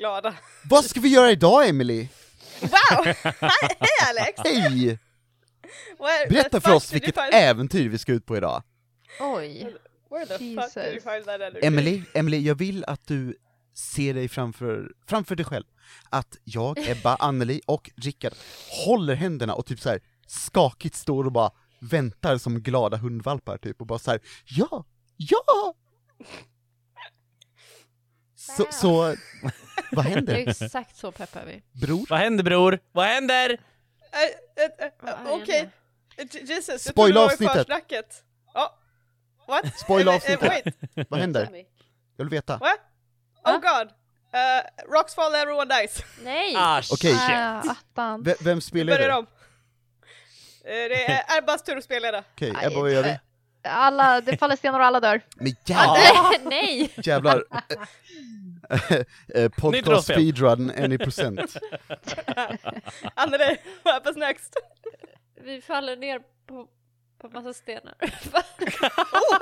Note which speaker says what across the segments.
Speaker 1: glada.
Speaker 2: Vad ska vi göra idag Emily?
Speaker 1: Wow! Hej Alex!
Speaker 2: Hej!
Speaker 1: Where,
Speaker 2: Berätta
Speaker 1: the
Speaker 2: för
Speaker 1: fuck
Speaker 2: oss
Speaker 1: did you
Speaker 2: vilket
Speaker 1: find-
Speaker 2: äventyr vi ska ut på idag.
Speaker 3: Oj.
Speaker 1: Where the fuck did you
Speaker 3: Jesus.
Speaker 1: find that energy?
Speaker 2: Emily, Emily, jag vill att du ser dig framför, framför dig själv. Att jag, Ebba, Anneli och Rickard håller händerna och typ så här skakigt står och bara väntar som glada hundvalpar typ och bara så här ja, ja! Så,
Speaker 3: Wow.
Speaker 2: så vad
Speaker 3: Det är
Speaker 2: händer?
Speaker 3: exakt så peppar vi.
Speaker 2: Bror?
Speaker 4: Vad händer bror? Vad händer?
Speaker 1: Äh, äh, äh,
Speaker 3: Vad
Speaker 1: äh,
Speaker 3: är
Speaker 1: Okej,
Speaker 3: det?
Speaker 1: J- Jesus, jag
Speaker 2: Spoila
Speaker 1: trodde det var i
Speaker 2: avsnittet.
Speaker 1: försnacket. Ja. What?
Speaker 2: Spoila
Speaker 1: Eh, eh,
Speaker 2: avsnittet.
Speaker 1: Wait,
Speaker 2: Vad händer? Jag vill veta.
Speaker 1: what?
Speaker 3: Va?
Speaker 1: Oh god! Uh, rocks fall, everyone dies.
Speaker 3: Nej!
Speaker 4: Ah, shit.
Speaker 2: Okej.
Speaker 3: Ah, attan.
Speaker 2: V- vem spelar
Speaker 1: Börjar
Speaker 2: det?
Speaker 1: om. Eh, Det är Erbas tur att spela det.
Speaker 2: Okej, Ebba vad gör vi?
Speaker 3: Alla, det faller stenar och alla dör.
Speaker 2: Men
Speaker 4: Ah.
Speaker 2: jävlar!
Speaker 3: Nej!
Speaker 2: Jävlar! Eh,
Speaker 4: Nytt
Speaker 2: Podcast
Speaker 4: rollspel.
Speaker 2: speedrun, any procent.
Speaker 1: Anneli, what happens next?
Speaker 5: Vi faller ner på, på massa stenar.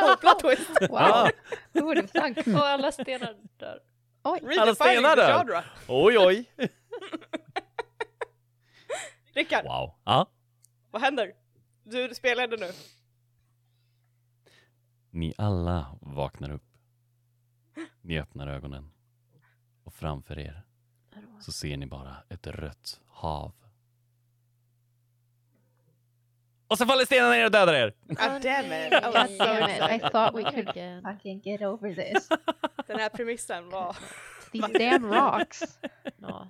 Speaker 1: Oh, plot twist!
Speaker 3: Wow,
Speaker 4: Ah,
Speaker 3: det vore intressant.
Speaker 5: och alla stenar dör.
Speaker 3: Oj.
Speaker 1: Redefining
Speaker 4: stenar
Speaker 1: the
Speaker 4: där.
Speaker 1: genre.
Speaker 4: oj oj.
Speaker 1: Rickard,
Speaker 4: Wow. Ja.
Speaker 1: vad händer? Du spelade nu.
Speaker 2: Ah,
Speaker 4: Ni alla vaknar upp. Ni öppnar ögonen. Och framför er så ser ni bara ett rött hav. Och så faller stenarna ner och dödar er!
Speaker 1: Ah, damn it! I was so
Speaker 3: Damn it, I
Speaker 1: excited.
Speaker 3: thought we could
Speaker 5: Again.
Speaker 3: fucking get over this.
Speaker 1: Den här premissen var...
Speaker 3: These damn rocks.
Speaker 5: Nå.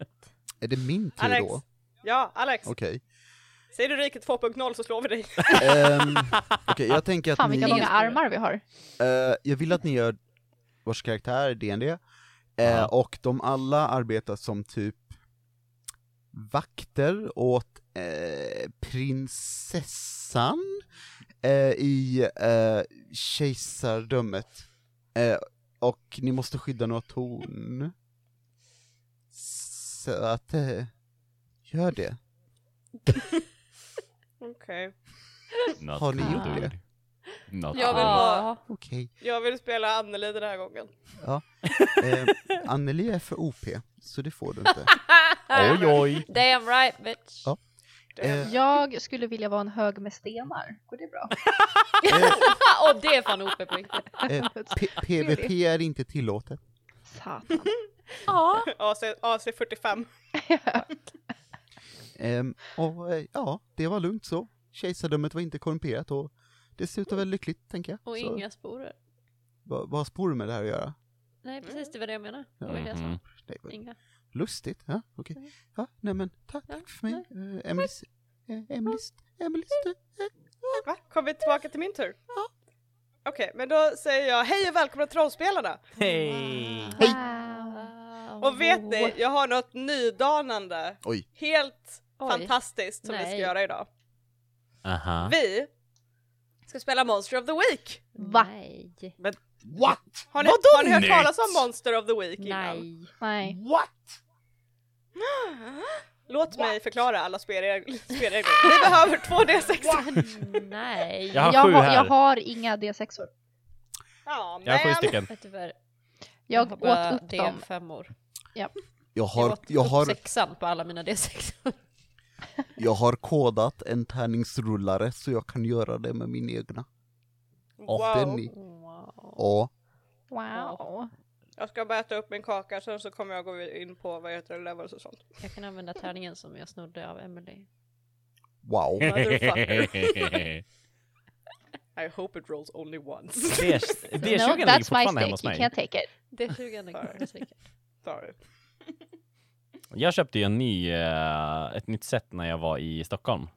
Speaker 2: Är det min tur
Speaker 1: Alex!
Speaker 2: då?
Speaker 1: Ja, Alex!
Speaker 2: Okej.
Speaker 1: Säger du riket 2.0 så slår vi dig.
Speaker 2: Ehm, Okej, jag tänker att
Speaker 3: Fan
Speaker 2: ni...
Speaker 3: vilka långa
Speaker 5: Ingen
Speaker 3: armar vi har.
Speaker 2: eh, jag vill att ni gör vars karaktär, DND, eh,
Speaker 4: Ja.
Speaker 2: och de alla arbetar som typ vakter åt eh, prinsessan eh, i eh, kejsardömet. Eh, och ni måste skydda några torn. Så att, eh, gör det.
Speaker 1: Okej.
Speaker 4: Not
Speaker 2: Har ni
Speaker 4: cool,
Speaker 2: gjort det?
Speaker 4: dude.
Speaker 1: Jag
Speaker 4: Not
Speaker 1: vill
Speaker 4: cool.
Speaker 1: vara...
Speaker 2: Okej.
Speaker 1: Jag vill spela Anneli den här gången.
Speaker 2: Eh, Anneli är för OP, så det får du inte.
Speaker 4: Oj oj!
Speaker 5: Damn right bitch.
Speaker 2: Ja. Eh,
Speaker 3: Jag skulle vilja vara en hög med stenar. Går det bra?
Speaker 2: eh,
Speaker 5: Åh det är fan OP på riktigt.
Speaker 2: Eh, P- PVP är inte tillåtet.
Speaker 3: Satan.
Speaker 5: Ja.
Speaker 1: AC, AC 45.
Speaker 2: Ehm, och eh, ja, det var lugnt så. Kejsardömet var inte korrumperat och det slutar väl lyckligt, tänker jag.
Speaker 5: Och
Speaker 2: så,
Speaker 5: inga sporer.
Speaker 2: Vad, vad har spår med det här att göra?
Speaker 5: Nej precis det var det jag menade. Det var det jag sa.
Speaker 4: Mhm.
Speaker 2: Nej, vad
Speaker 5: Inga.
Speaker 2: lustigt, ja, okej. Ja, nej men, ta, tack för mig. Eh, Emelies, eh, Emelies, Emelies, du.
Speaker 1: Va? Kom vi tillbaka till min tur? Ja. Okej, men då säger jag hej och välkomna till Trollspelarna!
Speaker 4: Hej!
Speaker 3: Wow.
Speaker 6: Oh.
Speaker 1: Och vet ni, jag har något nydanande.
Speaker 2: Oj.
Speaker 1: Helt
Speaker 5: Oj.
Speaker 1: fantastiskt som vi ska
Speaker 5: Nej.
Speaker 1: göra idag.
Speaker 4: Aha.
Speaker 1: Vi ska spela Monster of the Week!
Speaker 3: Va?
Speaker 5: Nej.
Speaker 2: What?
Speaker 1: Har ni,
Speaker 4: Vadå
Speaker 1: har ni hört
Speaker 4: nytt?
Speaker 1: talas om Monster of the Week innan?
Speaker 5: Nej.
Speaker 3: Nej.
Speaker 2: What?
Speaker 1: Låt mig förklara alla spelregler. spelregler. Vi behöver två D6.
Speaker 5: Nej.
Speaker 4: Jag har
Speaker 3: jag,
Speaker 4: sju
Speaker 3: har,
Speaker 4: här.
Speaker 3: jag har inga D6or.
Speaker 1: Ja,
Speaker 4: Jag har sju
Speaker 1: men
Speaker 4: stycken.
Speaker 5: Jag Tyvärr.
Speaker 3: Jag,
Speaker 5: bara
Speaker 3: åt upp dem.
Speaker 5: D5-or.
Speaker 2: Jag
Speaker 5: Jag
Speaker 2: har,
Speaker 5: åt
Speaker 2: jag
Speaker 5: upp
Speaker 2: har,
Speaker 5: sexan på alla mina D6.
Speaker 2: jag har kodat en tärningsrullare så jag kan göra det med min egna. Den i.
Speaker 5: Wow.
Speaker 2: Ja.
Speaker 3: Wow.
Speaker 1: Jag ska bara äta upp min kaka, sen så kommer jag gå in på vad heter det, levels och sånt.
Speaker 5: Jag kan använda tärningen som jag snodde av Emily.
Speaker 2: Wow.
Speaker 1: Motherfucker. I hope it rolls only once.
Speaker 4: D- D20
Speaker 3: no,
Speaker 4: ligger
Speaker 3: that's my
Speaker 4: fortfarande hemma hos
Speaker 3: stick. You
Speaker 4: mig.
Speaker 3: can't take it.
Speaker 5: D20 ligger hos Rickard.
Speaker 1: Sorry.
Speaker 4: Jag köpte ju en ny, eh, ett nytt set när jag var i Stockholm.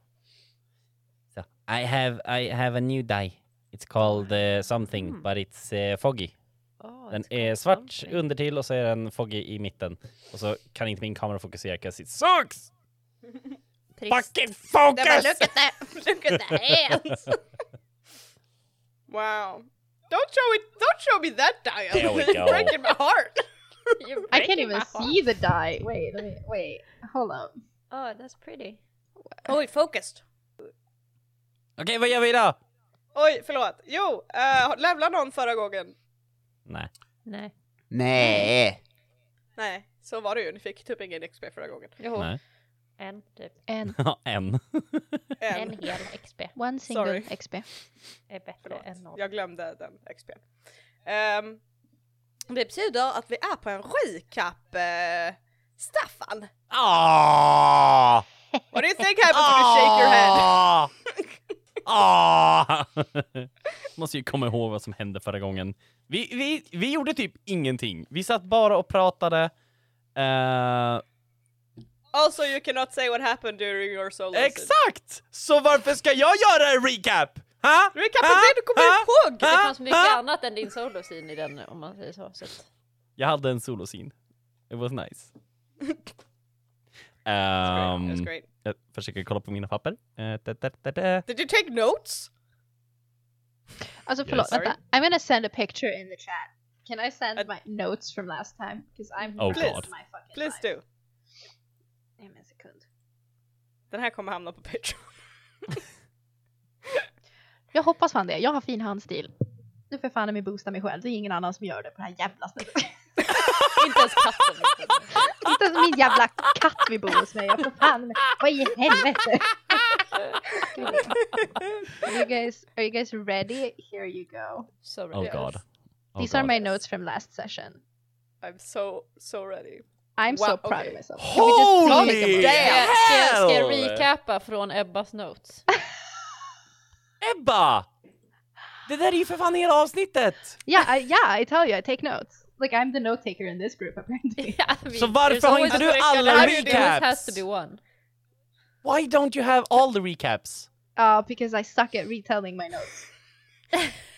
Speaker 4: I, have, I have a new die. It's called eh, something, but it's eh, foggy.
Speaker 5: Åh,
Speaker 4: Den
Speaker 5: it's
Speaker 4: är
Speaker 5: called
Speaker 4: svart
Speaker 5: something.
Speaker 4: under till och så är den foggy i mitten. Och så kan inte min kamera fokusera 'cause it sucks!
Speaker 5: Trist.
Speaker 4: Fucking
Speaker 1: Nej, men
Speaker 4: focus!
Speaker 1: look at that! Look at that hands! wow. Don't show it! Don't show me that dial!
Speaker 4: There we
Speaker 1: It's
Speaker 4: go.
Speaker 1: breaking my heart!
Speaker 5: You're
Speaker 3: I can't
Speaker 5: breaking
Speaker 3: even
Speaker 5: my heart.
Speaker 3: see the die. Wait, let me, wait. Hold on.
Speaker 5: Oh, that's pretty.
Speaker 1: Oj, focused.
Speaker 4: Okej, vad gör vi idag?
Speaker 1: Oj, förlåt. Jo, uh, levlade någon förra gången?
Speaker 4: Nej.
Speaker 5: Nej.
Speaker 2: Nej.
Speaker 1: Nej. Så var det ju, ni fick typ ingen XP förra gången.
Speaker 5: Jo.
Speaker 4: Nej.
Speaker 5: En typ.
Speaker 3: En,
Speaker 4: en.
Speaker 5: En
Speaker 1: En.
Speaker 5: hel XP
Speaker 3: one single
Speaker 1: Sorry.
Speaker 3: XP.
Speaker 5: är bättre
Speaker 1: Förlåt,
Speaker 5: än noll.
Speaker 1: jag glömde den XP. Ehm, det betyder att vi är på en skykapp eh, Staffan!
Speaker 4: Ah!
Speaker 1: What do you think happens if you Alltså, shake your head?
Speaker 4: Ah! Måste ju komma ihåg vad som hände förra gången. Vi, vi, vi gjorde typ ingenting. Vi satt bara och pratade. Eh,
Speaker 1: Also you cannot say what happened during your solo scene.
Speaker 4: exakt! Så varför ska jag göra en recap? Ha?
Speaker 1: Nu är det kanske det du kommer
Speaker 4: Ah!
Speaker 1: ihåg!
Speaker 5: Det
Speaker 4: Ah!
Speaker 5: fanns mycket
Speaker 4: Ah!
Speaker 5: annat än din solosyn i den om man säger så. så att...
Speaker 4: Jag hade en soloscene. It was nice.
Speaker 1: That's
Speaker 4: Ehm,
Speaker 1: great, that's great.
Speaker 4: jag försöker kolla på mina papper. Eh, da, da, da, da.
Speaker 1: Did you take notes?
Speaker 3: Alltså förlåt,
Speaker 1: Sorry.
Speaker 3: vänta. I'm gonna send a picture in the chat. Can I send
Speaker 1: Att-
Speaker 3: my notes from last time? Because I'm
Speaker 4: Oh
Speaker 3: losing
Speaker 1: god.
Speaker 3: my fucking
Speaker 1: Please
Speaker 3: mind.
Speaker 1: do.
Speaker 3: Ge mig en sekund.
Speaker 1: Den här kommer hamna på Patreon.
Speaker 3: Jag hoppas fan det, jag har fin handstil. Nu får jag fan i mig boosta mig själv, det är ingen annan som gör det på den här jävla snubben.
Speaker 5: Inte ens katten. vet vad det är.
Speaker 3: Inte ens min jävla katt vill bo hos mig, jag får fan med. Vad i helvete! are, you guys, are you guys ready? Here you go.
Speaker 5: Sorry.
Speaker 4: Oh
Speaker 1: Yes.
Speaker 4: god. Oh
Speaker 3: These
Speaker 4: god.
Speaker 3: are my notes from last session.
Speaker 1: I'm so, so ready.
Speaker 3: I'm so
Speaker 1: Wow,
Speaker 3: proud
Speaker 1: okay.
Speaker 3: of myself. Can we just
Speaker 4: Holy
Speaker 3: take a moment?
Speaker 1: damn!
Speaker 5: Ska, ska, ska jag
Speaker 4: hell!
Speaker 5: recapa från Ebbas notes?
Speaker 4: Ebba! Det där är ju för fan hela avsnittet!
Speaker 3: Yeah, I, yeah, I tell you, I take notes. Like I'm the note taker in this group apparently.
Speaker 5: Ja, vi-
Speaker 4: Så varför har
Speaker 5: there's
Speaker 4: inte
Speaker 5: always-
Speaker 4: du
Speaker 1: alla
Speaker 4: alla
Speaker 5: There always has
Speaker 4: recaps?
Speaker 5: to be one.
Speaker 4: Why don't you have all the recaps?
Speaker 3: Uh, because I suck at retelling my notes.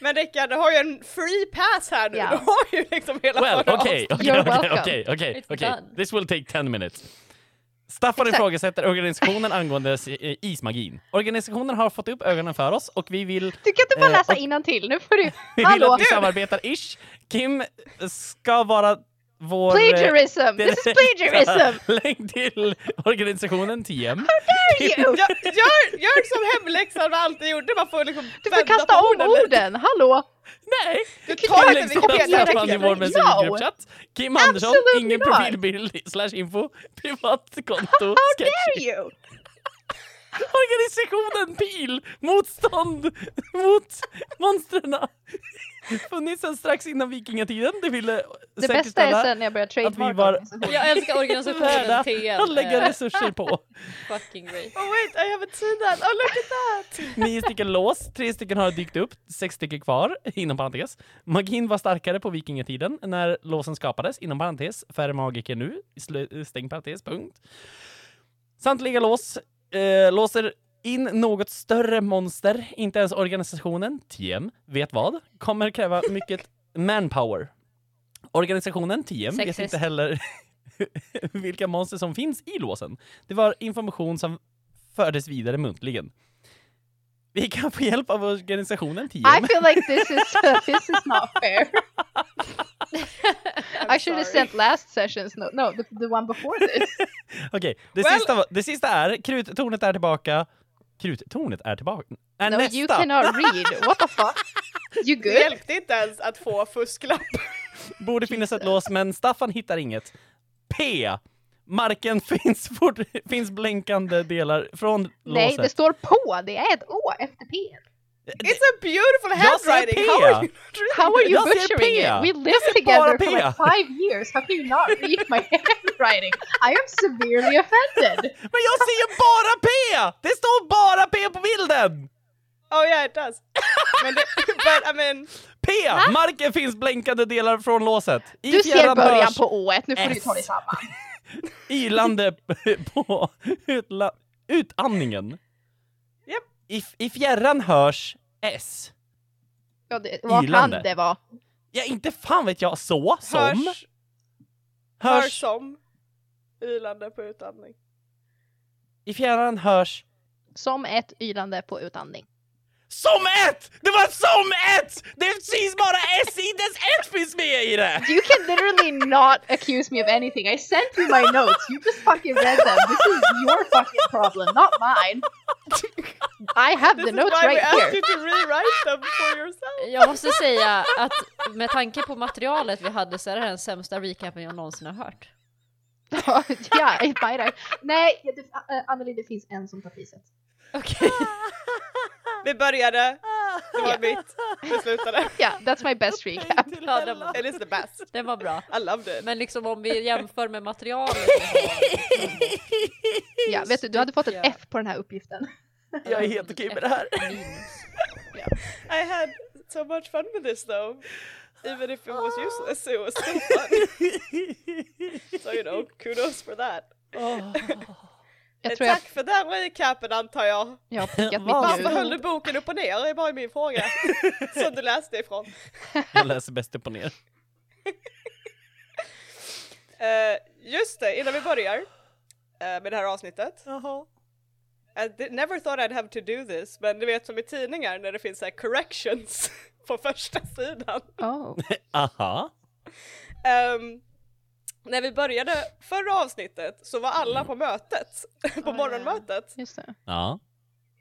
Speaker 1: Men Rickard, du har ju en free pass här nu.
Speaker 3: Ja.
Speaker 1: Du har ju liksom hela
Speaker 4: Well,
Speaker 1: förra
Speaker 4: okej,
Speaker 1: avsnittet.
Speaker 4: okej,
Speaker 3: You're
Speaker 4: okej,
Speaker 3: welcome.
Speaker 4: okej, okej,
Speaker 5: It's
Speaker 4: okej.
Speaker 5: done.
Speaker 4: This will take 10 minutes. Staffan
Speaker 3: Exakt.
Speaker 4: ifrågasätter organisationen angående s- eh, ismagin. Organisationen har fått upp ögonen för oss och vi vill,
Speaker 3: Du kan inte bara
Speaker 4: Eh,
Speaker 3: läsa
Speaker 4: och-
Speaker 3: innantill, nu får du...
Speaker 4: vi vill
Speaker 3: Hallå!
Speaker 4: att vi samarbetar ish. Kim ska vara vår... eh,
Speaker 3: Plagiarism! This is plagiarism!
Speaker 4: Länk till organisationen TM.
Speaker 3: You!
Speaker 1: Gör, gör, gör som hemläxan vi alltid gjorde, man får liksom
Speaker 3: Du får
Speaker 1: vända
Speaker 3: kasta
Speaker 1: på
Speaker 3: om
Speaker 1: orden lite.
Speaker 3: orden, hallå!
Speaker 4: Nej!
Speaker 1: Du
Speaker 3: Kim
Speaker 1: tar inte
Speaker 3: Lexell
Speaker 1: Wikipedia
Speaker 3: kopierar
Speaker 1: Rickard.
Speaker 4: Staffan i
Speaker 3: Kim.
Speaker 4: vår
Speaker 3: No!
Speaker 4: Messenger-gruppchatt. Kim Andersson,
Speaker 3: Absolutely
Speaker 4: ingen
Speaker 3: not.
Speaker 4: profilbild slash info, privatkonto,
Speaker 3: Dare
Speaker 4: sketch,
Speaker 3: you!
Speaker 4: organisationen, pil, motstånd mot monstren. Funnits sedan strax innan vikingatiden. Det ville
Speaker 3: Det bästa är
Speaker 4: säkerställa
Speaker 3: sen när jag börjar
Speaker 4: att vi
Speaker 3: trademarka
Speaker 4: var
Speaker 3: organisationen.
Speaker 5: Jag älskar organisationen
Speaker 4: värda
Speaker 5: TN.
Speaker 4: att lägga
Speaker 5: eh,
Speaker 4: resurser på.
Speaker 5: Fucking great.
Speaker 1: Oh wait, I haven't seen that! Oh look at that!
Speaker 4: Nio stycken lås, tre stycken har dykt upp, sex stycken kvar, inom parentes. Magin var starkare på vikingatiden när låsen skapades, inom parentes. Färre magiker nu, sl- stäng parentes, punkt. Samtliga lås eh, låser in något större monster, inte ens organisationen, TM, vet vad, kommer kräva mycket manpower. Organisationen, TM,
Speaker 5: Sexist.
Speaker 4: vet inte heller vilka monster som finns i låsen. Det var information som fördes vidare muntligen. Vi kan få hjälp av organisationen TM.
Speaker 3: I feel like this is, uh, this is not fair.
Speaker 1: I'm
Speaker 3: I should have
Speaker 1: sorry.
Speaker 3: sent last session's note. No, the, the one before this.
Speaker 4: Okej, det,
Speaker 1: Well-
Speaker 4: sista, var- det sista är kruttornet är tillbaka. Kruttornet är tillbaka. Är
Speaker 3: No,
Speaker 4: nästa!
Speaker 3: you cannot read. What the fuck? You
Speaker 1: Det
Speaker 3: good?
Speaker 1: hjälpte inte ens att få fusklapp.
Speaker 4: Borde finnas ett lås, men Staffan hittar inget. P. Marken finns, fort, finns blänkande delar från
Speaker 3: Nej, det
Speaker 4: låset.
Speaker 3: står på. Det är ett Å efter P.
Speaker 1: It's a beautiful
Speaker 4: Jag ser
Speaker 1: handwriting!
Speaker 4: P.
Speaker 1: How are you not reading?
Speaker 3: How are you
Speaker 4: Jag ser
Speaker 3: butchering
Speaker 4: P.
Speaker 3: it? We lived
Speaker 4: ser bara
Speaker 3: together for
Speaker 4: P.
Speaker 3: like five years. How can you not read my handwriting? I am severely offended.
Speaker 4: Men jag ser ju bara P! Det står bara P på bilden!
Speaker 1: Oh yeah it does. Men det, but I mean,
Speaker 4: P. Marken finns blänkande delar från låset. I
Speaker 3: Du ser
Speaker 4: fjärran
Speaker 3: början
Speaker 4: hörs
Speaker 3: på Å, nu får du
Speaker 4: S.
Speaker 3: ta dig samman.
Speaker 4: Ylande p- på utla, utandningen.
Speaker 1: Japp.
Speaker 4: I, f- I fjärran hörs S.
Speaker 3: Ja, det, vad kan
Speaker 4: Ylande.
Speaker 3: det vara?
Speaker 4: Ja, inte fan vet jag. Så, som, hörs,
Speaker 1: hörs, hörs som ylande på utandning.
Speaker 4: I fjärran hörs
Speaker 3: Som ett ylande på utandning.
Speaker 4: som ett! Det var som ett! Det finns bara S, inte ens ett finns med i det!
Speaker 3: You can literally not accuse me of anything. I sent you my notes. You just fucking read them. This is your fucking problem, not mine. I have
Speaker 1: This
Speaker 3: the
Speaker 1: is
Speaker 3: notes
Speaker 1: why we
Speaker 3: right
Speaker 1: asked
Speaker 3: here.
Speaker 1: you to rewrite them for yourself!
Speaker 5: Jag måste säga att med tanke på materialet vi hade så är det här den sämsta recapen jag någonsin har hört.
Speaker 3: ja, it might have. Nej, det, eh, Anneli, det finns en som tar priset.
Speaker 1: Okej. Vi började, det var mitt, vi slutade.
Speaker 3: Ja, yeah, that's my best recap.
Speaker 5: Ja, den, var,
Speaker 1: It is the best.
Speaker 5: den var bra.
Speaker 1: I loved it.
Speaker 5: Men liksom om vi jämför med materialet.
Speaker 3: Ja, vet du, du hade fått ett
Speaker 1: Ja.
Speaker 3: F på den här uppgiften.
Speaker 1: Jag är helt okej med det här. I had so much fun with this though. Even if it was useless, it was still fun. so you know, kudos for that. Eh,
Speaker 3: Jag tror jag,
Speaker 1: Tack för den recapen antar jag.
Speaker 3: jag har prickat
Speaker 4: Vad
Speaker 1: Varför höll
Speaker 3: mitt
Speaker 1: du
Speaker 3: nu.
Speaker 1: boken upp och ner? Det var ju min fråga. Som du läste ifrån.
Speaker 4: Jag läser bäst upp och ner.
Speaker 1: Eh, just det, innan vi börjar eh, med det här avsnittet. I did- never thought I'd have to do this, men du vet som i tidningar när det finns så här corrections på första sidan.
Speaker 3: Oh.
Speaker 4: Aha.
Speaker 1: Ehm, när vi började förra avsnittet så var alla på mötet,
Speaker 2: Ah,
Speaker 1: på morgonmötet.
Speaker 3: Just det.
Speaker 4: Ja.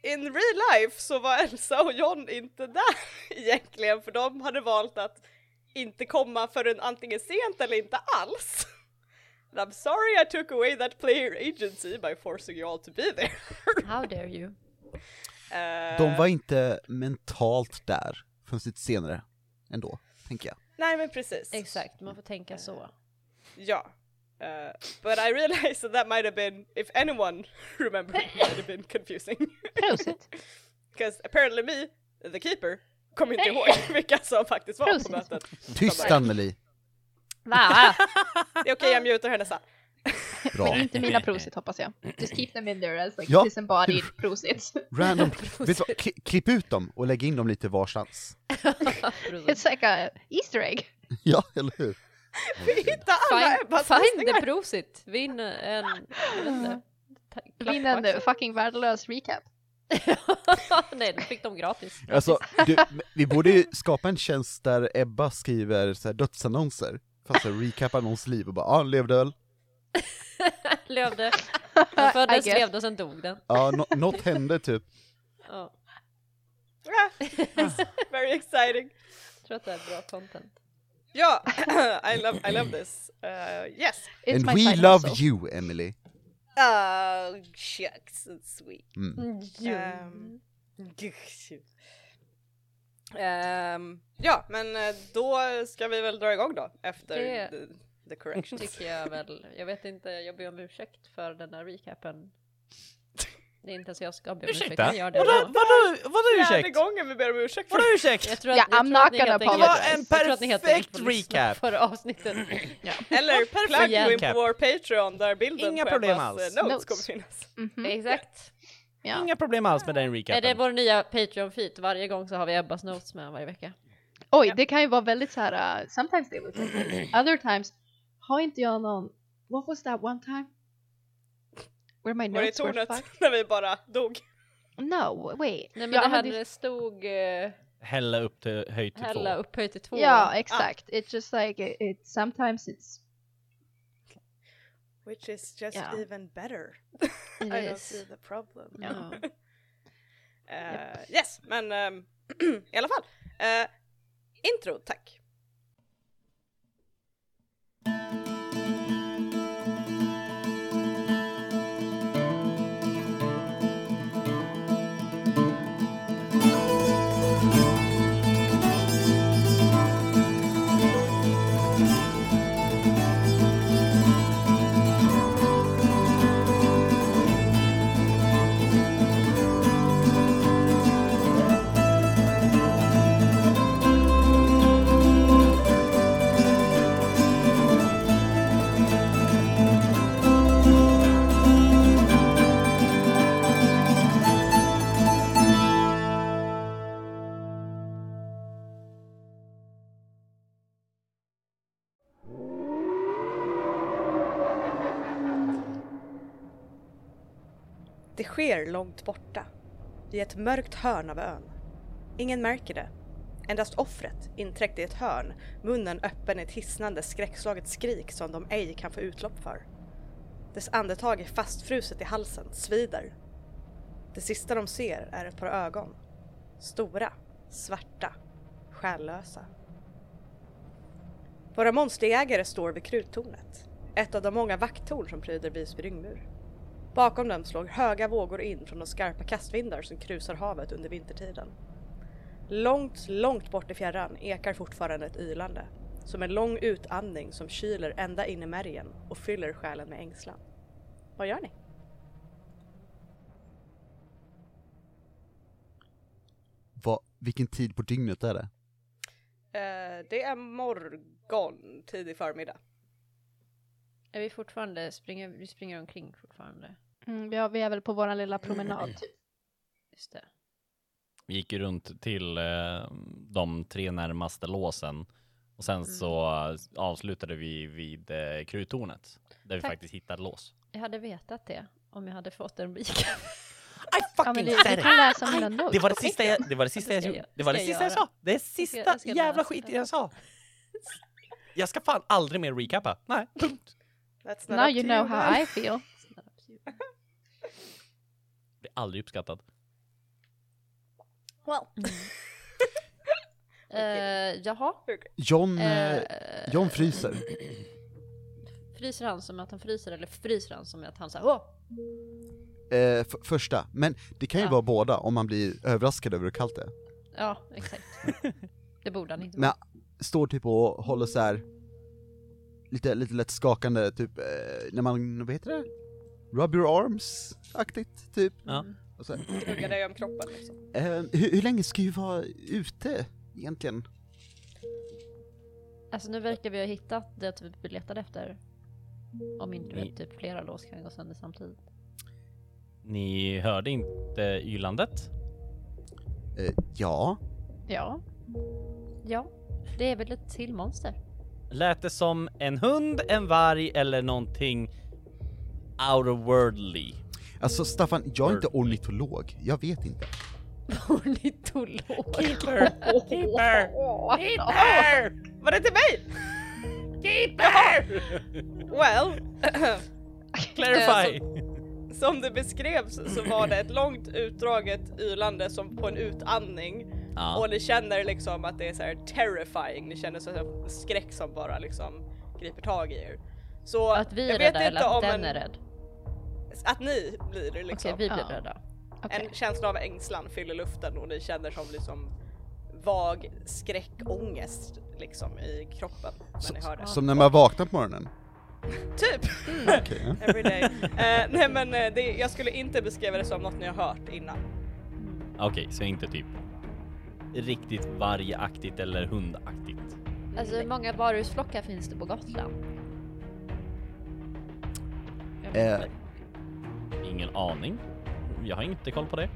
Speaker 1: In real life så var Elsa och John inte där egentligen för de hade valt att inte komma förrän antingen sent eller inte alls. And I'm sorry I took away that player agency by forcing you all to be there.
Speaker 5: How dare you?
Speaker 1: Ehm,
Speaker 2: De var inte mentalt där förrän lite senare ändå, tänker jag.
Speaker 1: Nej men precis.
Speaker 5: Exakt, man får tänka så.
Speaker 1: Ja. Uh, but I realized that that might have been, if anyone remembered, it might have been confusing.
Speaker 3: Prosit.
Speaker 1: Because apparently me, the keeper, kom inte ihåg vilka som faktiskt var på
Speaker 3: Prosit.
Speaker 1: mötet.
Speaker 2: Tyst Anneli!
Speaker 5: Va?
Speaker 1: Det är okej, jag mutar henne sen.
Speaker 2: Bra.
Speaker 3: Inte mina prosit hoppas jag. Just keep them in there as like
Speaker 2: Ja.
Speaker 3: disembodied prosits.
Speaker 2: Random. Vet du vad? Kli- Klipp ut dem och lägg in dem lite varstans.
Speaker 3: It's like a Easter egg.
Speaker 2: Ja, eller hur?
Speaker 1: Vi hittar alla
Speaker 5: Find,
Speaker 1: Ebbas
Speaker 5: find the
Speaker 1: röstningar!
Speaker 5: prosit, vinn en... jag vet inte, ta- klapp
Speaker 3: Vinn
Speaker 5: på
Speaker 3: en
Speaker 5: axeln.
Speaker 3: fucking värdelös recap.
Speaker 5: Nej, de fick de gratis.
Speaker 2: Alltså, du, vi borde ju skapa en tjänst där Ebba skriver så här dödsannonser, fast så här recapar någons liv och bara ah, levde väl,
Speaker 5: Levde, den föddes,
Speaker 3: I guess.
Speaker 5: levde och sen dog den.
Speaker 2: ja, nå- något hände typ.
Speaker 5: Ja,
Speaker 1: Ah, it's Very exciting.
Speaker 5: jag tror att det är bra content.
Speaker 1: Ja, I love, I love this. Uh, yes.
Speaker 3: It's
Speaker 2: And
Speaker 3: my
Speaker 2: we
Speaker 3: side
Speaker 2: love
Speaker 3: hustle.
Speaker 2: you, Emily.
Speaker 1: Oh, shucks, it's sweet.
Speaker 2: Mm.
Speaker 1: Ehm, Ehm, ja, men eh, då ska vi väl dra igång då efter
Speaker 5: Det-
Speaker 1: the, the corrections.
Speaker 5: Tycker jag väl. Jag vet inte, jag ber om ursäkt för den här recapen. Det är inte ens jag ska be om ursäkt,
Speaker 4: Ursäkta?
Speaker 5: jag gör det
Speaker 4: Vadå,
Speaker 5: ändå.
Speaker 4: vadå, vadå
Speaker 1: Fjärde
Speaker 4: ursäkt?
Speaker 1: gången vi ber om ursäkt för
Speaker 4: Vadå ursäkt?
Speaker 5: Jag tror att,
Speaker 3: Ja,
Speaker 5: jag
Speaker 3: I'm
Speaker 5: tror att
Speaker 3: not
Speaker 5: ni
Speaker 3: gonna
Speaker 5: helt enkelt-
Speaker 3: apologize.
Speaker 5: jag tror att ni helt
Speaker 4: Perfekt
Speaker 5: enkelt får lyssna
Speaker 4: recap.
Speaker 5: Förra avsnittet.
Speaker 1: Eller plug
Speaker 5: igen.
Speaker 1: in på vår Patreon där bilden
Speaker 4: Inga
Speaker 1: på
Speaker 4: problem
Speaker 1: Ebbas, eh,
Speaker 4: alls.
Speaker 1: notes,
Speaker 3: Notes.
Speaker 1: kommer finnas.
Speaker 3: Mhm.
Speaker 5: Exakt.
Speaker 3: Ja.
Speaker 4: Inga problem alls med den
Speaker 5: Är
Speaker 4: recapen.
Speaker 5: det vår nya Patreon-feed? Varje gång så har vi Ebbas notes med varje vecka.
Speaker 3: Oj, det kan ju vara väldigt så här. Uh, sometimes they look like this. Other times har inte jag någon. What was that one time? Where my
Speaker 1: Var det i
Speaker 3: notes were
Speaker 1: tornet
Speaker 3: fucked?
Speaker 1: när vi bara dog?
Speaker 3: No, wait.
Speaker 5: Nej men
Speaker 3: Jag
Speaker 5: det här
Speaker 3: hade-
Speaker 5: det stod eh,
Speaker 4: Hälla upp till höjd till
Speaker 5: Hälla
Speaker 4: två.
Speaker 5: upphöjt till två.
Speaker 3: Ja, exakt. It's just like it, it sometimes it's
Speaker 1: Which is just
Speaker 3: Ja.
Speaker 1: even better.
Speaker 5: It
Speaker 1: I don't
Speaker 5: is.
Speaker 1: see the problem.
Speaker 5: Ja.
Speaker 1: Eh, yes, men ehm, i alla fall. Eh, intro, tack. Det sker långt borta, i ett mörkt hörn av ön. Ingen märker det. Endast offret, inträckt i ett hörn, munnen öppen i ett hisnande skräckslaget skrik som de ej kan få utlopp för. Dess andetag är fastfruset i halsen, svider. Det sista de ser är ett par ögon. Stora, svarta, själlösa. Våra monsterjägare står vid kruttornet. ett av de många vakttorn som pryder Visby ringmur. Bakom dem slog höga vågor in från de skarpa kastvindar som krusar havet under vintertiden. Långt, långt bort i fjärran ekar fortfarande ett ylande, som en lång utandning som kyler ända in i märgen och fyller själen med ängslan. Vad gör ni?
Speaker 2: Vad, vilken tid på dygnet är det?
Speaker 1: Eh, det är morgon, tidig förmiddag.
Speaker 5: Är vi fortfarande, springer, vi springer omkring fortfarande.
Speaker 3: Mm, vi, har, vi är väl på vår lilla
Speaker 4: Mm.
Speaker 3: promenad. Typ.
Speaker 5: Just det.
Speaker 4: Vi gick ju runt till eh, de tre närmaste låsen och
Speaker 5: Mm.
Speaker 4: sen så eh, avslutade vi vid eh, kruttornet där vi
Speaker 5: Tack.
Speaker 4: faktiskt hittade lås.
Speaker 5: Jag hade vetat det om jag hade fått en rika.
Speaker 4: I
Speaker 3: Ja, men du, du kan läsa mina notes.
Speaker 4: Det var det
Speaker 3: på
Speaker 4: sista jag, det var det sista
Speaker 5: Det
Speaker 4: jag,
Speaker 5: ska jag
Speaker 4: gjorde.
Speaker 5: göra.
Speaker 4: det var det
Speaker 5: Det ska jag
Speaker 4: sista jag
Speaker 5: göra. jag- jag
Speaker 4: sa. Det är sista
Speaker 5: ska
Speaker 4: jävla
Speaker 5: läsa
Speaker 4: skit
Speaker 5: det.
Speaker 4: jag sa. Jag ska fan aldrig mer recappa. Nej, punkt.
Speaker 1: That's
Speaker 3: Now you know how I feel.
Speaker 4: Blir aldrig uppskattad.
Speaker 1: Well.
Speaker 5: Eh, jaha.
Speaker 2: John, eh,
Speaker 5: Eh,
Speaker 2: John fryser.
Speaker 5: Fryser han som att han fryser eller fryser han som att han såhär åh!
Speaker 2: Eh, f- första, men det kan ju
Speaker 5: Ja.
Speaker 2: vara båda om man blir överraskad över hur kallt det är.
Speaker 5: Ja, exakt. Det borde han inte
Speaker 2: Men står typ och håller så här lite, lite lätt skakande, typ eh, när man, vad heter det? Rub your arms-aktigt, typ.
Speaker 4: Ja.
Speaker 2: Och så, här,
Speaker 1: Tugga dig om kroppen liksom.
Speaker 2: eh, hur, hur länge ska vi vara ute egentligen?
Speaker 5: Alltså nu verkar vi ha hittat det typ vi letade efter. Om inte
Speaker 4: Ni-
Speaker 5: typ flera lås kan gå sönder samtidigt.
Speaker 4: Ni hörde inte ylandet?
Speaker 2: Eh, ja.
Speaker 3: Ja.
Speaker 5: Ja, det är väl ett till monster.
Speaker 4: Lät det som en hund, en varg eller någonting outerworldly?
Speaker 2: Alltså Staffan, jag är inte ornitolog, jag vet inte.
Speaker 5: Ornitolog.
Speaker 4: Keeper! Keeper! Keeper!
Speaker 1: Var det till mig?
Speaker 4: Keeper!
Speaker 1: Well.
Speaker 4: Clarify!
Speaker 1: Som det beskrevs så var det ett långt utdraget ylande som på en utandning
Speaker 4: Ja,
Speaker 1: och ni känner liksom att det är så här terrifying, ni känner så här skräck som bara liksom griper tag i er. Så
Speaker 5: Att vi
Speaker 1: jag
Speaker 5: är
Speaker 1: vet
Speaker 5: rädda
Speaker 1: inte
Speaker 5: eller att
Speaker 1: om
Speaker 5: den
Speaker 1: en,
Speaker 5: är rädd.
Speaker 1: Att ni blir det liksom.
Speaker 5: Okej, vi blev
Speaker 3: Ja.
Speaker 5: rädda.
Speaker 3: Okej.
Speaker 1: En känsla av ängslan fyller luften och ni känner som liksom vag skräckångest liksom i kroppen när ni hör det.
Speaker 2: Som när man vaknar på morgonen.
Speaker 1: Typ!
Speaker 2: Okej. ja.
Speaker 1: Every day. Eh, nej men eh, det, jag skulle inte beskriva det som något ni har hört innan.
Speaker 4: okej, så inte typ riktigt vargaktigt eller hundaktigt.
Speaker 5: Alltså hur många varuhusflockar finns det på Gotland? Jag vet
Speaker 2: Eh.
Speaker 5: inte.
Speaker 4: Ingen aning. Jag har inte koll på det.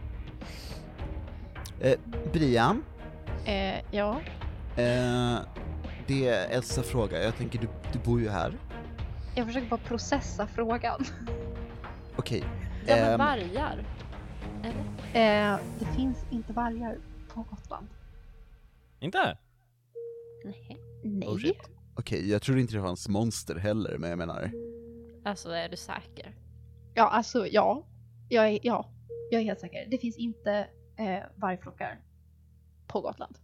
Speaker 2: Eh, Brian,
Speaker 3: Eh, ja.
Speaker 2: eh, det är Elsa fråga, jag tänker du, du bor ju här.
Speaker 3: Jag försöker bara processa frågan.
Speaker 2: Okej.
Speaker 5: Ja men
Speaker 2: ehm,
Speaker 5: vargar. Eller?
Speaker 3: Eh, det finns inte vargar på Gotland.
Speaker 4: Inte?
Speaker 5: Nej.
Speaker 3: Nej.
Speaker 4: Oh shit.
Speaker 2: Okej, jag tror inte det fanns monster heller, men jag menar...
Speaker 5: Alltså är du säker?
Speaker 3: ja, alltså ja. Jag är, ja. Jag är helt säker. Det finns inte eh, vargflockar på Gotland.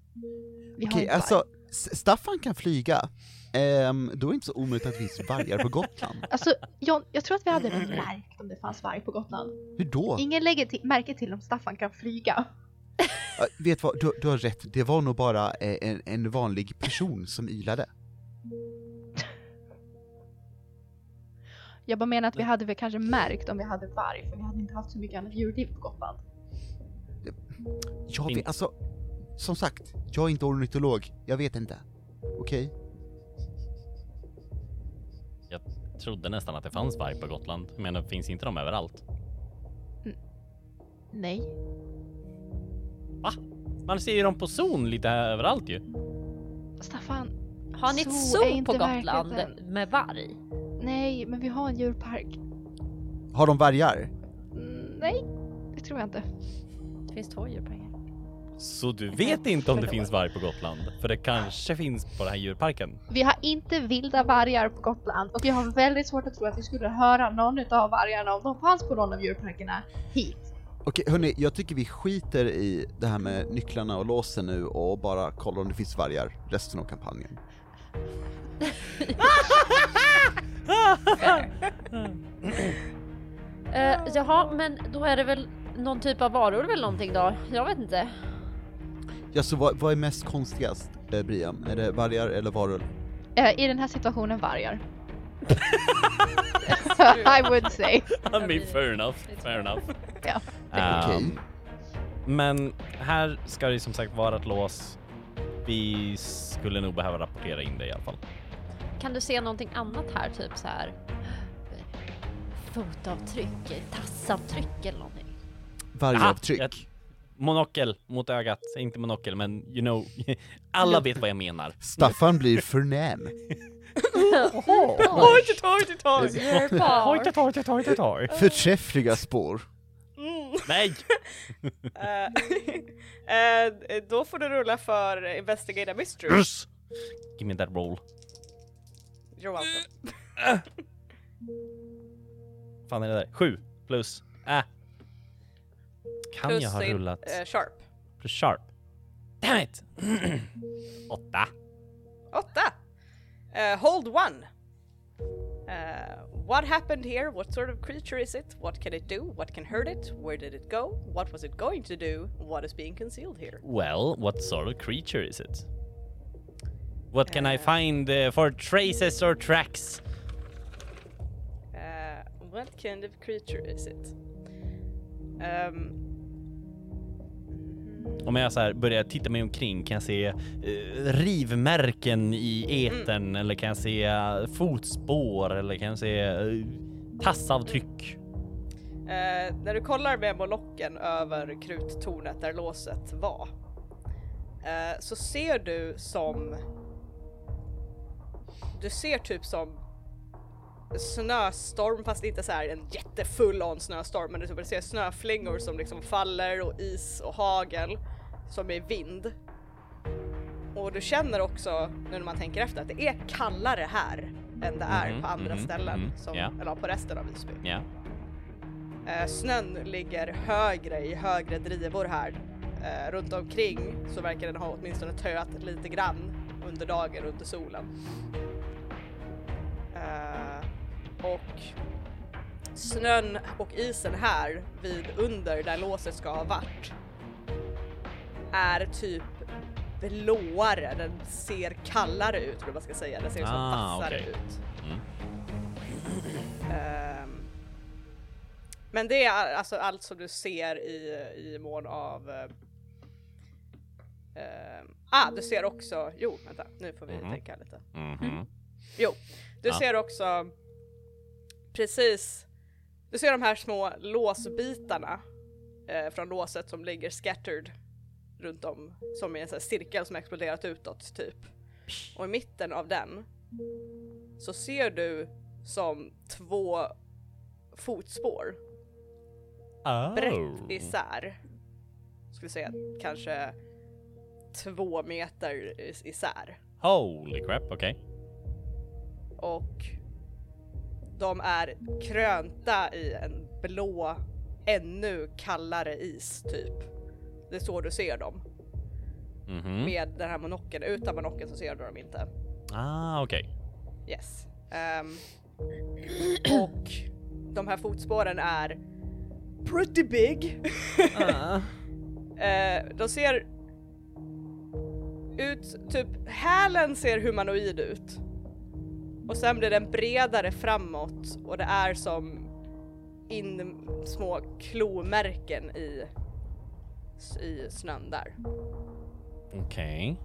Speaker 3: Vi har
Speaker 2: Okej,
Speaker 3: inte
Speaker 2: alltså,
Speaker 3: varg.
Speaker 2: S- Staffan kan flyga. Ehm, då är det inte så omöjligt att det finns vargar på Gotland.
Speaker 3: Alltså, John, jag tror att vi hade väl märkt om det fanns varg på Gotland.
Speaker 2: Hur då?
Speaker 3: Ingen lägger ti- märke till om Staffan kan flyga.
Speaker 2: Ja, vet vad, du, du har rätt, det var nog bara eh, en, en vanlig person som ylade.
Speaker 3: Jag bara menar att vi hade väl kanske märkt om vi hade varg, för vi hade inte haft så mycket annat djurliv på Gotland.
Speaker 2: Jag vet,
Speaker 4: Inte.
Speaker 2: alltså, som sagt, jag är inte ornitolog, jag vet inte. Okej?
Speaker 4: Trodde nästan att det fanns varg på Gotland, men det finns inte de överallt.
Speaker 3: Nej.
Speaker 4: Man ser ju dem på zon lite överallt ju.
Speaker 3: Staffan,
Speaker 5: Har ni ett
Speaker 3: Zoo är
Speaker 5: zoo
Speaker 3: inte
Speaker 5: på Gotland
Speaker 3: verkligheten.
Speaker 5: med varg?
Speaker 3: nej, men vi har en djurpark.
Speaker 2: Har de vargar?
Speaker 3: Mm, nej, det tror jag inte.
Speaker 5: Det finns två djurparker.
Speaker 4: Så du vet inte om det finns varg på Gotland? För det kanske finns på den här djurparken?
Speaker 3: Vi har inte vilda vargar på Gotland och jag har väldigt svårt att tro att vi skulle höra någon utav vargarna om de fanns på någon av djurparkerna hit.
Speaker 2: Okej, hörni, jag tycker vi skiter i det här med nycklarna och låsen nu och bara kollar om det finns vargar resten av kampanjen.
Speaker 5: Eh, jaha, men då är det väl någon typ av varor eller någonting då? Jag vet inte.
Speaker 2: Ja, så vad, vad är mest konstigast, eh, Brian? Är det vargar eller varulv?
Speaker 3: Eh, I den här situationen vargar. I would say.
Speaker 4: I mean, fair enough, fair enough.
Speaker 3: Ja.
Speaker 2: Okej.
Speaker 4: Ehm, Men här ska det ju som sagt vara ett lås. Vi skulle nog behöva rapportera in det i alla fall.
Speaker 5: Kan du se någonting annat här? Typ så här fotavtryck, tassavtryck eller någonting?
Speaker 2: Vargavtryck.
Speaker 4: Aha, Ah, ett Monokel mot ögat, inte monokel men you know, alla vet vad jag menar.
Speaker 2: Staffan blir förnäm.
Speaker 1: Oj, det tar, det tar!
Speaker 5: Your power.
Speaker 4: tar, hojta, tar.
Speaker 2: Förträffliga spår.
Speaker 1: Mm.
Speaker 4: Nej!
Speaker 1: Eh, eh, då får du rulla för Investigate a Mystery,
Speaker 4: Russ! Give me that roll.
Speaker 1: Johan.
Speaker 4: fan är det där? Sju plus, äh. Kan
Speaker 1: Plus
Speaker 4: jag ha
Speaker 1: din,
Speaker 4: rullat
Speaker 1: eh, sharp.
Speaker 4: plus sharp? Damn it! Åtta.
Speaker 1: Åtta! Eh, hold one! Eh, what happened here? What sort of creature is it? What can it do? What can hurt it? Where did it go? What was it going to do? What is being concealed here?
Speaker 4: Well, what sort of creature is it? What can I find uh, for traces or tracks?
Speaker 1: Eh, what kind of creature is it? Ehm,
Speaker 4: Om jag så här börjar titta mig omkring, kan jag se eh, rivmärken i etern eller kan jag se eh, fotspår eller kan jag se eh, tassavtryck?
Speaker 1: Eh, när du kollar med molocken över kruttornet där låset var eh, så ser du som du ser typ som snöstorm fast inte så här en jättefull on snöstorm men du typ ser snöflingor som liksom faller och is och hagel som är vind. Och du känner också nu när man tänker efter att det är kallare här än det är
Speaker 4: Mhm,
Speaker 1: på andra
Speaker 4: mhm,
Speaker 1: ställen
Speaker 4: mhm,
Speaker 1: som,
Speaker 4: ja.
Speaker 1: eller på resten av Visby.
Speaker 4: Ja.
Speaker 1: Eh, snön ligger högre i högre drivor här. Eh, runt omkring så verkar den ha åtminstone töat lite grann under dagen under solen. Eh, och snön och isen här vid under där låset ska ha varit är typ blåare, den ser kallare ut eller vad man ska säga, den ser liksom
Speaker 4: Ah,
Speaker 1: vassare
Speaker 4: okej.
Speaker 1: ut.
Speaker 4: Mm.
Speaker 1: Ehm, men det är alltså allt som du ser i, i mån av... eh, ehm, ah, du ser också... Jo, vänta, nu får vi
Speaker 4: Mhm.
Speaker 1: tänka lite.
Speaker 4: Mhm.
Speaker 1: Jo, du
Speaker 4: Ja.
Speaker 1: ser också precis, du ser de här små låsbitarna eh, från låset som ligger scattered runt om som är en sån här cirkel som exploderat utåt typ. Och i mitten av den så ser du som två fotspår Mm.
Speaker 4: Oh.
Speaker 1: brett isär. Skulle säga kanske två meter is- isär.
Speaker 4: Oh. Holy crap, okej.
Speaker 1: och de är krönta i en blå, ännu kallare is typ. Det är så du ser dem.
Speaker 4: Mhm.
Speaker 1: Med den här monokeln, utan monokeln så ser du dem inte.
Speaker 4: Ah, okej.
Speaker 1: Yes. Ehm, och de här fotspåren är pretty big. Eh, de ser ut, typ hälen ser humanoid ut. Och sen blir den bredare framåt och det är som in små klomärken i, i snön där.
Speaker 4: Okej.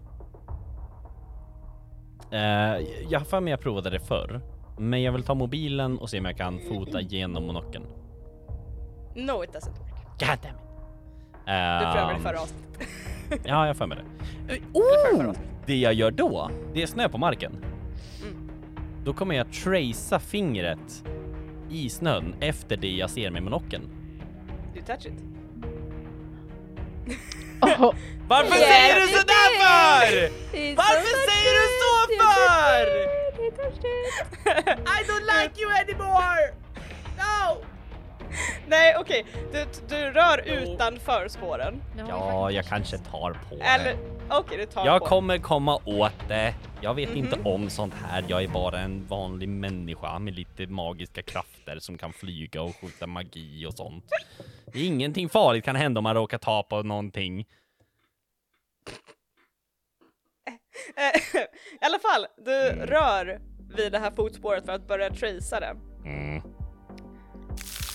Speaker 4: Eh, jag har för mig jag provade det förr. Men jag vill ta mobilen och se om jag kan fota genom monokeln.
Speaker 1: No it doesn't work.
Speaker 4: God damn it.
Speaker 1: Du
Speaker 4: Ehm,
Speaker 1: prövade förra avsnittet.
Speaker 4: Ja, jag har för mig det.
Speaker 1: förra,
Speaker 4: Oh!
Speaker 1: förra.
Speaker 4: Det jag gör då, det är snö på marken.
Speaker 1: Mm.
Speaker 4: Då kommer jag tracea fingret i snön efter det jag ser med monokeln.
Speaker 1: You touch it.
Speaker 3: Oh,
Speaker 4: Varför
Speaker 5: Yeah,
Speaker 4: säger du
Speaker 5: det
Speaker 4: sådär för? Varför säger du så för?
Speaker 1: I don't like you anymore! No! Nej okej, du, du rör utanför spåren.
Speaker 4: Ja, jag kanske tar på det.
Speaker 1: Eller Okej, det tar
Speaker 4: Jag
Speaker 1: på.
Speaker 4: kommer komma åt det. Jag vet
Speaker 1: Mhm.
Speaker 4: inte om sånt här. Jag är bara en vanlig människa med lite magiska krafter som kan flyga och skjuta magi och sånt. Ingenting farligt kan hända om man råkar ta på någonting.
Speaker 1: Eh, I alla fall, du rör vid det här fotspåret för att börja tracea det.
Speaker 4: Mm.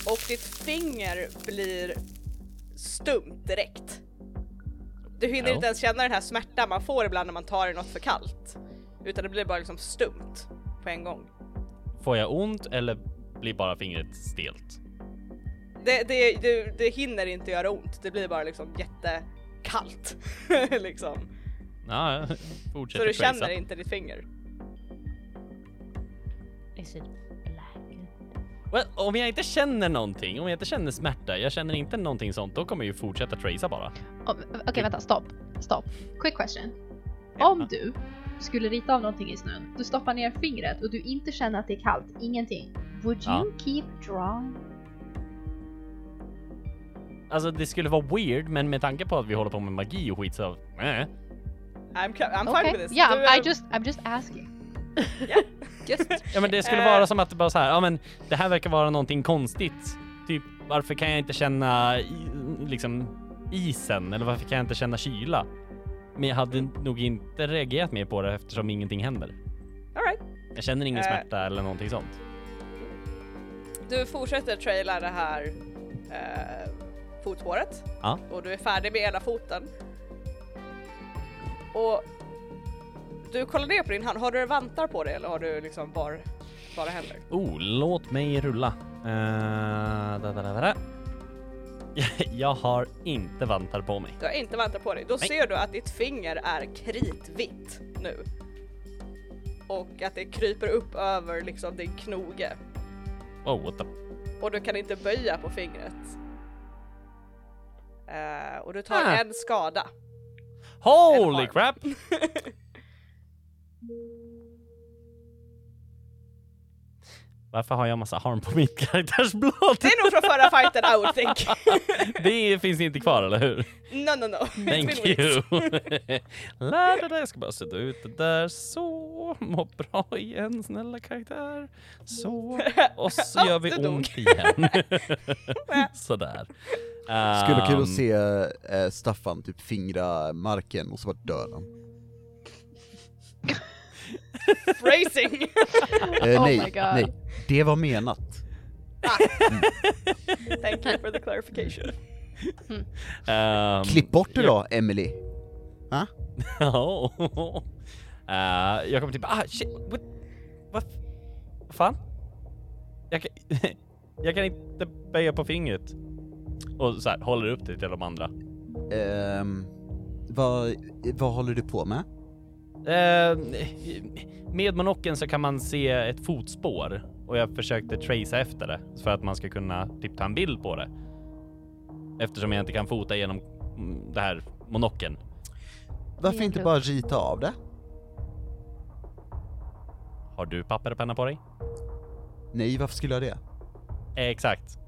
Speaker 1: Och ditt finger blir stumt direkt. Du hinner
Speaker 4: Ja.
Speaker 1: inte ens känna den här smärtan man får ibland när man tar i något för kallt. Utan det blir bara liksom stumt på en gång.
Speaker 4: Får jag ont eller blir bara fingret stelt?
Speaker 1: Det, det, det, det hinner inte göra ont, det blir bara liksom jättekallt. liksom.
Speaker 4: Ja,
Speaker 1: Så
Speaker 4: fortsätter
Speaker 1: du känner
Speaker 4: tracea.
Speaker 1: inte ditt finger.
Speaker 5: Is it black?
Speaker 4: Well, om jag inte känner någonting, om jag inte känner smärta, jag känner inte någonting sånt, då kommer jag ju fortsätta tracea bara.
Speaker 3: Om- Oh, Okej vänta, stopp. Stopp. Quick question.
Speaker 4: Ja.
Speaker 3: Om du skulle rita av någonting i snön, du stoppar ner fingret och du inte känner att det är kallt, ingenting. Would you
Speaker 4: Ja.
Speaker 3: keep drawing?
Speaker 4: Alltså det skulle vara weird, men med tanke på att vi håller på med magi och skit så... Äh.
Speaker 1: I'm, co- I'm fine
Speaker 3: Okay.
Speaker 1: with this.
Speaker 3: Yeah,
Speaker 1: Du,
Speaker 3: I'm- I
Speaker 1: eh,
Speaker 3: just, I'm just asking.
Speaker 5: Just
Speaker 4: Ja men det skulle
Speaker 1: Eh.
Speaker 4: vara som att det bara så här, ja men det här verkar vara någonting konstigt. Typ varför kan jag inte känna i, liksom isen eller varför kan jag inte känna kyla? Men jag hade nog inte reagerat mer på det eftersom ingenting händer.
Speaker 1: all right.
Speaker 4: Jag känner ingen
Speaker 1: Eh.
Speaker 4: smärta eller någonting sånt.
Speaker 1: Du fortsätter traila det här eh, fotspåret
Speaker 4: Ja.
Speaker 1: och du är färdig med ena foten. Och du kollar ner på din hand, har du vantar på dig eller har du liksom bara, bara händer?
Speaker 4: Oh, låt mig rulla. Eh, da, da, da, da. Jag har inte vantar på mig.
Speaker 1: Du har inte vantar på dig, då
Speaker 4: Nej.
Speaker 1: ser du att ditt finger är kritvitt nu. Och att det kryper upp över liksom din knoge
Speaker 4: Oh, what the...
Speaker 1: och du kan inte böja på fingret. Eh, och du tar
Speaker 4: Ah.
Speaker 1: en skada.
Speaker 4: Holy
Speaker 1: arm.
Speaker 4: crap! Varför har jag massa harm på mitt karaktärsblad?
Speaker 1: Det är nog från förra fighten I would think.
Speaker 4: Det finns inte kvar, eller hur?
Speaker 1: No no no. It's been
Speaker 4: Thank
Speaker 1: weeks.
Speaker 4: you. Lär det där. Jag ska bara sudda ut det där. Så. Må bra igen, snälla karaktär. Så. Och så
Speaker 1: Ja,
Speaker 4: gör vi
Speaker 1: det dog.
Speaker 4: ont igen. Sådär.
Speaker 2: Skulle kul
Speaker 4: Ehm,
Speaker 2: att se eh, Staffan typ fingra marken och så bara dör han.
Speaker 1: Racing!
Speaker 2: Eh,
Speaker 3: Oh
Speaker 2: nej,
Speaker 3: my God.
Speaker 2: nej. Det var menat.
Speaker 1: Thank you for the clarification.
Speaker 4: ehm,
Speaker 2: Klipp bort det då, Emily. Va?
Speaker 4: Ja. Eh, jag kommer typ, ah shit, what, vad f- vad fan? Jag kan, jag kan inte böja på fingret. Och så här, håller upp det till de andra.
Speaker 2: Ehm, vad, vad håller du på med?
Speaker 4: Eh, med monocken så kan man se ett fotspår och jag försökte tracea efter det för att man ska kunna typ ta en bild på det. Eftersom jag inte kan fota genom mm, det här monocken.
Speaker 2: Varför inte bara rita av det?
Speaker 4: Har du papper och penna på dig?
Speaker 2: Nej, varför skulle jag det?
Speaker 4: Eh, Exakt.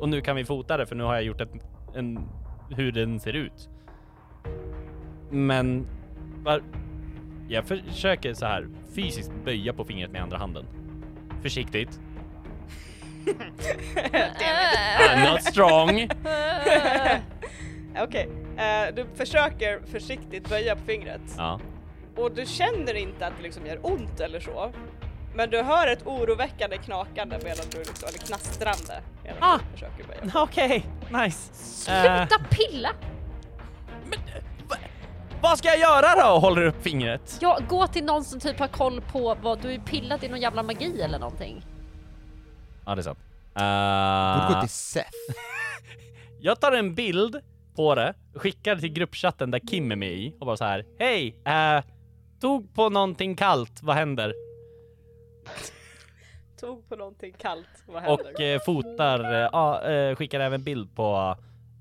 Speaker 4: Och nu kan vi fota det för nu har jag gjort ett, en, hur den ser ut. Men var, jag försöker så här fysiskt böja på fingret med andra handen. Försiktigt. I'm not strong.
Speaker 1: Okej, eh, du försöker försiktigt böja på fingret
Speaker 4: Ja.
Speaker 1: och du känner inte att det liksom gör ont eller så. Men du hör ett oroväckande knakande medan du liksom, eller knastrande medan
Speaker 4: Ah.
Speaker 1: du försöker böja.
Speaker 4: Okej, nice. Eh,
Speaker 5: Sluta pilla!
Speaker 4: vad ska jag göra då? Håller upp fingret.
Speaker 5: Ja, gå till någon som typ har koll på vad du är pillat i någon jävla magi eller någonting.
Speaker 4: Ja, det är sant.
Speaker 2: Borde gå
Speaker 4: Eh,
Speaker 2: till Seth.
Speaker 4: Jag tar en bild på det, skickar till gruppchatten där Kim är med i och bara så här. Hej! Eh, tog på någonting kallt, vad händer?
Speaker 1: Tog på någonting kallt, vad händer?
Speaker 4: Och eh, fotar, eh, ja, eh, skickar även bild på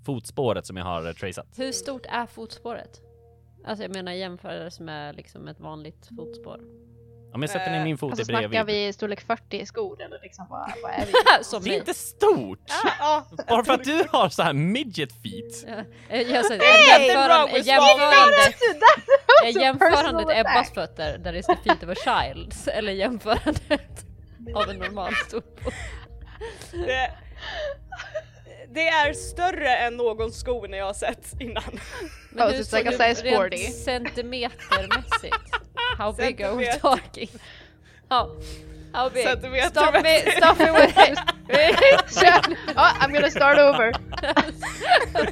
Speaker 4: fotspåret som jag har eh, traceat.
Speaker 5: Hur stort är fotspåret? Alltså jag menar i jämförelse med liksom ett vanligt fotspår.
Speaker 4: Om jag sätter ner min fot
Speaker 3: Alltså
Speaker 4: är
Speaker 3: snackar
Speaker 4: bredvid.
Speaker 3: vi storlek 40 i skor eller liksom vad, vad är vi?
Speaker 5: Som
Speaker 4: Det är
Speaker 5: mig.
Speaker 4: inte stort!
Speaker 3: Ah.
Speaker 1: Ja, ja,
Speaker 4: Bara för att du har så här midget feet.
Speaker 5: Ja, Eh, Jag säger
Speaker 1: Hey, wrong
Speaker 5: jämförande,
Speaker 1: with
Speaker 5: jämförandet,
Speaker 3: That
Speaker 1: Alltså,
Speaker 3: was a
Speaker 5: jämförandet
Speaker 3: personal
Speaker 5: Ebbas
Speaker 3: attack.
Speaker 5: fötter där det står feet över childs eller jämförandet av en normal storfot.
Speaker 1: det, det är större än någon sko när jag har sett innan.
Speaker 3: Oh, so it's like a size 40.
Speaker 5: centimetermässigt. How big are we
Speaker 1: Centimeter.
Speaker 5: talking? How, how big?
Speaker 1: Centimeter
Speaker 5: Stop me,
Speaker 1: mässigt.
Speaker 5: stop me with it!
Speaker 3: Shit. oh, I'm gonna start over.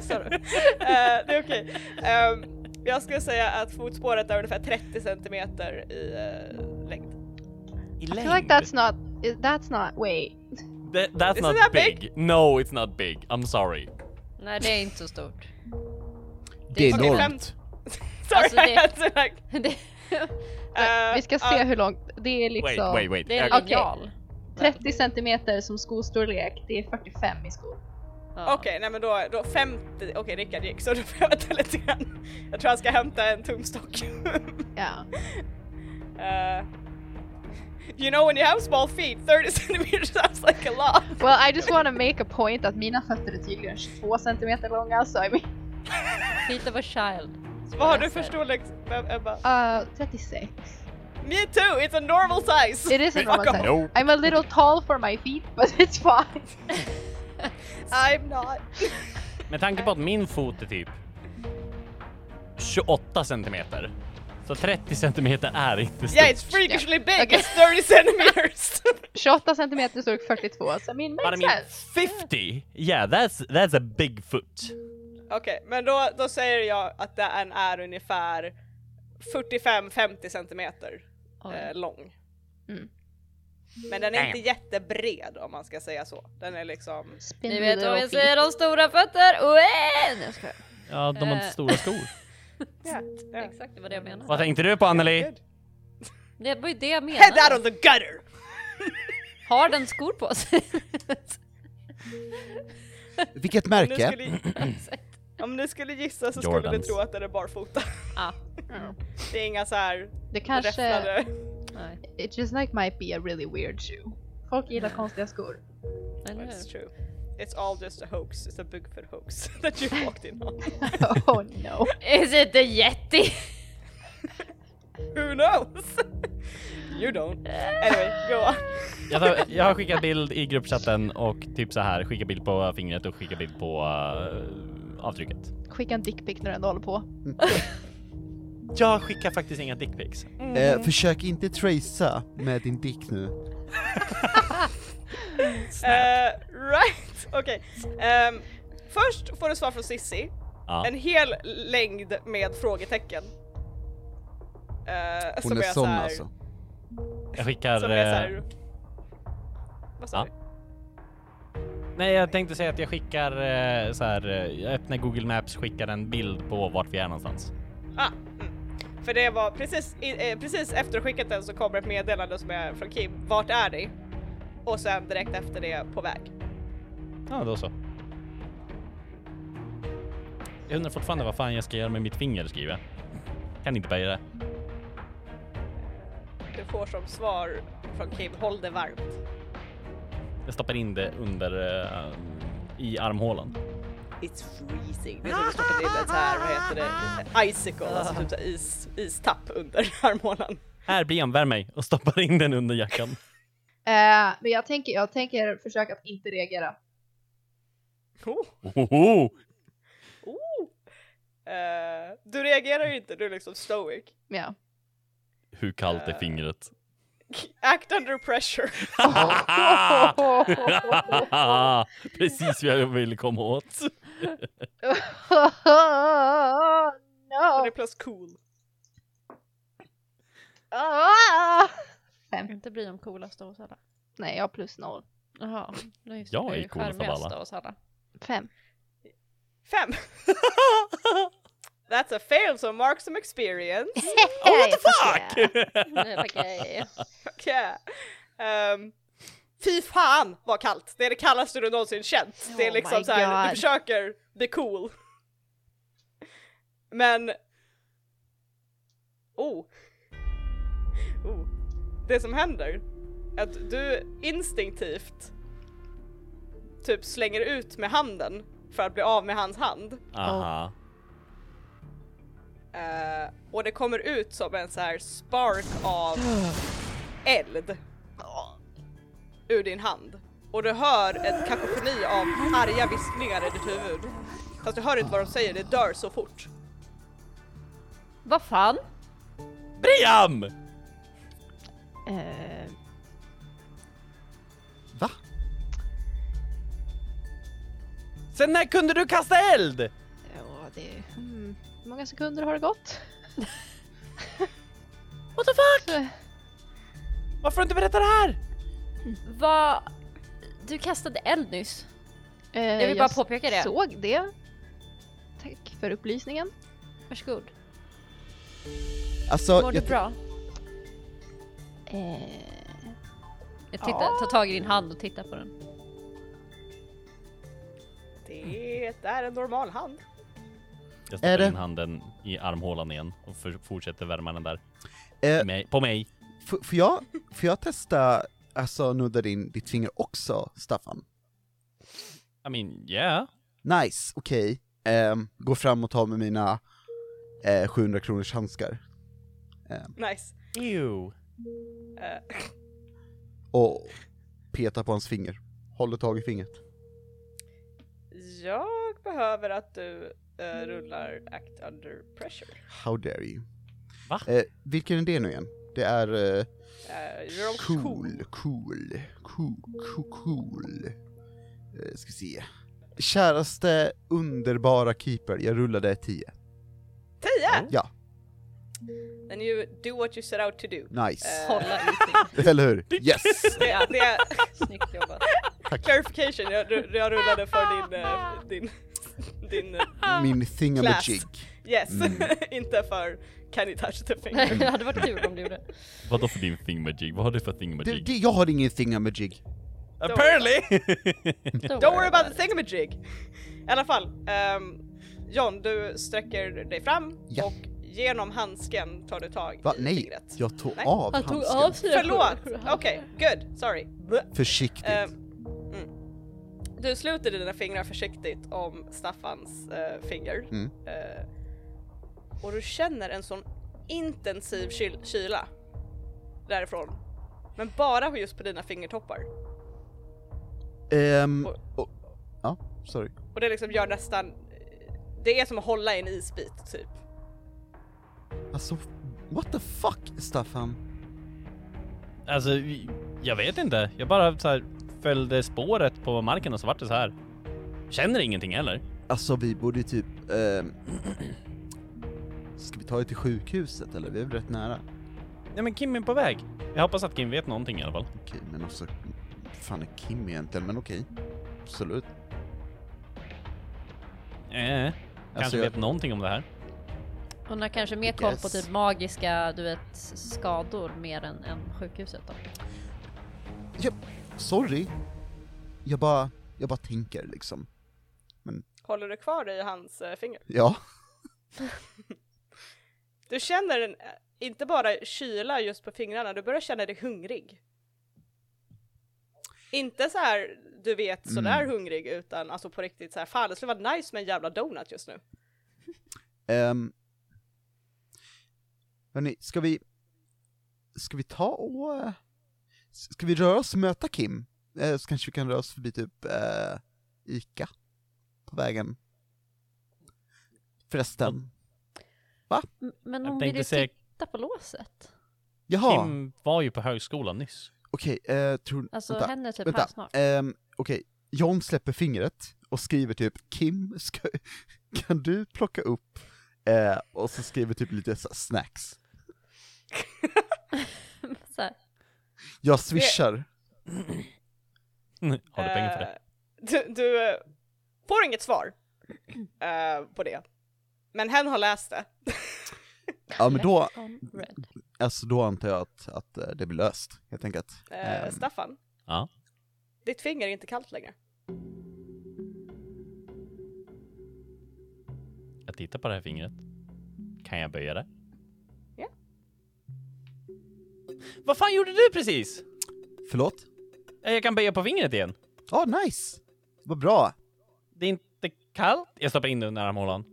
Speaker 5: Sorry.
Speaker 1: Eh, det är okej. Ehm, jag skulle säga att fotspåret är ungefär 30 centimeter i eh, längd.
Speaker 4: I
Speaker 3: I feel like that's not i- that's not wait.
Speaker 4: Th- that's
Speaker 1: Isn't
Speaker 4: not
Speaker 1: that
Speaker 4: big.
Speaker 1: big?
Speaker 4: No, it's not big. I'm sorry.
Speaker 5: Nej det är inte så stort.
Speaker 2: Det är
Speaker 1: Okej,
Speaker 2: enormt.
Speaker 1: skämt. Sorry,
Speaker 5: Alltså, det-
Speaker 1: I had to like,
Speaker 5: Det,
Speaker 1: eh,
Speaker 3: Vi ska se
Speaker 1: ja,
Speaker 3: hur långt. Det är
Speaker 4: Wait,
Speaker 3: liksom
Speaker 4: wait, wait.
Speaker 5: det är
Speaker 4: Jag-
Speaker 5: en
Speaker 3: Okej.
Speaker 5: linjal.
Speaker 3: 30 centimeter som skostorlek. Det är 45 i skor.
Speaker 5: Ja.
Speaker 1: Okej, nej men då, då 50, okej Rickard gick så då får jag vänta lite grann. Jag tror jag ska hämta en tumstock.
Speaker 3: Ja.
Speaker 1: Eh, you know when you have small feet, 30 centimeters sounds like a lot.
Speaker 3: Well, I just wanna make a point att mina fötter är tydligen 22 centimeter långa, så I mean,
Speaker 5: Feet of a child.
Speaker 1: Vad har du för storlek Ebba?
Speaker 3: uh, 36.
Speaker 1: Me too, it's a normal size!
Speaker 3: It is a
Speaker 1: Fuck
Speaker 3: normal
Speaker 1: off.
Speaker 3: size.
Speaker 4: No.
Speaker 3: I'm a little tall for my feet, but it's fine.
Speaker 1: I'm not.
Speaker 4: Med tanke på att min fot är typ 28 centimeter. Så 30 centimeter är inte stort.
Speaker 1: Yeah, it's freakishly big,
Speaker 3: Okay.
Speaker 1: it's 30 centimeters!
Speaker 3: 28 centimeter storlek 42, så I mean,
Speaker 4: But I
Speaker 3: makes
Speaker 4: mean
Speaker 3: sense.
Speaker 4: 50! Yeah, that's, that's a big foot.
Speaker 1: Okej, men då, då säger jag att den är ungefär 45-50 centimeter eh,
Speaker 5: Oj.
Speaker 1: lång.
Speaker 3: Mm.
Speaker 1: Men den är
Speaker 4: Damn.
Speaker 1: inte jättebred om man ska säga så. Den är liksom...
Speaker 5: Ni
Speaker 3: Spindle
Speaker 5: vet vad
Speaker 3: little
Speaker 5: jag
Speaker 3: feet.
Speaker 5: säger om stora fötter! Oeh! Nej jag skojar.
Speaker 4: Ja, de har inte
Speaker 5: Eh.
Speaker 4: stora skor.
Speaker 1: Yeah, yeah.
Speaker 5: Exakt det var det jag menade.
Speaker 4: Vad tänkte du på Anneli?
Speaker 1: Good.
Speaker 5: Det var ju det jag
Speaker 1: Head out
Speaker 5: menade.
Speaker 1: of the gutter!
Speaker 5: Har den skor på sig?
Speaker 2: Vilket
Speaker 1: Om ni,
Speaker 2: märke?
Speaker 1: skulle, om ni skulle gissa så skulle ni
Speaker 4: Jordans.
Speaker 1: tro att den är barfota.
Speaker 5: ah,
Speaker 1: Det är inga så här
Speaker 3: Det kanske...
Speaker 1: räfflade...
Speaker 5: nej.
Speaker 3: It just like might be a really weird shoe. Folk gillar konstiga skor.
Speaker 5: Eller hur?
Speaker 1: That's true. It's all just a hoax, it's a Bigfoot hoax that you walked in on.
Speaker 3: oh no.
Speaker 5: Is it a yeti?
Speaker 1: Who knows? you don't. Anyway, go on.
Speaker 4: Jag, tar, jag har skickat bild i gruppchatten och typ så här, skicka bild på fingret och skicka bild på eh, avtrycket.
Speaker 3: Skicka en dickpic när den håller på.
Speaker 4: Jag skickar faktiskt inga dickpics.
Speaker 5: Mm.
Speaker 2: Eh, försök inte tracea med din dick nu.
Speaker 1: Eh, right, okej. Ehm, först får du svar från Sissi.
Speaker 4: Ja.
Speaker 1: En hel längd med frågetecken. Eh,
Speaker 2: Hon är
Speaker 1: så
Speaker 2: sån
Speaker 1: här-
Speaker 2: alltså.
Speaker 4: Jag skickar...
Speaker 1: Som är så
Speaker 4: eh,
Speaker 1: här... Vad sa
Speaker 4: ja.
Speaker 1: du?
Speaker 4: Nej, jag tänkte säga att jag skickar eh, så här. eh, Jag öppnar Google Maps, skickar en bild på vart vi är någonstans.
Speaker 1: Ah, mm. För det var precis, i- eh, precis efter skickat den så kommer ett meddelande som är från Kim. Vart är ni? Och sen direkt efter det på väg.
Speaker 4: Ja, då så. Jag undrar fortfarande vad fan jag ska göra med mitt finger skriver jag. Kan inte böja det.
Speaker 1: Du får som svar från Kim, håll det varmt.
Speaker 4: Jag stoppar in det under eh, i armhålan.
Speaker 1: It's freezing. Det är som att stoppa in ett så här, vad heter det, icicle, alltså typ så här is, istapp under armhålan.
Speaker 4: Här, Brian, värm mig och stoppar in den under jackan.
Speaker 3: Eh, men jag tänker, jag tänker försöka att inte reagera.
Speaker 1: Oh.
Speaker 4: Ohoho!
Speaker 1: Oh. Eh, du reagerar ju inte, du är liksom stoic.
Speaker 3: Ja.
Speaker 4: Hur kallt är fingret?
Speaker 1: Act under pressure.
Speaker 4: Precis vad jag ville komma åt.
Speaker 1: Den är
Speaker 3: no.
Speaker 1: plus cool.
Speaker 3: Ah!
Speaker 5: Inte bry om coolast av oss alla.
Speaker 3: Nej, jag har plus noll.
Speaker 5: Jaha, nej, just det,
Speaker 4: Jag
Speaker 5: du
Speaker 4: är coolast av
Speaker 5: charmigast
Speaker 4: alla.
Speaker 5: av oss alla.
Speaker 3: Fem.
Speaker 1: Fem. That's a fail, so mark some experience.
Speaker 3: Oh, what the fuck!
Speaker 5: Nej, okej.
Speaker 1: Okej. Ehm, fy fan vad kallt! Det är det kallaste du någonsin känt. det är
Speaker 3: Oh
Speaker 1: liksom
Speaker 3: my
Speaker 1: såhär, du
Speaker 3: God.
Speaker 1: försöker bli cool. Men... Oh. oh. det som händer är att du instinktivt typ slänger ut med handen för att bli av med hans hand.
Speaker 4: Aha.
Speaker 1: Eh, och det kommer ut som en så här spark av eld ur din hand. Och du hör ett kakofoni av arga viskningar i ditt huvud. Fast du hör inte vad de säger, det dör så fort.
Speaker 5: Vad fan?
Speaker 4: Briam!
Speaker 5: Eh,
Speaker 2: Va?
Speaker 4: Sen när kunde du kasta eld?
Speaker 3: Ja, det... Hmm. Hur många sekunder har det gått?
Speaker 4: What the fuck?
Speaker 3: Så-
Speaker 4: Varför har du inte berättat det här?
Speaker 5: vad... Du kastade eld nyss.
Speaker 3: eh,
Speaker 5: Jag vill bara påpeka det.
Speaker 3: såg det. Tack för upplysningen.
Speaker 5: Varsågod.
Speaker 2: Alltså,
Speaker 5: Mår du
Speaker 2: jag-
Speaker 5: bra?
Speaker 3: Eh,
Speaker 5: Jag tittar, tar tag i din hand och tittar på den.
Speaker 1: Det är en normal hand.
Speaker 4: Jag
Speaker 2: Är
Speaker 4: stoppar
Speaker 2: det-
Speaker 4: in handen i armhålan igen och för, fortsätter värma den där.
Speaker 2: eh,
Speaker 4: I mig, på mig.
Speaker 2: F- får, jag, får jag testa, alltså nudda din, ditt finger också, Staffan?
Speaker 4: I mean, yeah.
Speaker 2: Nice, okej. Ehm, gå fram och ta med mina eh, 700 kronors handskar.
Speaker 1: Nice.
Speaker 4: Ew.
Speaker 1: Eh,
Speaker 2: Och peta på hans finger. Håller tag i fingret.
Speaker 1: jag behöver att du eh, rullar act under pressure.
Speaker 2: How dare you?
Speaker 4: Va?
Speaker 2: Eh, vilken är det nu igen? Det är eh,
Speaker 1: Eh, gör om
Speaker 2: cool, cool, cool, cool, cool. Eh, ska vi se. Käraste underbara keeper, jag rullade 10.
Speaker 1: 10!
Speaker 2: Ja.
Speaker 1: Then you do what you set out to do.
Speaker 2: Nice.
Speaker 5: Hålla i sin.
Speaker 2: Eller hur? Yes!
Speaker 1: Det, det är
Speaker 5: Snyggt jobbat.
Speaker 1: clarification, jag, ru- jag rullade för din, eh, din, din, eh,
Speaker 2: Min thingamajig.
Speaker 1: yes,
Speaker 2: Mm.
Speaker 1: inte för can you touch the finger.
Speaker 5: det hade varit kul om du gjorde.
Speaker 4: Vadå för din thingamajig? Vad har du för
Speaker 2: Det,
Speaker 4: thingamajig?
Speaker 2: det, jag har ingen thingamajig.
Speaker 4: Apparently!
Speaker 1: Don't worry about the thingamajig! I alla fall, ehm, John du sträcker dig fram
Speaker 2: Ja.
Speaker 1: och genom handsken tar du tag
Speaker 2: Va?
Speaker 1: i
Speaker 2: Nej,
Speaker 1: fingret.
Speaker 2: jag tog
Speaker 1: Nej.
Speaker 2: av
Speaker 5: Han tog
Speaker 2: handsken.
Speaker 5: av sig
Speaker 1: Förlåt! Okej, good, sorry. Bleh.
Speaker 2: Försiktigt.
Speaker 1: Ehm, mm. Du sluter dina fingrar försiktigt om Staffans eh, finger.
Speaker 2: Mm.
Speaker 1: Eh, och du känner en sån intensiv kyl- kyla därifrån. Men bara just på dina fingertoppar.
Speaker 2: Ehm,
Speaker 1: och-
Speaker 2: och, ja, sorry.
Speaker 1: Och det liksom gör nästan... eh, Det är som att hålla i en isbit typ.
Speaker 2: Alltså, what the fuck Staffan?
Speaker 4: alltså, jag vet inte. Jag bara så här, följde spåret på marken och så vart det så här. Känner ingenting heller.
Speaker 2: Alltså vi borde ju typ, ehm, ska vi ta er till sjukhuset eller? Vi är väl rätt nära?
Speaker 4: Nej men Kim är på väg. Jag hoppas att Kim vet någonting i alla fall. Eh,
Speaker 2: Okej, men alltså, fan är Kim egentligen? Men okej, absolut.
Speaker 4: Eh,
Speaker 2: Alltså,
Speaker 4: kanske
Speaker 2: jag-
Speaker 4: vet någonting om det här.
Speaker 5: Hon har kanske mer koll på
Speaker 2: Yes.
Speaker 5: typ magiska, du vet, skador mer än, än sjukhuset då.
Speaker 2: Sorry. Jag bara, jag bara tänker liksom.
Speaker 1: Håller du kvar dig i hans eh, finger?
Speaker 2: Ja.
Speaker 1: Du känner en, eh, inte bara kyla just på fingrarna, du börjar känna dig hungrig. Inte så här, du vet, sådär
Speaker 4: Mm.
Speaker 1: hungrig, utan alltså på riktigt så här, fan det skulle vara nice med en jävla donut just nu.
Speaker 2: Um, hörni, ska vi... Ska vi ta och... eh, s- Ska vi röra oss och möta Kim? Eh, så kanske vi kan röra oss förbi typ eh, Ica på vägen. Förresten.
Speaker 5: M- Men
Speaker 4: Jag
Speaker 5: hon vill
Speaker 4: tänkte
Speaker 5: ju
Speaker 4: säga-
Speaker 5: titta på låset.
Speaker 2: Jaha,
Speaker 4: Kim var ju på högskolan nyss.
Speaker 2: okej. eh, tror...
Speaker 5: Alltså
Speaker 2: vänta,
Speaker 5: henne typ här
Speaker 2: vänta.
Speaker 5: snart.
Speaker 2: Ehm, okej, John släpper fingret och skriver typ Kim, ska, kan du plocka upp? Eh, och så skriver typ lite så här snacks.
Speaker 5: Så här.
Speaker 2: Jag swishar.
Speaker 4: Har du pengar för det?
Speaker 1: Eh, Du, du eh, får inget svar eh, på det. Men hen har läst det.
Speaker 2: Ja men då,
Speaker 5: Left on red.
Speaker 2: Alltså då antar jag att, att eh, det blir löst, helt enkelt.
Speaker 1: Eh,
Speaker 2: Ehm,
Speaker 1: Staffan,
Speaker 4: Ja.
Speaker 1: ditt finger är inte kallt längre.
Speaker 4: Jag tittar på det här fingret. Kan jag böja det?
Speaker 1: Ja.
Speaker 4: Vad fan gjorde du precis?
Speaker 2: Förlåt?
Speaker 4: Eh, Jag kan böja på fingret igen.
Speaker 2: Ja, nice! Vad bra!
Speaker 4: Det är inte kallt. Jag stoppar in den under armhålan.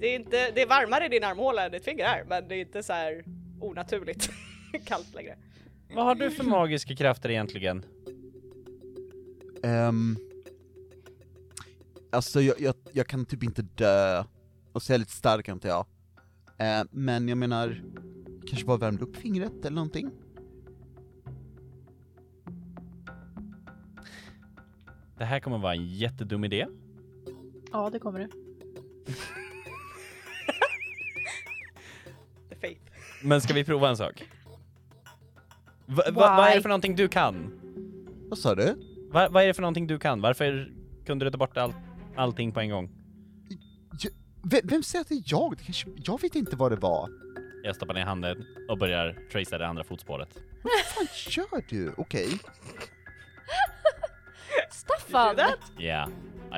Speaker 1: Det är, inte, det är varmare i din armhåla än ditt finger är, men det är inte så här onaturligt kallt längre.
Speaker 4: Vad har du för magiska krafter egentligen?
Speaker 2: Um, alltså jag, jag, jag kan typ inte dö, och så är jag lite stark antar jag. Eh, men jag menar, kanske bara värmde upp fingret eller någonting?
Speaker 4: Det här kommer vara en jättedum idé.
Speaker 3: Ja, det kommer det.
Speaker 1: The faith.
Speaker 4: Men ska vi prova en sak? Va, va, vad är det
Speaker 3: Why?
Speaker 4: för någonting du kan?
Speaker 2: Vad sa du?
Speaker 4: Va, vad är det för någonting du kan? Varför kunde du ta bort all, allting på en gång?
Speaker 2: Vem, vem säger att det är jag? Det kanske, jag vet inte vad det var.
Speaker 4: Jag stoppar ner handen och börjar tracea det andra fotspåret.
Speaker 2: Vad gör du? Okej.
Speaker 1: You do
Speaker 5: Staffan!
Speaker 1: that,
Speaker 4: Yeah,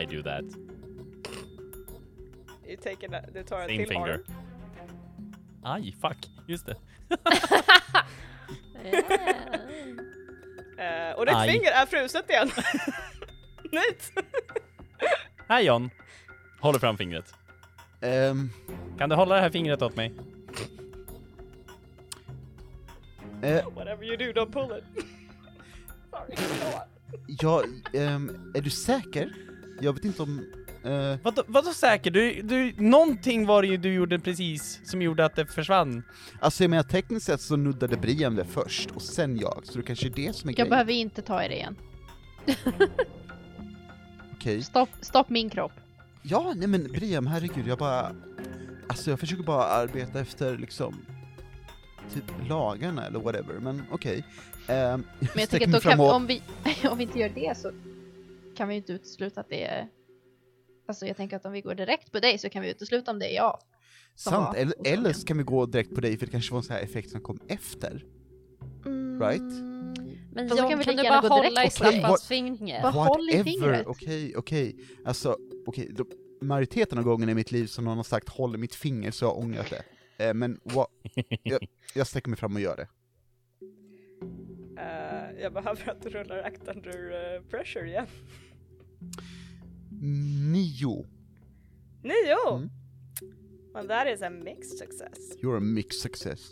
Speaker 4: I do that.
Speaker 1: you take an, du tar en
Speaker 4: Same
Speaker 1: till
Speaker 4: finger.
Speaker 1: arm.
Speaker 4: Aj, fuck. Just det.
Speaker 5: Yeah.
Speaker 1: Eh, och ditt
Speaker 4: Aj.
Speaker 1: finger är fruset igen. Nytt!
Speaker 4: Här John! Håller fram fingret.
Speaker 2: Ehm,
Speaker 4: Kan du hålla det här fingret åt mig?
Speaker 2: eh,
Speaker 1: Whatever you do, don't pull it. Sorry, go on.
Speaker 2: jag, ehm, är du säker? Jag vet inte om... eh,
Speaker 4: Vadå, vadå säker? Du, du, någonting var det ju du gjorde precis som gjorde att det försvann.
Speaker 2: alltså jag menar tekniskt sett så nuddade Brian det först, och sen jag, så det kanske är det som är
Speaker 3: Jag
Speaker 2: grejen.
Speaker 3: behöver inte ta i det igen.
Speaker 2: Okej.
Speaker 3: Stopp, stopp min kropp.
Speaker 2: Ja, nej men Brian, herregud, jag bara... Alltså jag försöker bara arbeta efter liksom typ lagarna eller whatever, men okej. Ehm,
Speaker 3: Men jag
Speaker 2: sträcker
Speaker 3: tycker att
Speaker 2: mig
Speaker 3: då kan,
Speaker 2: fram och-
Speaker 3: om, vi, om vi inte gör det så kan vi ju inte utesluta att det är... Alltså jag tänker att om vi går direkt på dig så kan vi utesluta om det är jag. som
Speaker 2: Sant,
Speaker 3: var
Speaker 2: eller,
Speaker 3: hos
Speaker 2: eller
Speaker 3: Daniel.
Speaker 2: så kan vi gå direkt på dig för det kanske var en sån här effekt som kom efter.
Speaker 3: Mm.
Speaker 2: Right?
Speaker 5: Men
Speaker 3: Fast då
Speaker 5: John,
Speaker 3: kan
Speaker 5: kan,
Speaker 3: vi
Speaker 5: du
Speaker 3: lika gärna
Speaker 5: bara
Speaker 3: gå direkt
Speaker 5: hålla i
Speaker 2: och säga-
Speaker 5: Staffans finger?
Speaker 3: Vad- håll i fingret.
Speaker 2: okej, okej. Alltså, okej, då- majoriteten av gången i mitt liv som någon har sagt håll i mitt finger så har jag ångrat det. Eh, men wa- jag, jag sträcker mig fram och gör det.
Speaker 1: Eh, jag behöver att du rullar act under eh, pressure igen.
Speaker 2: Nio.
Speaker 1: Nio!
Speaker 2: Mm.
Speaker 1: Well that is a mixed success.
Speaker 2: You're a mixed success.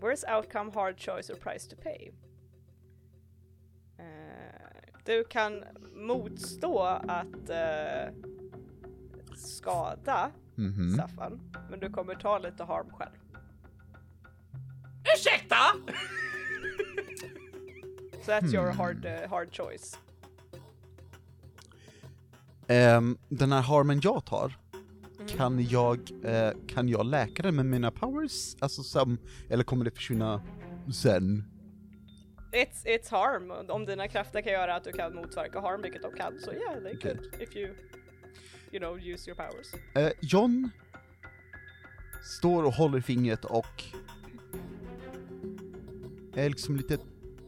Speaker 1: Worst outcome, hard choice or price to pay. Eh, du kan motstå att eh, skada
Speaker 2: Mhm.
Speaker 1: Staffan, men du kommer ta lite harm själv.
Speaker 4: Ursäkta!
Speaker 1: So that's your hard, eh, hard choice.
Speaker 2: Ehm, den här harmen jag tar,
Speaker 3: Mm.
Speaker 2: kan jag, eh, kan jag läka den med mina powers? Alltså som, eller kommer det försvinna sen?
Speaker 1: It's, it's harm, om dina krafter kan göra att du kan motverka harm, vilket de kan, så yeah, they
Speaker 2: Okej.
Speaker 1: could if you, you know, use your powers.
Speaker 2: Eh, John står och håller fingret och är liksom lite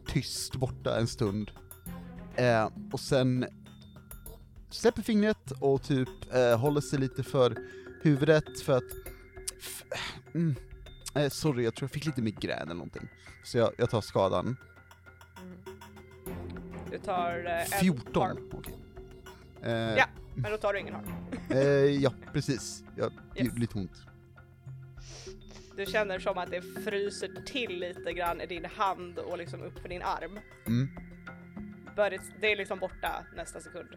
Speaker 2: tyst borta en stund. Eh, och sen släpper fingret och typ eh, håller sig lite för huvudet för att... F- mm, eh, sorry, jag tror jag fick lite migrän eller någonting. Så jag, jag tar skadan.
Speaker 1: Du tar eh, en
Speaker 2: 14.
Speaker 1: harm,
Speaker 2: Okej. Eh,
Speaker 1: Ja. men då tar du ingen harm.
Speaker 2: eh, ja, precis. Jag, det
Speaker 1: Yes.
Speaker 2: gjorde lite ont.
Speaker 1: Du känner som att det fryser till lite grann i din hand och liksom upp för din arm.
Speaker 2: Mm.
Speaker 1: But it's, det är liksom borta nästa sekund.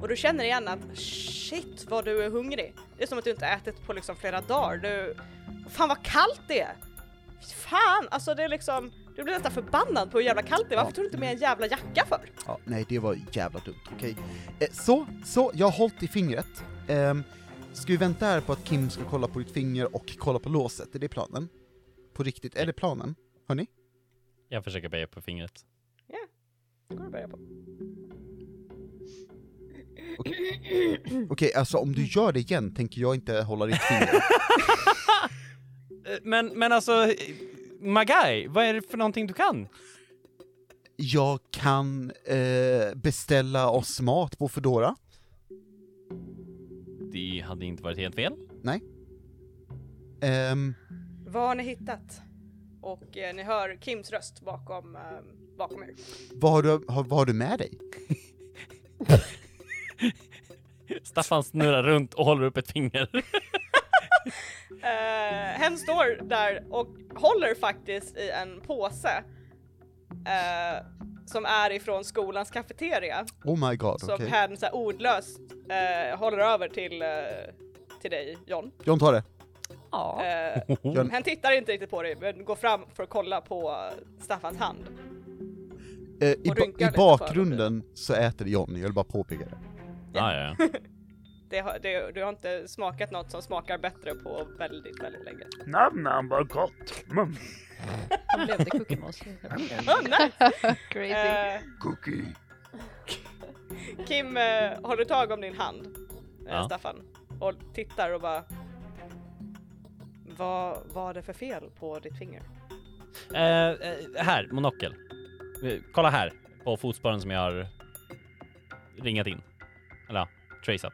Speaker 1: Och du känner igen att shit vad du är hungrig. Det är som att du inte ätit på liksom flera dagar. Du, fan vad kallt det är! Fy Fan, alltså det är liksom, du blir nästan förbannad på hur jävla kallt det är. Varför
Speaker 2: Ja.
Speaker 1: tog du inte med en jävla jacka för?
Speaker 2: Ja, nej, det var jävla dumt. Okej. Eh, så, så, jag har hållit i fingret. Ehm, ska vi vänta här på att Kim ska kolla på ditt finger och kolla på låset? Är det planen? På riktigt, är det planen? Hörni?
Speaker 4: Jag försöker böja på fingret.
Speaker 1: Det går att börja på.
Speaker 2: Okej,
Speaker 1: Mm.
Speaker 2: alltså om du gör det igen tänker jag inte hålla ditt finger.
Speaker 4: Men, men alltså, Magai, vad är det för någonting du kan?
Speaker 2: Jag kan eh, beställa oss mat på Foodora.
Speaker 4: Det hade inte varit helt fel.
Speaker 2: Ehm,
Speaker 1: Vad har ni hittat? Och eh, ni hör Kims röst bakom, eh, bakom er.
Speaker 2: Vad har, du, har, vad har du med dig?
Speaker 4: Staffan snurrar runt och håller upp ett finger. Ah,
Speaker 1: Eh, hen står där och håller faktiskt i en påse eh, som är ifrån skolans kafeteria
Speaker 2: Oh my god,
Speaker 1: som
Speaker 2: okej.
Speaker 1: hen så här ordlöst eh, håller över till, eh, till dig John.
Speaker 2: John tar det.
Speaker 5: Ja.
Speaker 1: Eh,
Speaker 2: John,
Speaker 1: hen tittar inte riktigt på dig men går fram för att kolla på Staffans hand.
Speaker 2: eh, i,
Speaker 1: och
Speaker 2: ba-
Speaker 1: rynkar
Speaker 2: I
Speaker 1: lite
Speaker 2: bakgrunden så äter John, jag vill bara påpeka det.
Speaker 4: Ah, ja, ja.
Speaker 1: Det, har- det, du har inte smakat något som smakar bättre på väldigt, väldigt länge.
Speaker 7: Nam nam vad gott! Mum,
Speaker 5: Han blev det cookie monster.
Speaker 1: Oh, nice.
Speaker 3: Crazy.
Speaker 1: Eh,
Speaker 7: cookie.
Speaker 1: Kim eh, håller tag om din hand, eh,
Speaker 4: Ja.
Speaker 1: Staffan, och tittar och bara... Vad var det för fel på ditt finger?
Speaker 4: Eh, eh, här, monokel. Eh, Kolla här på fotspåren som jag har ringat in. Eller ja, traceat.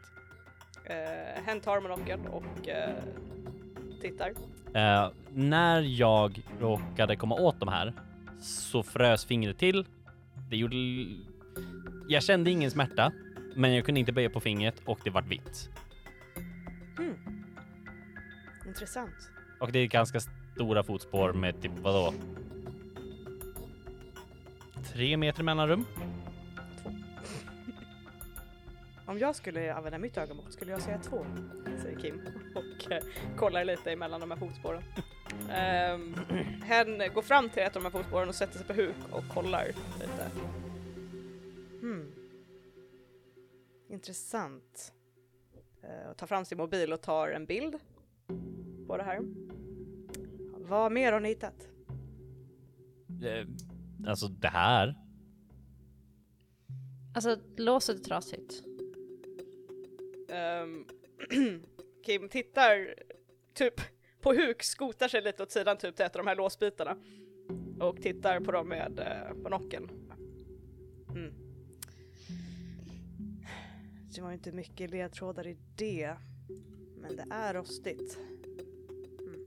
Speaker 1: Eh, hen tar monokeln och eh, tittar.
Speaker 4: Eh, när jag råkade komma åt de här så frös fingret till. Det gjorde... l- Jag kände ingen smärta, men jag kunde inte böja på fingret och det vart vitt.
Speaker 1: Intressant.
Speaker 4: Och det är ganska stora fotspår med typ vadå? Tre meter mellanrum?
Speaker 1: Om jag skulle använda mitt ögonmått skulle jag säga två, säger Kim och eh, kollar lite emellan de här fotspåren. Ehm, hen går fram till ett av de här fotspåren och sätter sig på huk och kollar lite. Hmm. Intressant. Eh, och tar fram sin mobil och tar en bild på det här. Vad mer har ni hittat?
Speaker 4: Eh, alltså det här?
Speaker 5: Alltså låset är trasigt.
Speaker 1: Ehm, Kim tittar typ på huk, skotar sig lite åt sidan typ till ett av de här låsbitarna och tittar på dem med eh, monokeln. Mm. Det var inte mycket ledtrådar i det, men det är rostigt. Mm.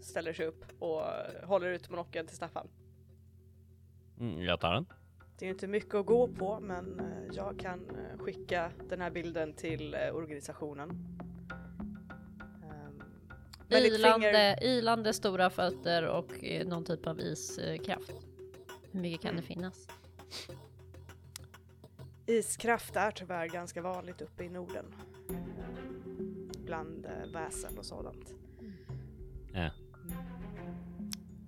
Speaker 1: Ställer sig upp och håller ut monokeln till Staffan.
Speaker 4: Mm, jag tar den.
Speaker 1: Det är inte mycket att gå på men eh, jag kan eh, skicka den här bilden till eh, organisationen. Ehm, men ditt finger-
Speaker 5: Ylande, ylande stora fötter och eh, någon typ av iskraft. Hur mycket kan
Speaker 2: Mm.
Speaker 5: det finnas?
Speaker 1: Iskraft är tyvärr ganska vanligt uppe i Norden. Bland eh, väsen och sådant. Mm.
Speaker 4: Ja.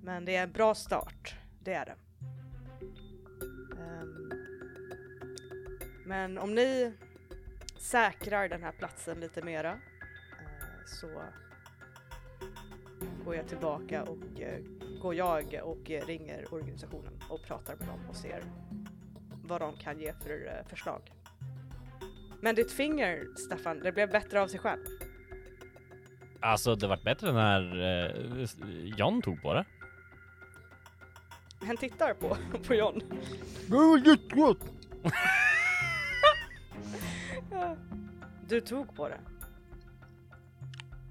Speaker 1: Men det är en bra start, det är det. Ehm, Men om ni säkrar den här platsen lite mera eh, så går jag tillbaka och eh, går jag och eh, ringer organisationen och pratar med dem och ser vad de kan ge för eh, förslag. Men ditt finger, Staffan, det blev bättre av sig själv.
Speaker 4: Alltså det vart bättre när eh, s- John tog på det.
Speaker 1: Han tittar på, på John.
Speaker 2: Oh, jättegott!
Speaker 1: Du tog på det.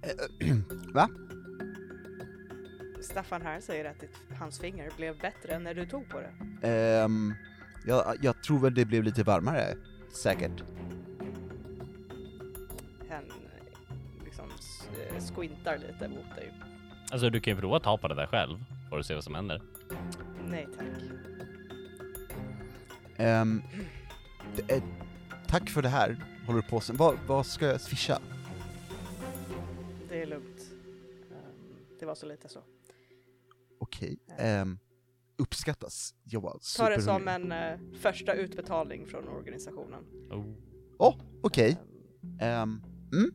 Speaker 2: Eh, Va?
Speaker 1: Staffan här säger att ditt, hans finger blev bättre än när du tog på det.
Speaker 2: Ehm, jag, jag tror väl det blev lite varmare, säkert.
Speaker 1: Han eh, liksom s- eh, squintar lite mot dig.
Speaker 4: Alltså du kan ju prova att ta på det där själv. Får du se vad som händer.
Speaker 1: Nej tack.
Speaker 2: Ehm, det är, tack för det här, håller du på sen. Vad, vad ska jag swisha?
Speaker 1: Det är lugnt. Ehm, det var så lite så.
Speaker 2: Okej. ehm, uppskattas. Jag var
Speaker 1: Ta det som en
Speaker 2: superhungrig.
Speaker 1: eh, första utbetalning från organisationen.
Speaker 4: Oh.
Speaker 2: Åh, okej.
Speaker 1: Ehm,
Speaker 2: Ehm, mm.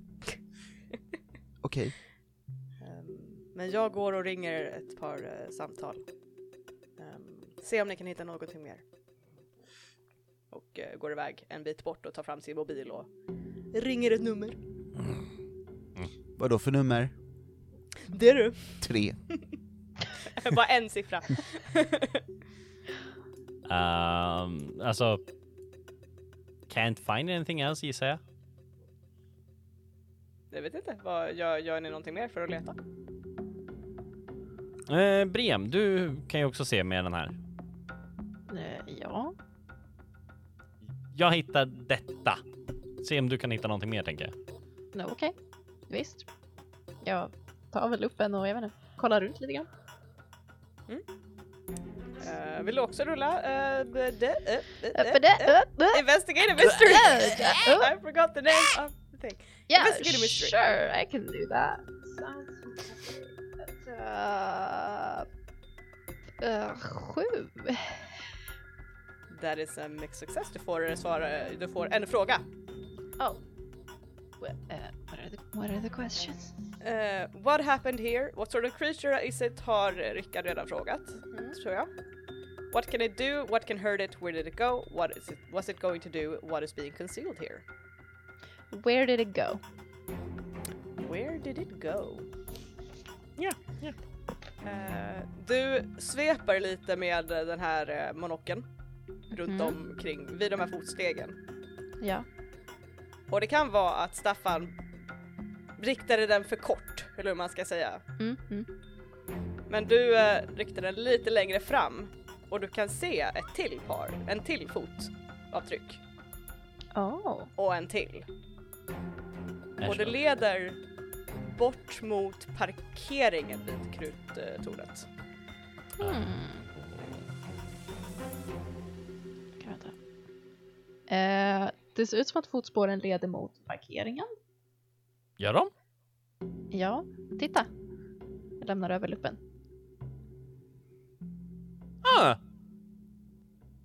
Speaker 2: Okej.
Speaker 1: Ehm, Men jag går och ringer ett par eh, samtal. Ehm, Se om ni kan hitta någonting mer. Och eh, går iväg en bit bort och tar fram sin mobil och ringer ett nummer.
Speaker 2: Vad då för nummer?
Speaker 1: Det är du!
Speaker 2: Tre.
Speaker 1: Bara en siffra.
Speaker 4: Ehm, alltså... Can't find anything else gissar jag.
Speaker 1: Jag vet inte, vad, gör, gör ni någonting mer för att leta?
Speaker 4: Eh, Brem, du kan ju också se med den här.
Speaker 3: Eh, Ja.
Speaker 4: Jag hittar detta. Se om du kan hitta någonting mer tänker jag.
Speaker 3: No, Okej. Visst. Jag tar väl upp en och jag vet inte, kollar runt lite grann.
Speaker 1: Eh, vill du också rulla? eh, b- d- eh, d-
Speaker 3: Upp
Speaker 1: d-
Speaker 3: det, eh, upp, upp.
Speaker 1: Investigate a mystery!
Speaker 3: Upp.
Speaker 1: I forgot the name of the thing.
Speaker 3: Yeah,
Speaker 1: Investigate a mystery.
Speaker 3: sure, I can do that. Sounds That's, uh, uh, sju.
Speaker 1: That is a mixed success. Du får, eh, svara, du får en fråga.
Speaker 3: Wh- Uh, what are the What are the questions?
Speaker 1: Eh, what happened here? What sort of creature is it? Har Rickard redan frågat, tror jag. What can it do? What can hurt it? Where did it go? What is it, was it going to do? What is being concealed here?
Speaker 3: Where did it go?
Speaker 1: Where did it go? Ja, ja. Eh, du sveper lite med den här eh, monokeln runt
Speaker 3: Mm.
Speaker 1: omkring vid de här fotstegen.
Speaker 3: Ja.
Speaker 1: Och det kan vara att Staffan riktade den för kort, eller hur man ska säga.
Speaker 3: Mm, mm.
Speaker 1: Men du eh, riktade den lite längre fram och du kan se ett till par, en till fot av tryck
Speaker 3: Oh.
Speaker 1: och en till. Och det leder bort mot parkeringen vid kruttornet.
Speaker 4: Ehm,
Speaker 3: Hmm. Kan vänta. Eh, det ser ut som att fotspåren leder mot parkeringen.
Speaker 4: Gör de?
Speaker 3: Ja, titta. Jag lämnar över luppen.
Speaker 4: Ah!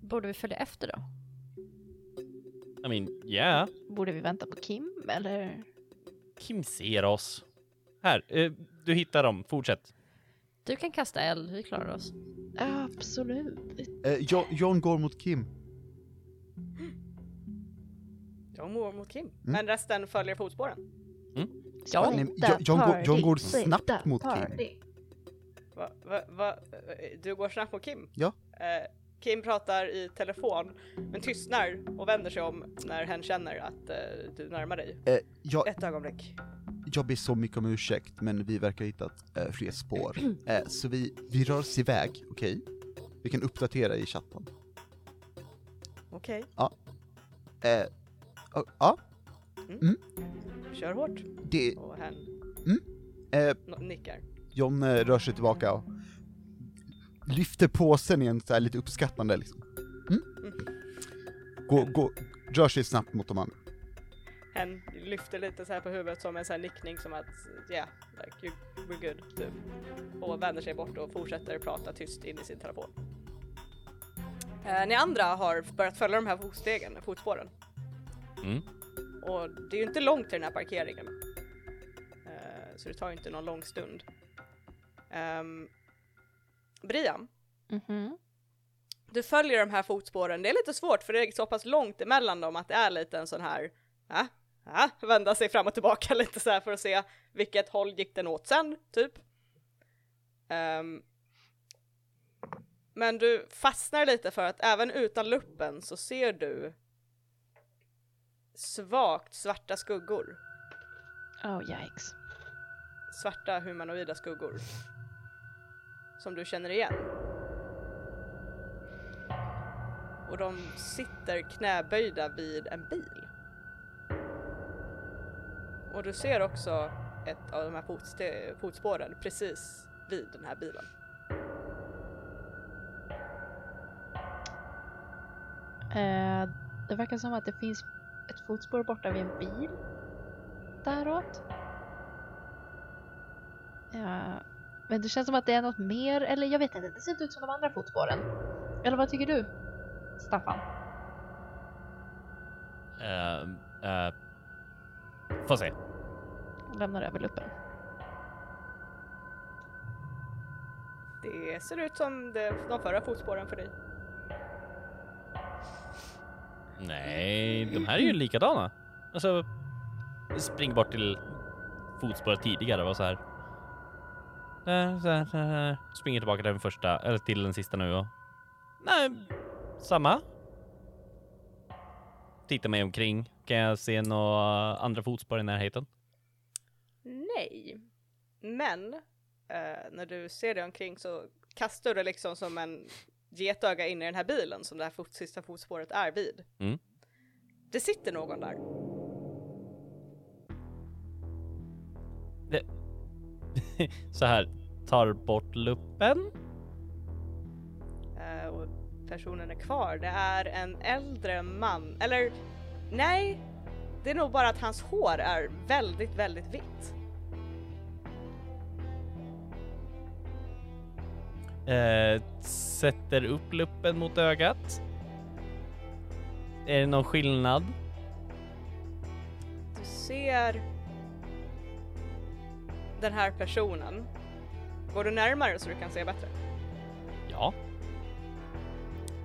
Speaker 3: Borde vi följa efter då?
Speaker 4: I mean, yeah.
Speaker 3: Borde vi vänta på Kim eller?
Speaker 4: Kim ser oss. Här, eh, du hittar dem. Fortsätt.
Speaker 6: Du kan kasta eld, vi klarar oss.
Speaker 3: Absolut.
Speaker 2: Eh, Jo- John går mot Kim.
Speaker 1: De går mot Kim, men resten följer fotspåren.
Speaker 2: Ja, nej, men Jo- John går- John går snabbt mot Kim.
Speaker 1: Va, va, va, eh, du går snabbt mot Kim.
Speaker 2: Ja.
Speaker 1: Eh, Kim pratar i telefon men tystnar och vänder sig om när hen känner att eh, du närmar dig.
Speaker 2: Eh, jag,
Speaker 1: Ett ögonblick.
Speaker 2: jag ber så mycket om ursäkt, men vi verkar ha hittat eh, fler spår. Eh, så vi, vi rör oss iväg, okej? Vi kan uppdatera i chatten.
Speaker 1: Okej,
Speaker 2: Eh, ja, ja,
Speaker 1: kör hårt.
Speaker 2: det,
Speaker 1: Och hen
Speaker 2: eh,
Speaker 1: no- nickar.
Speaker 2: John eh, rör sig tillbaka och lyfter påsen igen så här lite uppskattande liksom. Mm. Gå, gå, rör sig snabbt mot de andra.
Speaker 1: Hen lyfter lite så här på huvudet som en sån här nickning som att ja, yeah, like you, we're good typ. Och vänder sig bort och fortsätter prata tyst in i sin telefon. Eh, ni andra har börjat följa de här fotstegen, fotspåren.
Speaker 4: Mm.
Speaker 1: Och det är ju inte långt till den här parkeringen. Eh, så det tar ju inte någon lång stund. Ehm, Brian,
Speaker 3: Mhm.
Speaker 1: du följer de här fotspåren. Det är lite svårt för det är så pass långt emellan dem att det är lite en sån här, ja, ja, vända sig fram och tillbaka lite så här för att se vilket håll gick den åt sen, typ. Ehm, men du fastnar lite för att även utan luppen så ser du svagt svarta skuggor.
Speaker 3: Oh yikes.
Speaker 1: Svarta humanoida skuggor. Som du känner igen. Och de sitter knäböjda vid en bil. Och du ser också ett av de här fotste- fotspåren precis vid den här bilen.
Speaker 3: Eh, det verkar som att det finns ett fotspår borta vid en bil. Däråt. Ja, men det känns som att det är något mer, eller jag vet inte, det ser inte ut som de andra fotspåren. Eller vad tycker du, Staffan?
Speaker 4: Eh, eh, får se.
Speaker 3: Jag Lämnar över luppen.
Speaker 1: Det ser ut som det, de förra fotspåren för dig.
Speaker 4: Nej, de här är ju likadana. Alltså, spring bort till fotspåret tidigare var så här. Där, så här, så här. Springer tillbaka till den första, eller till den sista nu och... Nej, samma. Tittar mig omkring. Kan jag se några andra fotspår i närheten?
Speaker 1: Nej. Men eh, när du ser dig omkring så kastar du liksom som en getöga in i den här bilen som det här fot, sista fotspåret är vid.
Speaker 4: Mm.
Speaker 1: Det sitter någon där.
Speaker 4: Så här, tar bort luppen.
Speaker 1: Eh, och personen är kvar. Det är en äldre man, eller nej, det är nog bara att hans hår är väldigt, väldigt vitt.
Speaker 4: Eh, sätter upp luppen mot ögat. Är det någon skillnad?
Speaker 1: Du ser den här personen. Går du närmare så du kan se bättre?
Speaker 4: Ja.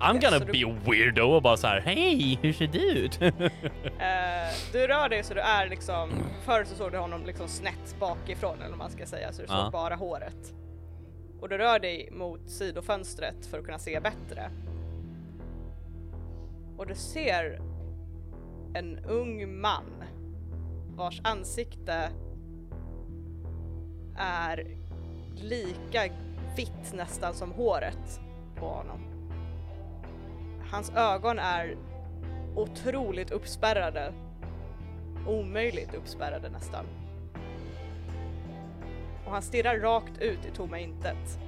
Speaker 4: I'm
Speaker 1: Ja,
Speaker 4: gonna
Speaker 1: så du-
Speaker 4: be a weirdo och bara så här, hej, hur ser du ut?
Speaker 1: Eh, du rör dig så du är liksom, förr så såg du honom liksom snett bakifrån eller vad man ska säga, så du såg
Speaker 4: Ja.
Speaker 1: bara håret. Och du rör dig mot sidofönstret för att kunna se bättre. Och du ser en ung man vars ansikte är lika vitt nästan som håret på honom. Hans ögon är otroligt uppspärrade. Omöjligt uppspärrade nästan. Och han stirrar rakt ut i tomma intet.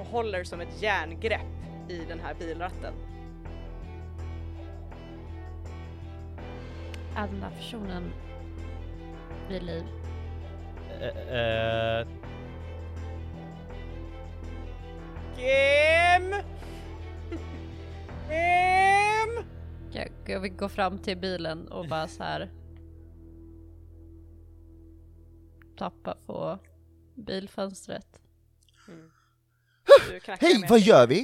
Speaker 1: Och håller som ett järngrepp i den här bilratten.
Speaker 6: Är den där personen vid liv?
Speaker 4: Eh, eh,
Speaker 1: Kim! Kim!
Speaker 6: Jag, jag vill gå fram till bilen och bara så här. Tappa på bilfönstret.
Speaker 1: Du knackar
Speaker 2: Ah, Hej,
Speaker 1: med-
Speaker 2: vad gör vi?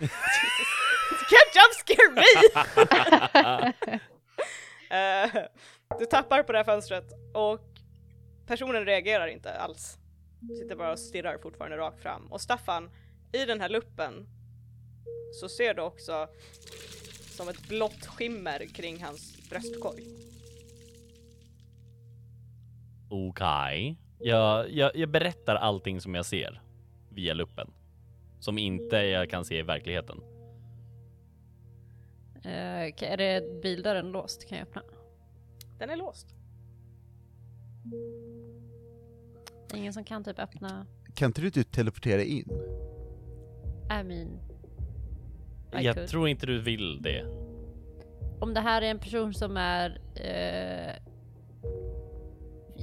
Speaker 1: You can't jumpscare me! Eh, du tappar på det här fönstret och personen reagerar inte alls. Sitter bara och stirrar fortfarande rakt fram. Och Staffan, i den här luppen så ser du också som ett blått skimmer kring hans bröstkorg.
Speaker 4: Okej. Jag, jag, jag berättar allting som jag ser via luppen. Som inte jag kan se i verkligheten.
Speaker 6: Eh, ka- är det bildörren låst? Kan jag öppna?
Speaker 1: Den är låst.
Speaker 6: Det är ingen som kan typ öppna?
Speaker 2: Kan inte du typ teleportera in?
Speaker 6: I mean, I
Speaker 4: Jag
Speaker 6: could.
Speaker 4: tror inte du vill det.
Speaker 6: om det här är en person som är eh,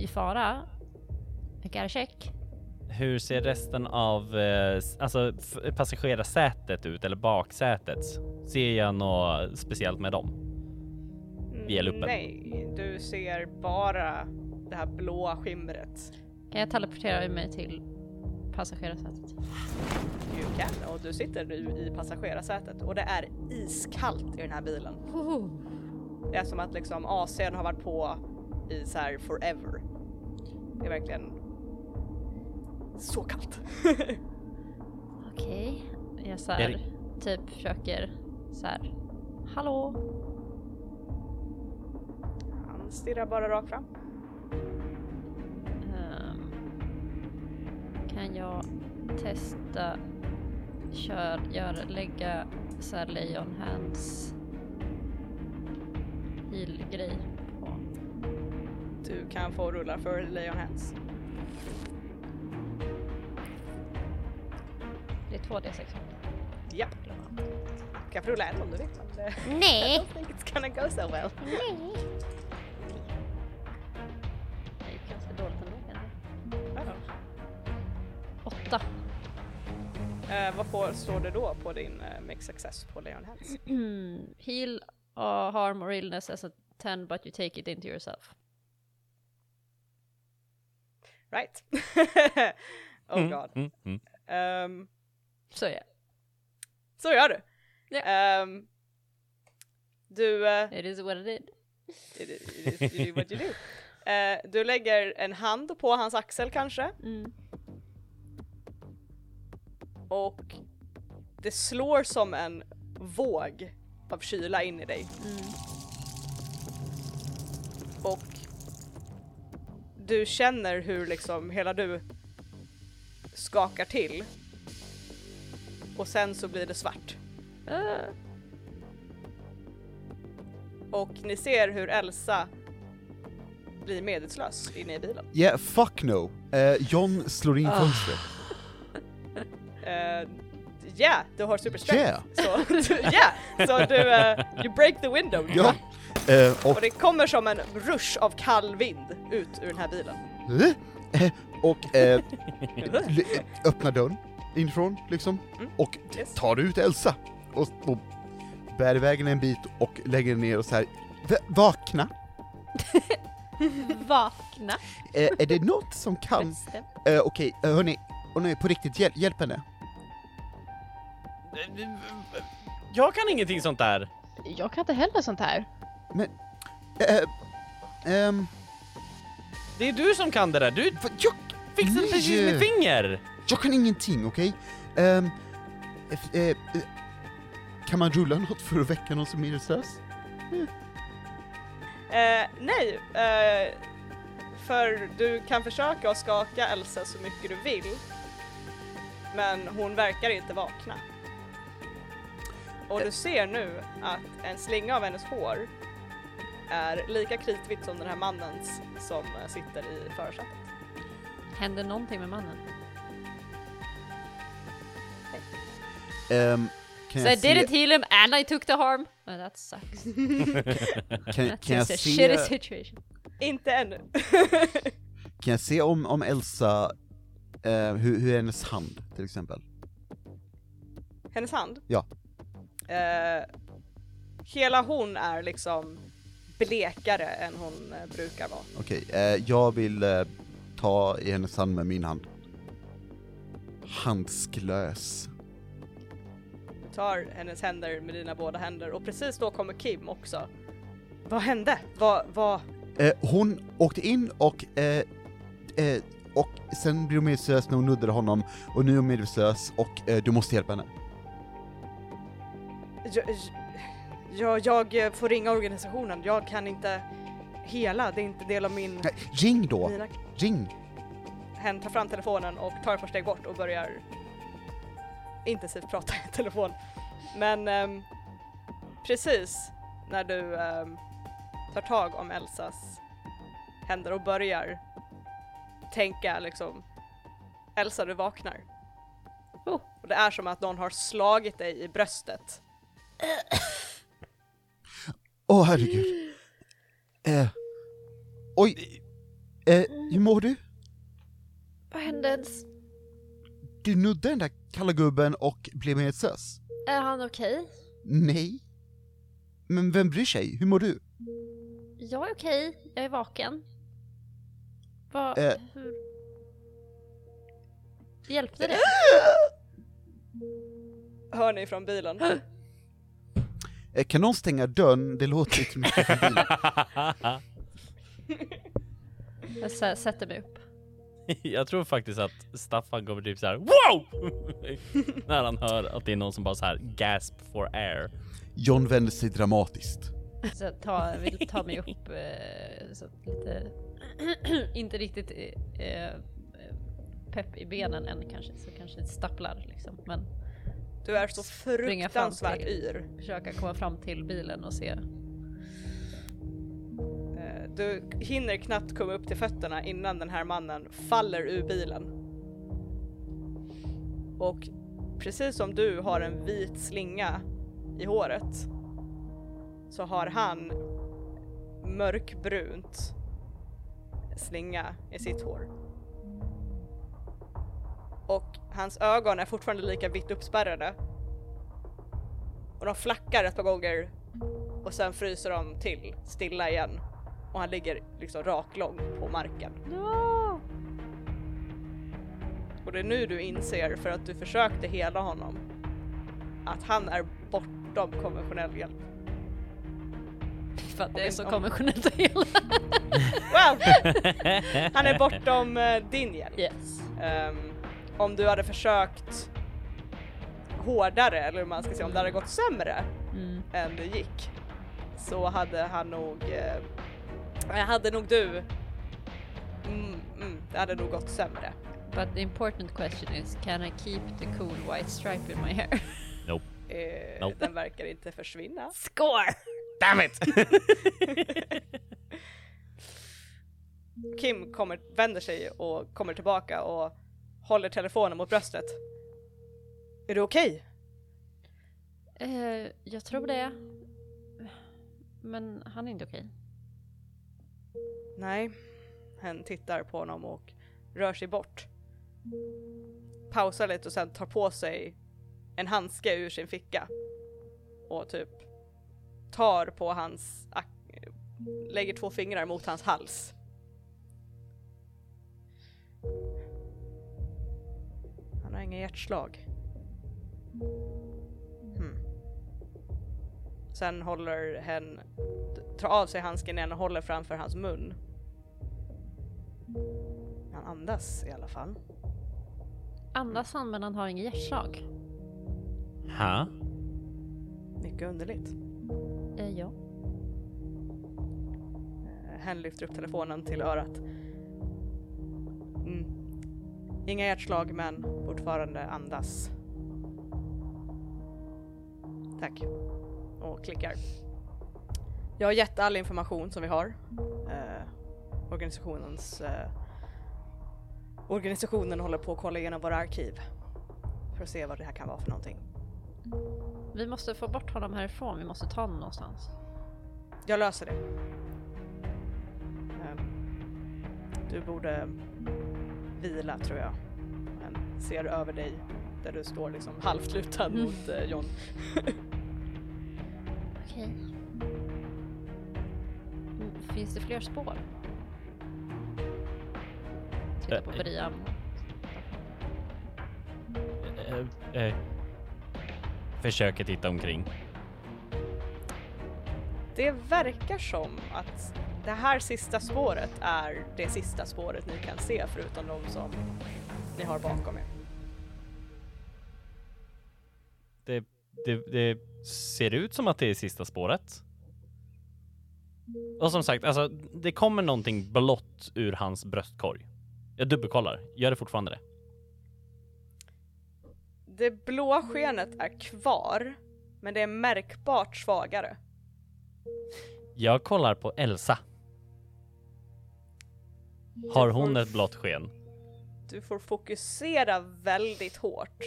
Speaker 6: i fara, I got a check.
Speaker 4: Hur ser resten av eh, s- alltså, f- passagerarsätet ut eller baksätet? Ser jag något speciellt med dem? Via luppen.
Speaker 1: Nej, du ser bara det här blåa skimret.
Speaker 6: Kan jag teleportera mig till passagerarsätet?
Speaker 1: You can. Och du sitter nu i passagerarsätet och det är iskallt i den här bilen. Det är som att liksom AC'n har varit på i så här forever. Det är verkligen så kallt.
Speaker 6: Okej. Jag så
Speaker 4: Är
Speaker 6: här,
Speaker 4: det-
Speaker 6: typ försöker så här. Hallå?
Speaker 1: Han stirrar bara rakt fram.
Speaker 6: Ehm, kan jag testa kör, gör, lägga så här Leon Hands heal-grej på?
Speaker 1: Du kan få rulla för Leon Hands.
Speaker 6: Det är 2D6.
Speaker 1: Japp. Du kan få rulla en om du vill. men det- I
Speaker 6: Nej!
Speaker 1: don't think it's gonna go so well.
Speaker 6: Jag gick ganska dåligt ändå. kanske.
Speaker 1: Ja.
Speaker 6: Åtta.
Speaker 1: Eh, vad får, står det då på din eh, make success på Leon Hands?
Speaker 6: Mm. heal or harm or illness as a 10 but you take it into yourself.
Speaker 1: Right. oh
Speaker 4: Mm,
Speaker 1: god.
Speaker 4: mm, mm.
Speaker 1: Ehm,
Speaker 6: Så ja,
Speaker 1: så gör du.
Speaker 6: Ja.
Speaker 1: Ehm, du... eh,
Speaker 6: it is what it is.
Speaker 1: It is- it is- you do what you do. Eh, du lägger en hand på hans axel kanske
Speaker 6: Mm.
Speaker 1: och det slår som en våg av kyla in i dig
Speaker 6: Mm.
Speaker 1: och du känner hur liksom hela du skakar till. Och sen så blir det svart.
Speaker 6: Ah.
Speaker 1: Och ni ser hur Elsa blir medvetslös inne i bilen.
Speaker 2: Yeah, fuck no. Eh, John slår in fönstret.
Speaker 1: Eh, yeah, du har super strength.
Speaker 2: Yeah.
Speaker 1: Så, du, yeah. så du, eh, you break the window.
Speaker 2: Ja. Eh, och
Speaker 1: Och det kommer som en rush av kall vind ut ur den här bilen.
Speaker 2: Eh, och eh, l- eh, öppnar dörren inifrån liksom
Speaker 1: Mm,
Speaker 2: och
Speaker 1: yes.
Speaker 2: tar ut Elsa och, och bär iväg henne en bit och lägger henne ner och så här "Va- vakna.
Speaker 6: Vakna.
Speaker 2: Eh, är det något som kan? Eh,
Speaker 6: förresten.
Speaker 2: Okej, eh, hörni, och nu på riktigt, hjälp, hjälp henne.
Speaker 4: Jag kan ingenting sånt där.
Speaker 5: Jag kan inte heller sånt här.
Speaker 2: Eh, ehm,
Speaker 4: Det är du som kan det där. Du
Speaker 2: va- jag,
Speaker 4: fixar
Speaker 2: Nej.
Speaker 4: precis med finger.
Speaker 2: jag kan ingenting, okej? Ehm, f- eh, eh, kan man rulla något för att väcka någon som är medvetslös?
Speaker 1: Eh, nej, eh, för du kan försöka att skaka Elsa så mycket du vill. Men hon verkar inte vakna. Och du ser nu att en slinga av hennes hår är lika kritvitt som den här mannens som eh, sitter i förarsätet.
Speaker 6: Händer någonting med mannen?
Speaker 2: Ehm,
Speaker 6: So
Speaker 2: kan
Speaker 6: I
Speaker 2: jag se,
Speaker 6: didn't heal him and I took the harm. Oh, that sucks.
Speaker 2: kan,
Speaker 6: That's
Speaker 2: kan jag
Speaker 6: just a
Speaker 2: se,
Speaker 6: shitty situation.
Speaker 1: Inte ännu.
Speaker 2: kan jag se om, om Elsa, eh, hur, hur är hennes hand till exempel?
Speaker 1: hennes hand.
Speaker 2: Ja.
Speaker 1: Eh, hela hon är liksom blekare än hon eh, brukar vara.
Speaker 2: Okej, eh, jag vill eh, ta i hennes hand med min hand. Handsklös.
Speaker 1: Du tar hennes händer med dina båda händer och precis då kommer Kim också. Vad hände? Vad, vad?
Speaker 2: Eh, hon åkte in och, eh, eh, och sen blev hon medvetslös när hon nuddade honom och nu är hon medvetslös och eh, du måste hjälpa henne.
Speaker 1: Jag, jag, jag får ringa organisationen, jag kan inte hela, det är inte del av min...
Speaker 2: Nej, ring då!
Speaker 1: mina...
Speaker 2: Ring!
Speaker 1: Hen tar fram telefonen och tar ett par steg bort och börjar intensivt prata i telefon. Men ehm, precis när du ehm, tar tag om Elsas händer och börjar tänka liksom Elsa du vaknar.
Speaker 6: Oh.
Speaker 1: Och det är som att någon har slagit dig i bröstet.
Speaker 2: Åh herregud. Eh, oj! Eh, hur mår du?
Speaker 6: Vad hände ens?
Speaker 2: Du nuddade den där kalla gubben och blev medvetslös.
Speaker 6: Är han okej?
Speaker 2: Nej. Men vem bryr sig? Hur mår du?
Speaker 6: Jag är okej, jag är vaken. Vad...
Speaker 2: Eh.
Speaker 6: Hur... Hjälpte det?
Speaker 1: Hör ni från bilen?
Speaker 2: Eh, Kan någon stänga dörren? Det låter lite mycket från bilen.
Speaker 6: Jag sä- sätter mig upp.
Speaker 4: jag tror faktiskt att Staffan kommer typ så här wow! När han hör att det är någon som bara så här gasp for air.
Speaker 2: John vänder sig dramatiskt.
Speaker 6: Så jag ta, vill ta mig upp eh, så att lite... inte riktigt eh, eh, pepp i benen än kanske, så kanske det stapplar liksom. Men
Speaker 1: Du är så
Speaker 6: Springa fram till-
Speaker 1: fruktansvärt yr.
Speaker 6: försöka komma fram till bilen och se.
Speaker 1: Eh, Du hinner knappt komma upp till fötterna innan den här mannen faller ur bilen. Och precis som du har en vit slinga i håret så har han mörkbrunt slinga i sitt hår. Och hans ögon är fortfarande lika vitt uppspärrade. Och de flackar ett par gånger och sen fryser de till stilla igen och han ligger liksom raklång på marken. Och det är nu du inser, för att du försökte hela honom, att han är bortom konventionell hjälp.
Speaker 6: För att det är så
Speaker 1: Om-
Speaker 6: konventionellt hela.
Speaker 1: Wow! Han är bortom eh, din hjälp.
Speaker 6: Yes.
Speaker 1: Ehm, om du hade försökt hårdare, eller hur man ska säga, om det hade gått sämre
Speaker 6: Mm.
Speaker 1: än det gick, så hade han nog... Eh, hade nog du... Mm, mm, det hade nog gått sämre.
Speaker 6: But the important question is, can I keep the cool white stripe in my hair?
Speaker 1: Eh,
Speaker 4: Nope.
Speaker 1: Den verkar inte försvinna.
Speaker 6: Score!
Speaker 4: Damn it!
Speaker 1: Kim kommer, vänder sig och kommer tillbaka och håller telefonen mot bröstet. Är du okej?
Speaker 6: Eh, jag tror det. Men han är inte okej.
Speaker 1: Nej. Hen tittar på honom och rör sig bort. Pausar lite och sen tar på sig en handske ur sin ficka. Och typ tar på hans, ak- lägger två fingrar mot hans hals. Han har inga hjärtslag. Hmm. Sen håller hen tar av sig handsken igen och håller framför hans mun. Han andas i alla fall.
Speaker 6: Andas han men han har inget hjärtslag?
Speaker 4: Ha?
Speaker 1: Mycket underligt.
Speaker 6: Eh, ja.
Speaker 1: Eh, Hen lyfter upp telefonen till örat. Mm. Inga hjärtslag men fortfarande andas. Tack. Och klickar. Jag har gett all information som vi har. Eh, organisationens... Eh, organisationen håller på att kolla igenom våra arkiv. För att se vad det här kan vara för någonting.
Speaker 6: Vi måste få bort honom härifrån, vi måste ta honom någonstans.
Speaker 1: Jag löser det. Ehm, Du borde vila tror jag. Men ser över dig där du står liksom halvt lutad
Speaker 6: Mm.
Speaker 1: mot eh, John.
Speaker 6: Okej. Mm, Finns det fler spår? Titta på
Speaker 4: Eh,
Speaker 6: Brian.
Speaker 4: Eh, eh. Försöker titta omkring.
Speaker 1: Det verkar som att det här sista spåret är det sista spåret ni kan se förutom de som ni har bakom er.
Speaker 4: Det, det, det ser ut som att det är sista spåret. Och som sagt, alltså, det kommer någonting blått ur hans bröstkorg. Jag dubbelkollar. Gör det fortfarande det?
Speaker 1: Det blåa skenet är kvar men det är märkbart svagare.
Speaker 4: Jag kollar på Elsa. Har hon ett blått sken?
Speaker 1: Du får fokusera väldigt hårt.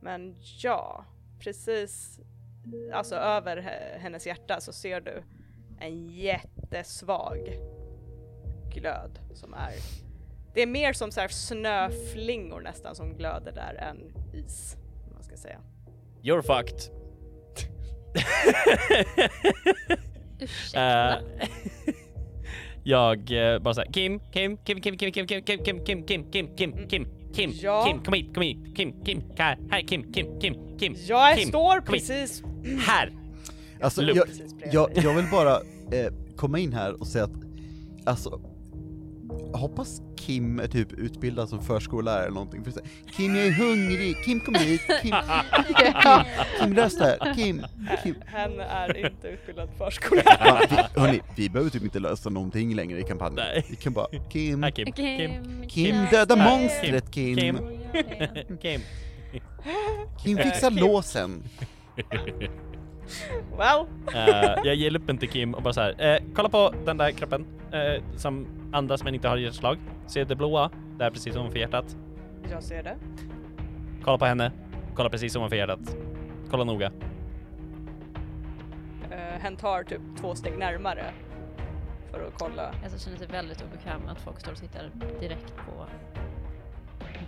Speaker 1: Men ja, precis alltså över he- hennes hjärta så ser du en jättesvag glöd som är. Det är mer som så här snöflingor nästan som glöder där än is. om Man ska säga.
Speaker 4: You're fucked.
Speaker 6: Ursäkta.
Speaker 4: Eh, jag eh, bara såhär, Kim, Kim, Kim, Kim, Kim, Kim, Kim, Kim, Kim, Kim, Kim, Kim, Kim, Kim, Kim,
Speaker 1: Ja.
Speaker 4: Kim, kom hit, kom hit, Kim, Kim, här, här, Kim, Kim, Kim, Kim,
Speaker 1: Jag
Speaker 4: Kim,
Speaker 1: står
Speaker 4: kom hit.
Speaker 1: precis
Speaker 4: här.
Speaker 2: Alltså,
Speaker 4: Lugnt.
Speaker 2: jag,
Speaker 1: Precis bredvid
Speaker 2: jag, jag vill bara eh, komma in här och säga att, alltså, jag hoppas Kim är typ utbildad som förskollärare eller någonting. För att säga, Kim, jag är hungrig! Kim, kom hit! Kim,
Speaker 3: Yeah.
Speaker 2: Kim rösta här! Kim, Kim!
Speaker 1: Hen är inte utbildad förskollärare.
Speaker 2: Man, vi, hörni, vi behöver typ inte lösa någonting längre i kampanjen.
Speaker 4: Nej.
Speaker 2: Vi kan bara, Kim,
Speaker 4: Här, Kim, Kim,
Speaker 2: Kim
Speaker 6: jag
Speaker 2: döda
Speaker 6: ska-
Speaker 2: monstret Kim!
Speaker 4: Kim.
Speaker 2: Kim,
Speaker 6: Jag vet.
Speaker 4: Kim.
Speaker 2: fixa
Speaker 1: Kim.
Speaker 2: låsen!
Speaker 1: Well,
Speaker 4: Eh, jag hjälper inte Kim och bara så här. eh, kolla på den där kroppen eh, som andas men inte har hjärtslag. Ser det blåa där precis ovanför hjärtat.
Speaker 1: jag ser det.
Speaker 4: Kolla på henne. Kolla precis ovanför hjärtat. Kolla noga.
Speaker 1: Eh, hen tar typ två steg närmare för att kolla.
Speaker 6: Alltså känner sig väldigt obekväm med att folk står och tittar direkt på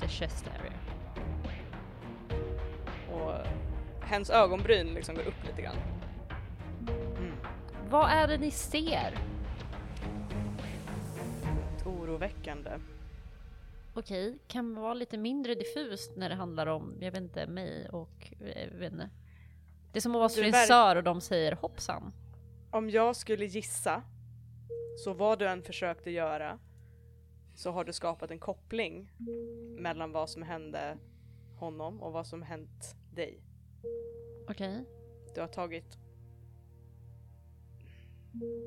Speaker 6: the chest area.
Speaker 1: Och hens ögonbryn liksom går upp lite grann.
Speaker 6: Vad är det ni ser?
Speaker 1: Oroväckande.
Speaker 6: Okej, kan vara lite mindre diffust när det handlar om, jag vet inte, mig och, jag vet inte. Det är som att vara hos
Speaker 1: Du verk-
Speaker 6: frisör och de säger hoppsan.
Speaker 1: Om jag skulle gissa, så vad du än försökte göra så har du skapat en koppling mellan vad som hände honom och vad som hänt dig.
Speaker 6: Okej,
Speaker 1: Du har tagit...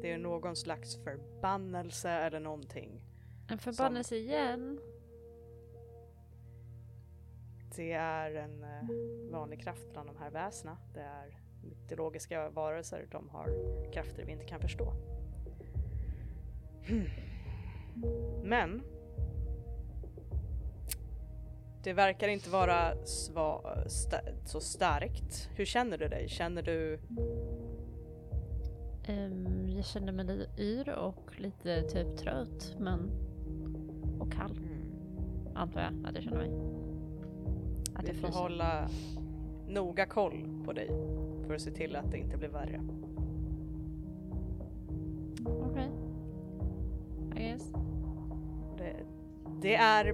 Speaker 1: Det är någon slags förbannelse eller någonting.
Speaker 6: en förbannelse igen.
Speaker 1: Det är en eh, vanlig kraft bland de här väsna. Det är mytologiska varelser. De har krafter vi inte kan förstå. Hmm. Men det verkar inte vara sva, sta, så starkt. Hur känner du dig? Känner du...
Speaker 6: Ehm, jag känner mig lite yr och lite typ trött men... Och kall antar jag att jag känner mig. Att
Speaker 1: Vi
Speaker 6: jag
Speaker 1: får
Speaker 6: fryser.
Speaker 1: hålla noga koll på dig för att se till att det inte blir värre.
Speaker 6: Okej. I guess.
Speaker 1: Det, det är...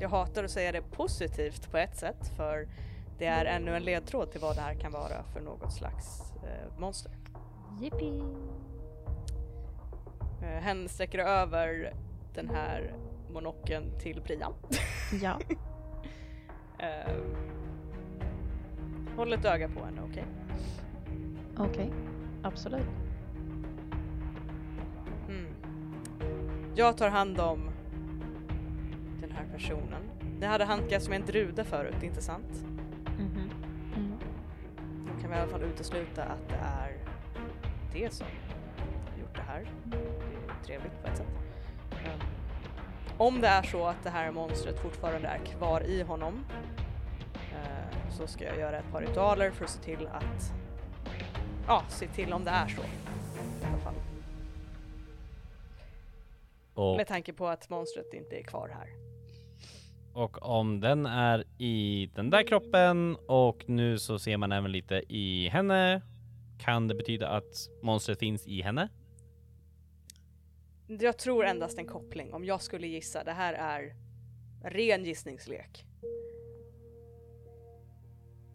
Speaker 1: Jag hatar att säga det positivt på ett sätt för det är ännu en ledtråd till vad det här kan vara för något slags eh, monster.
Speaker 6: Yippee!
Speaker 1: Eh, hen sträcker över den här monocken till Priam.
Speaker 5: Ja.
Speaker 1: Eh, håll ett öga på henne, okej?
Speaker 5: Okej. Absolut.
Speaker 1: Mm. Jag tar hand om den här personen. Det hade handkats med en drude förut, inte sant?
Speaker 5: Mhm. Mm.
Speaker 1: Då kan vi i alla fall utesluta att det är det som gjort det här. Det är ju trevligt på ett sätt. Ehm, Om det är så att det här monstret fortfarande är kvar i honom eh, så ska jag göra ett par ritualer för att se till att ja, se till om det är så. I alla fall.
Speaker 4: Och,
Speaker 1: Med tanke på att monstret inte är kvar här.
Speaker 4: och om den är i den där kroppen och nu så ser man även lite i henne. Kan det betyda att monstret finns i henne?
Speaker 1: Jag tror endast en koppling om jag skulle gissa. Det här är ren gissningslek.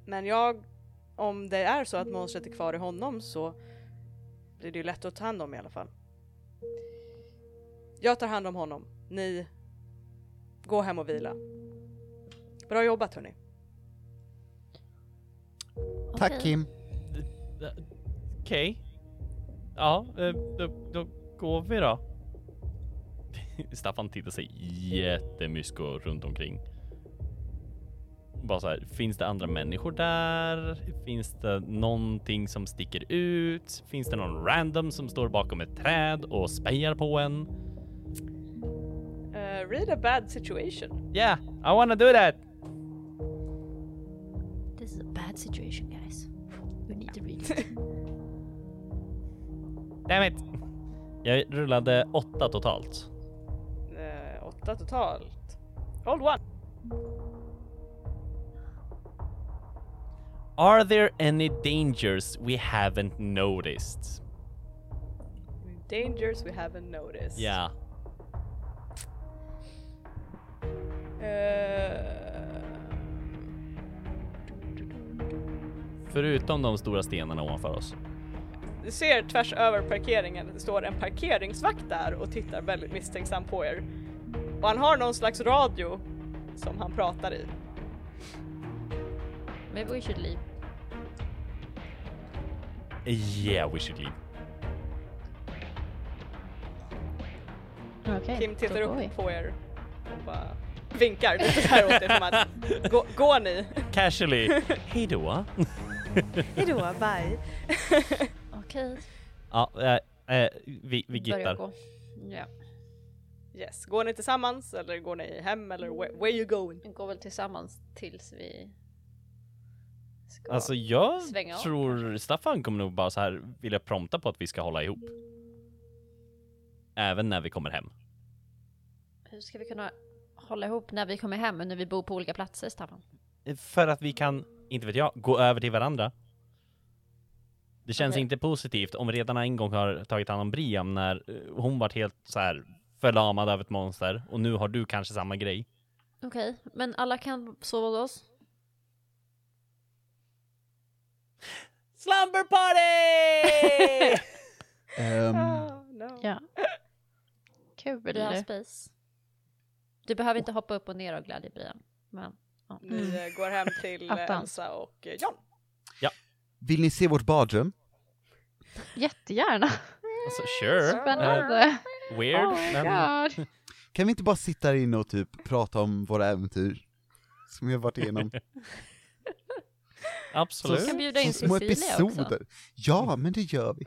Speaker 1: Men jag, om det är så att monstret är kvar i honom så blir det ju lätt att ta hand om i alla fall. Jag tar hand om honom. Ni, gå hem och vila. Bra jobbat hörni.
Speaker 2: Tack Kim.
Speaker 4: Okej. Ja, eh, då, då går vi då. Staffan tittar sig jättemysko runt omkring. Bara så här, finns det andra människor där? Finns det någonting som sticker ut? Finns det någon random som står bakom ett träd och spejar på en?
Speaker 1: Eh, read a bad situation.
Speaker 4: Yeah, I wanna do that!
Speaker 8: This is a bad situation, guys. We need to read it.
Speaker 4: Damn it! Jag rullade åtta totalt.
Speaker 1: Eh, åtta totalt. Hold one.
Speaker 4: Are there any dangers we haven't noticed?
Speaker 1: Dangers we haven't noticed.
Speaker 4: Yeah.
Speaker 1: Eh,
Speaker 4: Förutom de stora stenarna ovanför oss.
Speaker 1: Du ser tvärs över parkeringen, det står en parkeringsvakt där och tittar väldigt misstänksam på er. Och han har någon slags radio som han pratar i.
Speaker 6: Maybe we should leave.
Speaker 4: Yeah, we should leave.
Speaker 5: Okej,
Speaker 1: Kim tittar
Speaker 5: då går vi.
Speaker 1: upp på er och bara vinkar lite så här åt er som att gå, går ni?
Speaker 4: Casually. Hej då.
Speaker 1: Hejdå, bye.
Speaker 6: Okej.
Speaker 4: ja, eh, eh, vi, vi
Speaker 6: Börja
Speaker 4: gittar.
Speaker 6: gå. Ja.
Speaker 1: Yes, går ni tillsammans eller går ni hem eller where, where you going?
Speaker 6: Vi går väl tillsammans tills vi ska...
Speaker 4: Alltså jag
Speaker 6: Svänga av,
Speaker 4: tror Staffan kommer nog bara så här vilja prompta på att vi ska hålla ihop. Även när vi kommer hem.
Speaker 6: Hur ska vi kunna hålla ihop när vi kommer hem och när vi bor på olika platser, Staffan?
Speaker 4: För att vi kan, inte vet jag, gå över till varandra. Det känns
Speaker 6: Okej.
Speaker 4: inte positivt om vi redan en gång har tagit hand om Briam när eh, hon vart helt så här förlamad av ett monster och nu har du kanske samma grej.
Speaker 6: Okej, men alla kan sova hos oss?
Speaker 4: Slumber party!
Speaker 2: Ehm,
Speaker 1: Ah, no.
Speaker 5: Ja. Kul.
Speaker 6: Du har space. Du behöver inte hoppa upp och ner av glädje, Brian. Men
Speaker 1: Ni eh, går hem till eh,
Speaker 5: Attans.
Speaker 1: Elsa och eh, John.
Speaker 2: vill ni se vårt badrum?
Speaker 5: Jättegärna.
Speaker 4: alltså, sure. Eh,
Speaker 5: Spännande.
Speaker 4: weird.
Speaker 5: oh my
Speaker 4: men...
Speaker 5: god.
Speaker 2: Kan vi inte bara sitta här inne och typ prata om våra äventyr? som vi har varit igenom.
Speaker 4: Absolut.
Speaker 6: kan bjuda in
Speaker 2: Som små
Speaker 6: Cecilia också.
Speaker 2: episoder. Ja, men det gör vi.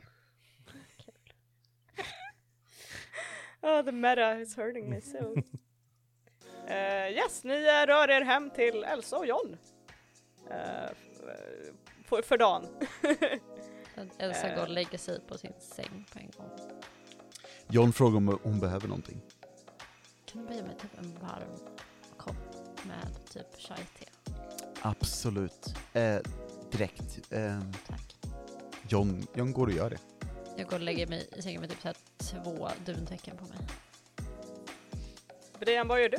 Speaker 1: Oh, the meta is hurting me so. Eh, yes, ni eh, rör er hem till Elsa och John. Eh, f- eh, för, för dagen.
Speaker 6: Att Elsa går och lägger sig på sin säng på en gång.
Speaker 2: John frågar om hon behöver någonting.
Speaker 6: Kan du börja med typ en varm kopp med typ chai-te?
Speaker 2: Absolut. Eh, direkt. Eh,
Speaker 6: Tack.
Speaker 2: John, John går och gör det.
Speaker 6: Jag går och lägger mig i sängen med typ så här två duntäcken på mig.
Speaker 1: Brian, vad gör du?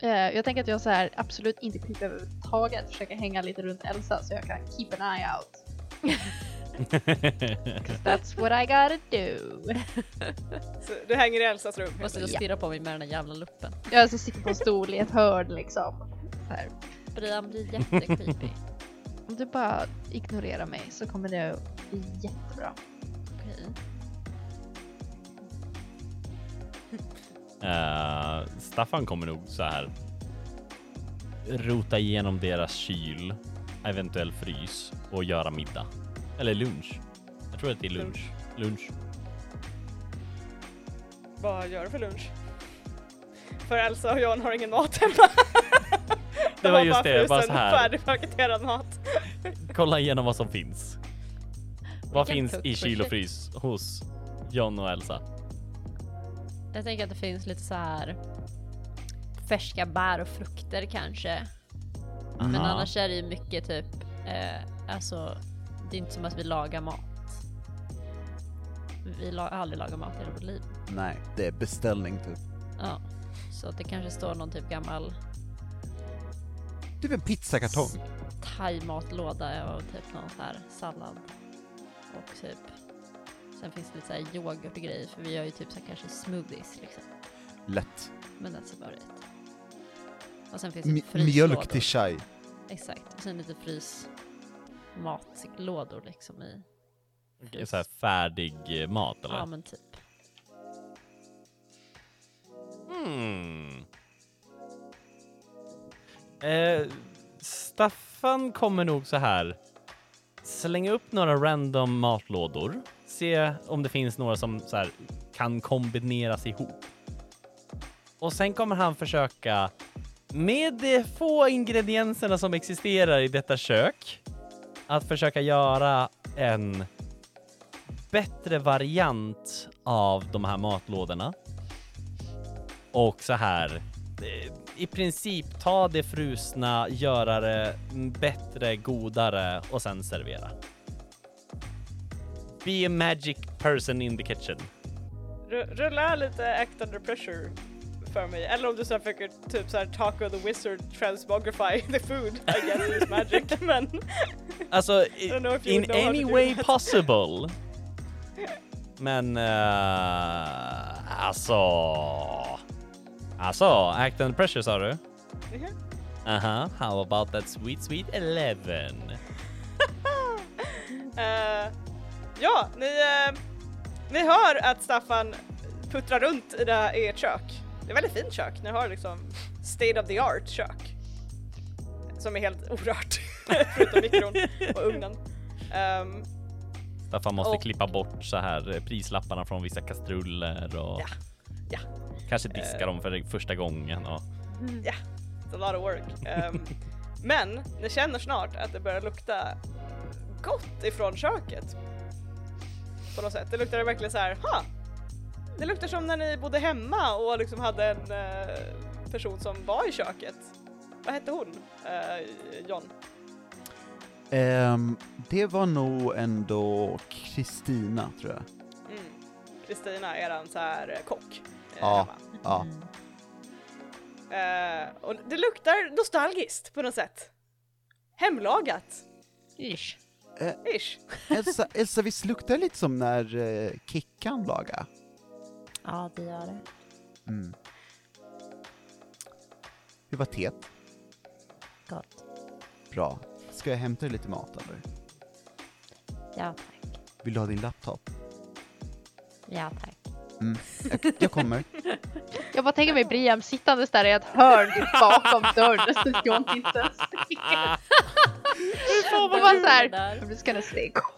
Speaker 3: Eh, jag tänker att jag så här absolut inte klipper överhuvudtaget, försöker hänga lite runt Elsa så jag kan keep an eye out. 'Cause That's what I gotta do.
Speaker 1: Så, du hänger i Elsas rum. helt
Speaker 6: Och så
Speaker 1: enkelt.
Speaker 6: stirrar på mig med den där jävla luppen.
Speaker 3: Jag alltså sitter på en stol i ett hörn liksom. Så här.
Speaker 6: Brian blir jättecreepy.
Speaker 3: Om du bara ignorerar mig så kommer det att bli jättebra.
Speaker 6: Okej.
Speaker 4: Eh, Staffan kommer nog så här rota igenom deras kyl, eventuell frys och göra middag. Eller lunch. Jag tror att det är lunch. Lunch.
Speaker 1: Vad gör du för lunch? För Elsa och John har ingen mat hemma. De
Speaker 4: Det var
Speaker 1: har
Speaker 4: just det, bara så
Speaker 1: frusen,
Speaker 4: här.
Speaker 1: Färdigpaketerad mat.
Speaker 4: Kolla igenom vad som finns. Vad
Speaker 6: Vilken
Speaker 4: finns i
Speaker 6: kupp,
Speaker 4: kyl och
Speaker 6: ursäkta.
Speaker 4: frys hos John och Elsa?
Speaker 6: Jag tänker att det finns lite så här färska bär och frukter kanske. Men
Speaker 4: Aha.
Speaker 6: annars är det ju mycket typ, eh, alltså det är inte som att vi lagar mat. Vi la- har aldrig lagat mat i hela vårt liv.
Speaker 2: Nej, det är beställning typ.
Speaker 6: Ja. Så att det kanske står någon typ gammal
Speaker 2: Typ en pizzakartong.
Speaker 6: thaimatlåda och typ någon så här sallad. Och typ, sen finns det lite så här yoghurt och grejer för vi gör ju typ så här kanske smoothies liksom.
Speaker 2: Lätt.
Speaker 6: Men that's about it. Och sen finns det
Speaker 2: M-
Speaker 6: typ fryslådor.
Speaker 2: mjölk till chai.
Speaker 6: Exakt, och sen lite frysmatlådor liksom i.
Speaker 4: Okej, Så här färdig eh, mat eller?
Speaker 6: Ja men typ.
Speaker 4: Hmm. Eh, Staffan kommer nog så här slänga upp några random matlådor, se om det finns några som så här kan kombineras ihop. Och sen kommer han försöka med de få ingredienserna som existerar i detta kök att försöka göra en bättre variant av de här matlådorna och så här eh, i princip ta det frusna, göra det bättre, godare och sen servera. Be a magic person in the kitchen.
Speaker 1: Ru- Rulla lite Act Under Pressure för mig. Eller om du så här försöker typ så här Taco the Wizard transmogrify the food. I guess it's magic. Men
Speaker 4: Alltså,
Speaker 1: don't know if you
Speaker 4: in
Speaker 1: would know how
Speaker 4: any
Speaker 1: to do
Speaker 4: way
Speaker 1: that.
Speaker 4: possible. Men uh, alltså... Alltså, act under pressure sa du?
Speaker 1: Mhm.
Speaker 4: Aha, how about that sweet sweet 11?
Speaker 1: Eh, ja, ni, eh, ni hör att Staffan puttrar runt i det här, ert kök. Det är väldigt fint kök. Ni har liksom state of the art kök. Som är helt orört. Förutom mikron och ugnen. Ehm,
Speaker 4: Staffan måste
Speaker 1: Och-
Speaker 4: klippa bort så här eh, prislapparna från vissa kastruller och
Speaker 1: Ja, ja.
Speaker 4: kanske diska dem för första gången. Och...
Speaker 1: It's a lot of work. Ehm, men ni känner snart att det börjar lukta gott ifrån köket. På något sätt. Det luktar verkligen så här, ha! Det luktar som när ni bodde hemma och liksom hade en eh, person som var i köket. Vad hette hon? Eh, John?
Speaker 2: Ehm, det var nog ändå Kristina, tror jag.
Speaker 1: Mm. Kristina, eran så här eh, kock. eh,
Speaker 2: Ja.
Speaker 1: hemma.
Speaker 2: Ja.
Speaker 1: Eh, och det luktar nostalgiskt på något sätt. Hemlagat.
Speaker 6: Ish.
Speaker 1: Ish.
Speaker 2: Elsa, Elsa, visst luktar det lite som när eh, Kickan laga?
Speaker 6: Ja det gör det.
Speaker 2: Mm. Hur var teet?
Speaker 6: Gott.
Speaker 2: Bra. Ska jag hämta dig lite mat eller?
Speaker 6: Ja tack.
Speaker 2: Vill du ha din laptop?
Speaker 6: Ja tack.
Speaker 2: Jag, jag kommer.
Speaker 3: Jag bara tänker mig Briam sittandes där i ett hörn typ bakom dörren så att jag inte ens ser. Det
Speaker 6: Fan, vad
Speaker 3: var
Speaker 6: kul
Speaker 3: så här,
Speaker 6: det där.
Speaker 3: I'm just gonna stay cool.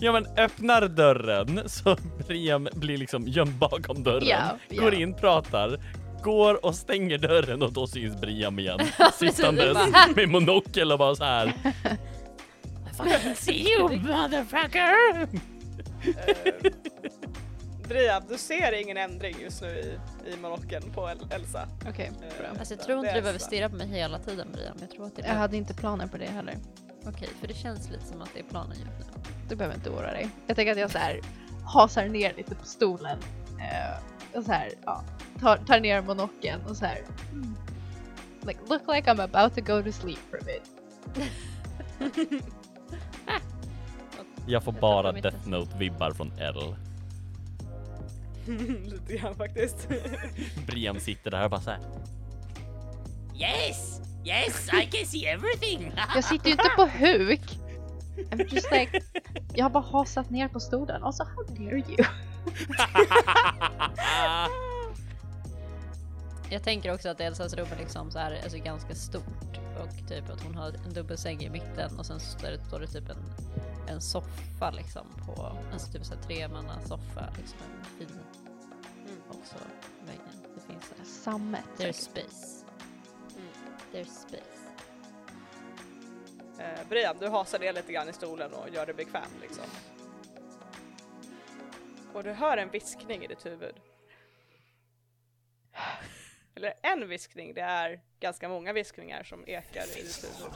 Speaker 4: Ja men öppnar dörren så Briam blir liksom gömd bakom dörren.
Speaker 3: Ja, ja.
Speaker 4: Går in, pratar, går och stänger dörren och då syns Briam igen.
Speaker 6: precis,
Speaker 4: Sittandes
Speaker 6: bara-
Speaker 4: med monokel och bara så här.
Speaker 9: See you motherfucker!
Speaker 1: Brian, du ser ingen ändring just nu i, i monokeln på El- Elsa.
Speaker 3: Okej,
Speaker 1: Eh,
Speaker 3: bra.
Speaker 6: Alltså jag
Speaker 1: det
Speaker 6: tror inte
Speaker 1: är
Speaker 6: du behöver
Speaker 1: sant.
Speaker 6: stirra på mig hela tiden Brian. Jag tror att det
Speaker 3: Jag
Speaker 6: är
Speaker 3: hade inte planer på det heller.
Speaker 6: okej, för det känns lite som att det är planen just nu.
Speaker 3: Du behöver inte oroa dig. Jag tänker att jag så här hasar ner lite på stolen. eh, och så här, ja, tar, tar ner monokeln och så här. mm, Like, look like I'm about to go to sleep for a bit.
Speaker 4: Jag får
Speaker 6: Jag
Speaker 4: bara
Speaker 6: tappar mitt
Speaker 4: Death Note-vibbar från L.
Speaker 1: Lite grann faktiskt.
Speaker 4: Briam sitter där och bara så här.
Speaker 9: Yes! Yes, I can see everything!
Speaker 3: Jag sitter ju inte på huk. I'm just like, jag har bara hasat ner på stolen. Also how dare you?
Speaker 6: Jag tänker också att Elsas rum är liksom så här, alltså ganska stort och typ att hon har en dubbelsäng i mitten och sen så där står det typ en, en soffa liksom på, alltså typ såhär tremannasoffa liksom en fin också på väggen. Det finns så här.
Speaker 3: Sammet.
Speaker 6: There's space. Mm. There's space.
Speaker 1: Eh, Brian, du hasar ner lite grann i stolen och gör dig bekväm liksom. Och du hör en viskning i ditt huvud. Eller en viskning, det är ganska många viskningar som ekar i ditt huvud.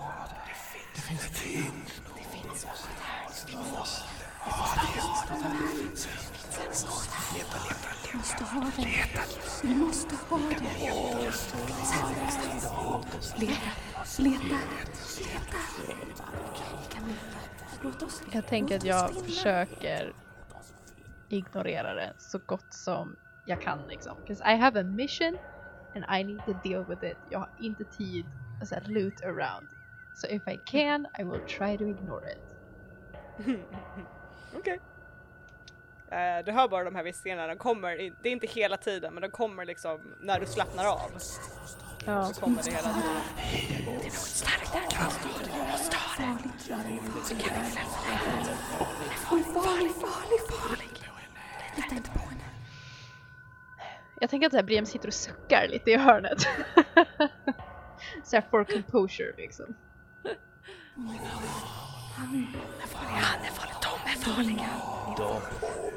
Speaker 9: måste ha den. Vi måste ha den. Leta, leta, leta. Vi kan leta. Låt oss
Speaker 3: Jag tänker att jag försöker ignorera det så gott som jag kan liksom. 'Cause I have a mission and I need to deal with it. Jag har inte tid att så här loot around. So if I can I will try to ignore it.
Speaker 1: Okej. Eh, du hör bara de här viskningarna, de kommer, i- det är inte hela tiden men de kommer liksom när du slappnar av.
Speaker 3: Ja.
Speaker 1: Så kommer det hela tiden.
Speaker 9: Oj, farlig, farlig, farlig. Lita inte på henne.
Speaker 3: Jag tänker att så här, Briam sitter och suckar lite i hörnet. så här for composure liksom.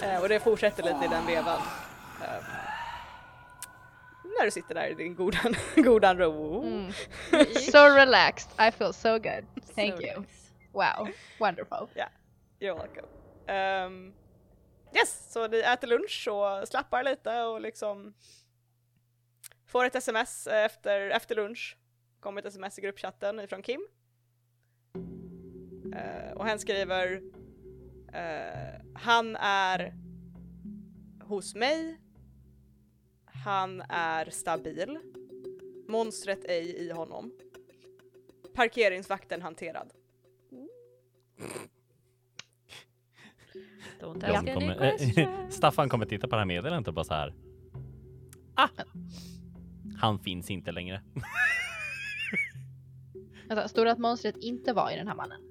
Speaker 1: Eh, och det fortsätter lite i den vevan. Eh, när du sitter där i din goda, godan ro.
Speaker 3: So relaxed, I feel so good. Thank
Speaker 6: So
Speaker 3: you.
Speaker 6: nice.
Speaker 3: Wow, wonderful.
Speaker 1: You're welcome. Ehm, yes, så ni äter lunch och slappar lite och liksom får ett sms efter, efter lunch. Kommer ett sms i gruppchatten ifrån Kim. Eh, och hen skriver eh, Han är hos mig. Han är stabil. Monstret ej i honom. Parkeringsvakten hanterad.
Speaker 6: Don't
Speaker 4: Briam
Speaker 6: ask any
Speaker 4: kommer- eh,
Speaker 6: questions.
Speaker 4: Staffan kommer titta på det här meddelandet och bara så här. Ah! Han finns inte längre.
Speaker 3: Vänta, stod Alltså, det att monstret inte var i den här mannen?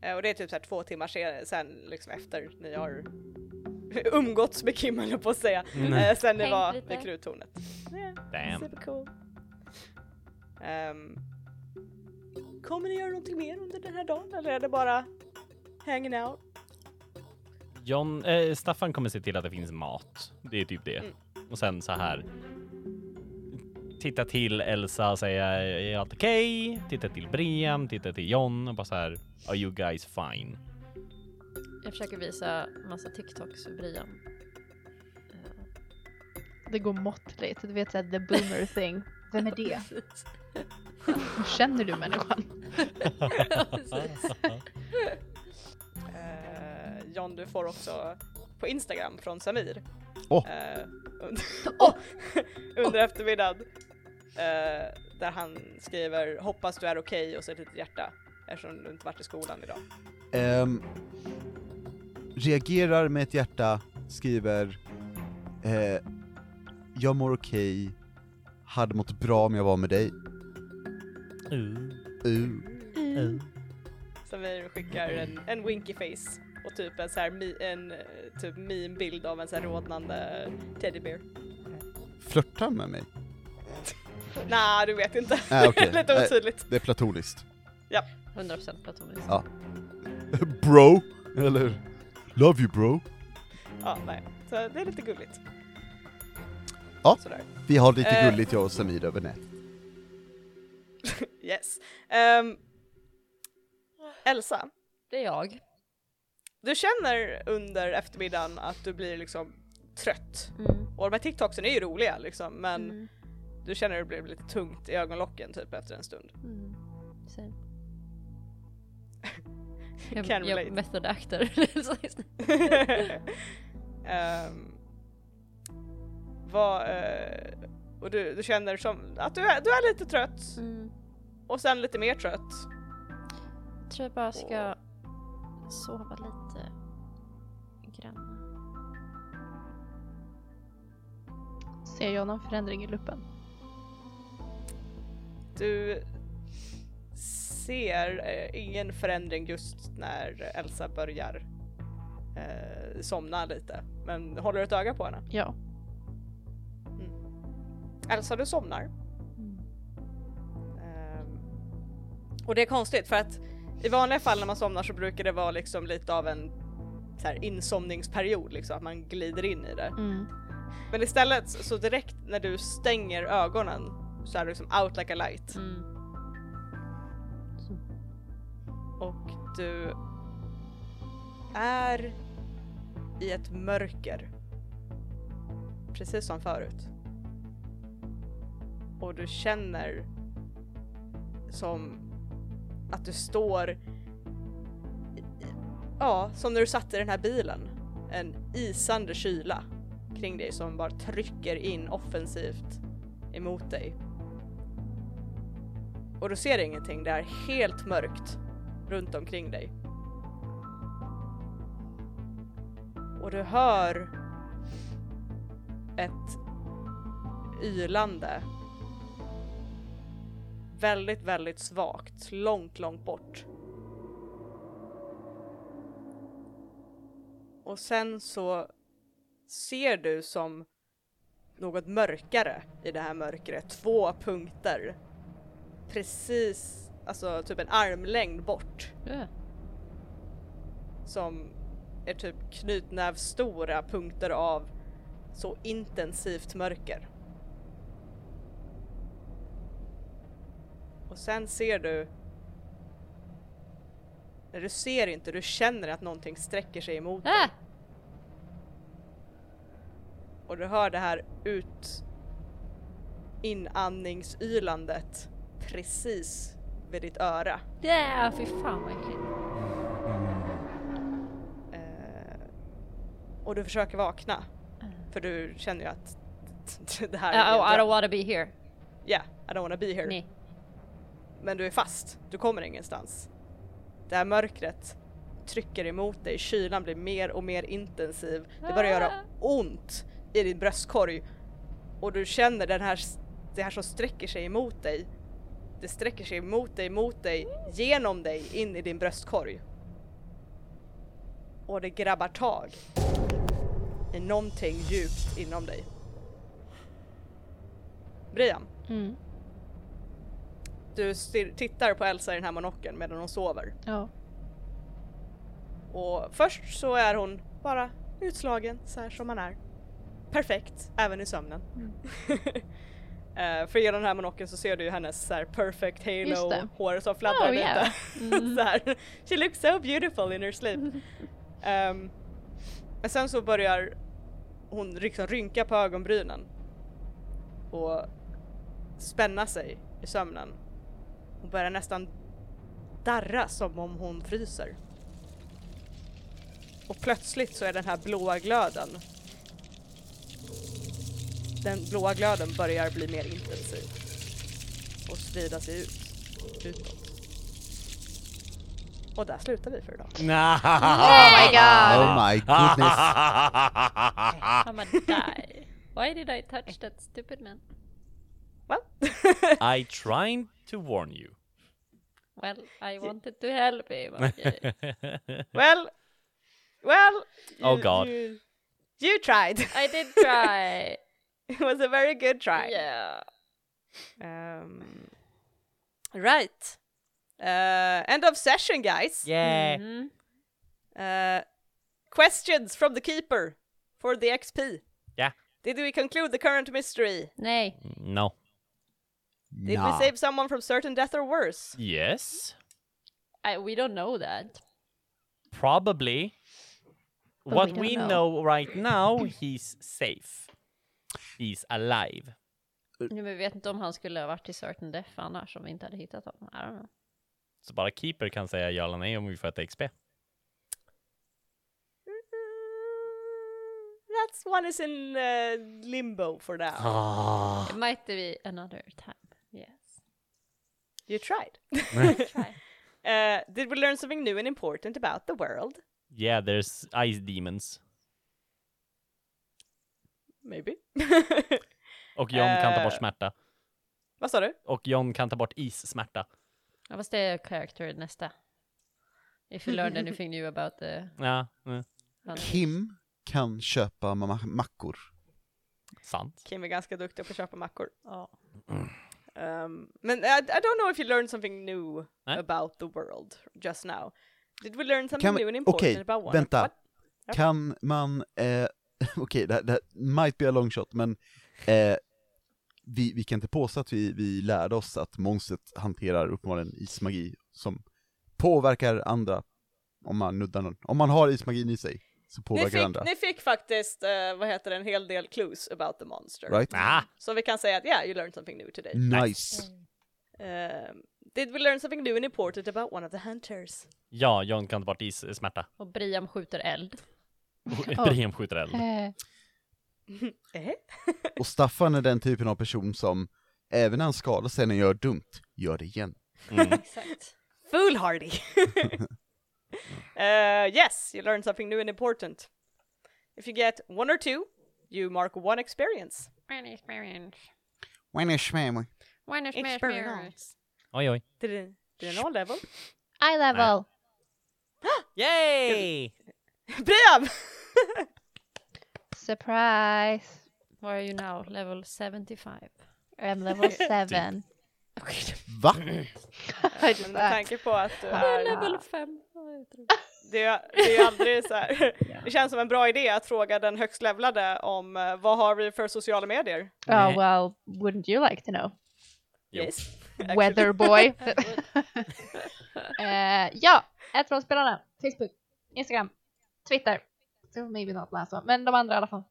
Speaker 1: Eh, Och det är typ så här två timmar sen, sen liksom efter ni har umgåtts med Kim höll jag på att säga. Eh, sen ni
Speaker 6: Hängt
Speaker 1: var
Speaker 6: lite.
Speaker 1: vid kruttornet.
Speaker 4: Damn.
Speaker 1: Supercool. Ehm, kommer ni göra någonting mer under den här dagen eller är det bara hanging out?
Speaker 4: John, eh, Staffan kommer se till att det finns mat. Det är typ det.
Speaker 1: Mm.
Speaker 4: Och sen så här. Titta till Elsa och säga är allt okej? Titta till Briam, titta till John och bara så här. Are you guys fine?
Speaker 6: Jag försöker visa massa TikToks för Brian. Eh,
Speaker 3: Det går måttligt. Du vet såhär the boomer thing. Vem är det? Hur känner du människan?
Speaker 1: Eh, John, du får också på Instagram från Samir.
Speaker 2: Åh.
Speaker 1: Eh, under under eftermiddagen. eh, där han skriver “Hoppas du är okej” och så ett litet hjärta eftersom du inte varit i skolan idag.
Speaker 2: Ehm, reagerar med ett hjärta, skriver eh, “Jag mår okej, hade mått bra om jag var med dig”.
Speaker 4: Mm.
Speaker 2: Uh.
Speaker 1: Som vi skickar
Speaker 2: Mm.
Speaker 1: en, en winky face och typ en så här mi, en eh, typ meme-bild av en så här rodnande teddybear.
Speaker 2: Flörtar med mig.
Speaker 1: Nej, du vet inte.
Speaker 2: Nej, Ah, okej. Eh.
Speaker 1: Lite
Speaker 2: Nej.
Speaker 1: otydligt.
Speaker 2: Det är platoniskt.
Speaker 6: 100% platoniskt.
Speaker 2: Ja. bro! Eller “Love you bro”.
Speaker 1: Ja, nej. Så det är lite gulligt.
Speaker 2: Ja.
Speaker 1: Sådär.
Speaker 2: Vi har lite
Speaker 1: Eh.
Speaker 2: gulligt jag och Samir över nät.
Speaker 1: Yes. Ehm, Elsa,
Speaker 6: Det är jag.
Speaker 1: du känner under eftermiddagen att du blir liksom trött.
Speaker 8: Mm.
Speaker 1: Och de här TikToksen är ju roliga liksom,
Speaker 6: Ehm,
Speaker 1: men
Speaker 8: Mm.
Speaker 1: du känner att det blir lite tungt i ögonlocken typ efter en stund.
Speaker 8: Mm. Sen.
Speaker 6: Jag,
Speaker 1: Can relate.
Speaker 6: jag method actor.
Speaker 1: Ehm, vad, eh, och du, du känner som att du är, du är lite trött
Speaker 8: Mm.
Speaker 1: och sen lite mer trött.
Speaker 8: Jag tror jag bara ska sova lite grann.
Speaker 5: Ser jag någon förändring i luppen?
Speaker 1: Du ser eh, ingen förändring just när Elsa börjar eh, somna lite. Men håller ett öga på henne. Mm.
Speaker 5: Ja.
Speaker 1: Elsa, du somnar.
Speaker 5: Mm.
Speaker 1: Ehm, och det är konstigt för att i vanliga fall när man somnar så brukar det vara liksom lite av en så här insomningsperiod, liksom, att man glider in i det.
Speaker 5: Mm.
Speaker 1: Men istället så direkt när du stänger ögonen så är du liksom out like a light.
Speaker 6: Mm.
Speaker 1: och du är i ett mörker. Precis som förut. Och du känner som att du står i- ja, som när du satt i den här bilen. En isande kyla kring dig som bara trycker in offensivt emot dig. Och du ser ingenting, det är helt mörkt runt omkring dig. Och du hör ett ylande. Väldigt, väldigt svagt, långt, långt bort. Och sen så ser du som något mörkare i det här mörkret, två punkter. Precis, alltså typ en armlängd bort
Speaker 6: Äh,
Speaker 1: som är typ knytnävstora punkter av så intensivt mörker. Och sen ser du... Nej, Du ser inte, du känner att någonting sträcker sig emot dig
Speaker 6: Äh,
Speaker 1: och du hör det här ut inandningsylandet precis vid ditt öra.
Speaker 6: yeah, fy fan vad äckligt.
Speaker 1: Eh, och du försöker vakna. För du känner ju att det här
Speaker 6: Uh, oh, Mm. I
Speaker 1: en
Speaker 6: don't
Speaker 1: dröm.
Speaker 6: wanna be here.
Speaker 1: Yeah, I don't wanna be here.
Speaker 6: Nej.
Speaker 1: Men du är fast, du kommer ingenstans. Det här mörkret trycker emot dig, kylan blir mer och mer intensiv. Det börjar göra ont i din bröstkorg och du känner den här, det här som sträcker sig emot dig. Det sträcker sig emot dig, mot dig, genom dig, in i din bröstkorg. Och det grabbar tag i någonting djupt inom dig. Brian.
Speaker 5: Mm.
Speaker 1: Du stirr- tittar på Elsa i den här monokeln medan hon sover.
Speaker 5: Ja.
Speaker 1: Och först så är hon bara utslagen, så här som man är. Perfekt, även i sömnen.
Speaker 5: Mm.
Speaker 1: Eh, för genom den här monokeln så ser du ju hennes så här perfect
Speaker 5: Just
Speaker 1: halo,
Speaker 5: det.
Speaker 1: hår som fladdrar
Speaker 5: Oh,
Speaker 1: lite.
Speaker 5: yeah. Mm.
Speaker 1: så här. She looks so beautiful in her sleep. Ehm, men sen så börjar hon liksom rynka på ögonbrynen och spänna sig i sömnen. Hon börjar nästan darra som om hon fryser. Och plötsligt så är den här blåa glöden den blåa glöden börjar bli mer intensiv och sprida sig ut, utåt. Och där slutar vi för idag.
Speaker 4: Oh
Speaker 3: my
Speaker 5: Ah.
Speaker 3: god.
Speaker 2: Oh my goodness.
Speaker 6: I'm gonna die. Why did I touch that stupid man?
Speaker 1: Well.
Speaker 4: I tried to warn you.
Speaker 6: Well, I wanted to help him. Okay.
Speaker 1: well, well.
Speaker 4: Oh, God.
Speaker 1: You, you tried.
Speaker 6: I did try.
Speaker 1: it was a very good try.
Speaker 6: Yeah.
Speaker 1: Um, right. Uh, end of session, guys.
Speaker 4: yeah.
Speaker 6: Mhm.
Speaker 1: Uh, questions from the keeper for the XP.
Speaker 4: Yeah.
Speaker 1: Did we conclude the current mystery?
Speaker 6: Nej.
Speaker 4: No.
Speaker 1: Did
Speaker 2: Nah.
Speaker 1: we save someone from certain death or worse?
Speaker 4: Yes.
Speaker 6: I, we don't know that.
Speaker 4: Probably.
Speaker 5: But
Speaker 4: what
Speaker 5: we don't
Speaker 4: we
Speaker 5: know.
Speaker 4: know right now, he's safe. He's alive.
Speaker 6: Nu, men vi vet inte om han skulle ha varit i certain death annars om vi inte hade hittat honom. I don't know.
Speaker 4: Så bara keeper kan säga ja eller nej om vi får ett XP.
Speaker 1: Mm, That's one is in uh, limbo for now.
Speaker 4: Ah.
Speaker 6: It might be another time. Yes.
Speaker 1: You tried.
Speaker 6: Try.
Speaker 1: uh, did we learn something new and important about the world?
Speaker 4: Yeah, there's ice demons.
Speaker 1: Maybe.
Speaker 4: Och John kan ta bort
Speaker 1: Eh.
Speaker 4: smärta.
Speaker 1: Vad sa du?
Speaker 4: Och John kan ta bort issmärta.
Speaker 6: Ja, fast det är character nästa. If you learned anything new about the...
Speaker 4: Ja, mm.
Speaker 2: Kim kan köpa ma- mackor.
Speaker 4: sant.
Speaker 1: Kim är ganska duktig på att köpa mackor.
Speaker 6: Ja.
Speaker 1: Um, men I, I don't know if you learned something new
Speaker 4: Nej.
Speaker 1: about the world just now. Did we learn something
Speaker 2: Kan vi-
Speaker 1: new and important
Speaker 2: Okej,
Speaker 1: about one?
Speaker 2: vänta.
Speaker 1: What? Ja.
Speaker 2: Kan man, eh, okej, det, här- det här might be a long shot, men eh, vi, vi kan inte påstå att vi, vi lärde oss att monstret hanterar uppenbarligen ismagi som påverkar andra om man nuddar någon. Om man har ismagin i sig så
Speaker 1: Ni
Speaker 2: påverkar
Speaker 1: fick,
Speaker 2: andra.
Speaker 1: ni fick faktiskt, eh, vad heter det, en hel del clues about the monster.
Speaker 2: Right? Mm.
Speaker 4: Ah,
Speaker 1: Så vi kan säga att yeah, you learned something new today.
Speaker 2: Nice.
Speaker 1: Um, did we learn something new and important about one of the hunters?
Speaker 4: ja, John kan ta bort issmärta.
Speaker 6: Och Briam skjuter eld.
Speaker 4: Och Brian skjuter eld.
Speaker 5: Eh,
Speaker 1: Eh?
Speaker 2: Och Staffan är den typen av person som, även när han skadar sig när han gör dumt, gör det igen.
Speaker 4: Mm.
Speaker 6: Exakt.
Speaker 1: Foolhardy! uh, yes, you learn something new and important. If you get one or two, you mark one experience.
Speaker 6: One experience.
Speaker 2: When is family?
Speaker 6: One experience.
Speaker 4: Oj, oj.
Speaker 1: Did it, did it all level?
Speaker 5: eye level!
Speaker 4: Yay!
Speaker 1: Brian!
Speaker 5: Surprise!
Speaker 6: Where are you now? Level 75.
Speaker 5: I'm level 7.
Speaker 2: Va?
Speaker 5: I just
Speaker 1: Men med tanke på att du är...
Speaker 6: Level 5.
Speaker 1: Det är, det är aldrig så här. Det känns som en bra idé att fråga den högst levlade om eh, vad har vi för sociala medier?
Speaker 5: Oh well, wouldn't you like to know?
Speaker 4: Jo.
Speaker 1: Yes.
Speaker 5: Weather boy. eh, ja, Ätrollspelarna. Facebook, Instagram, Twitter. So maybe not last one, men de andra i alla fall.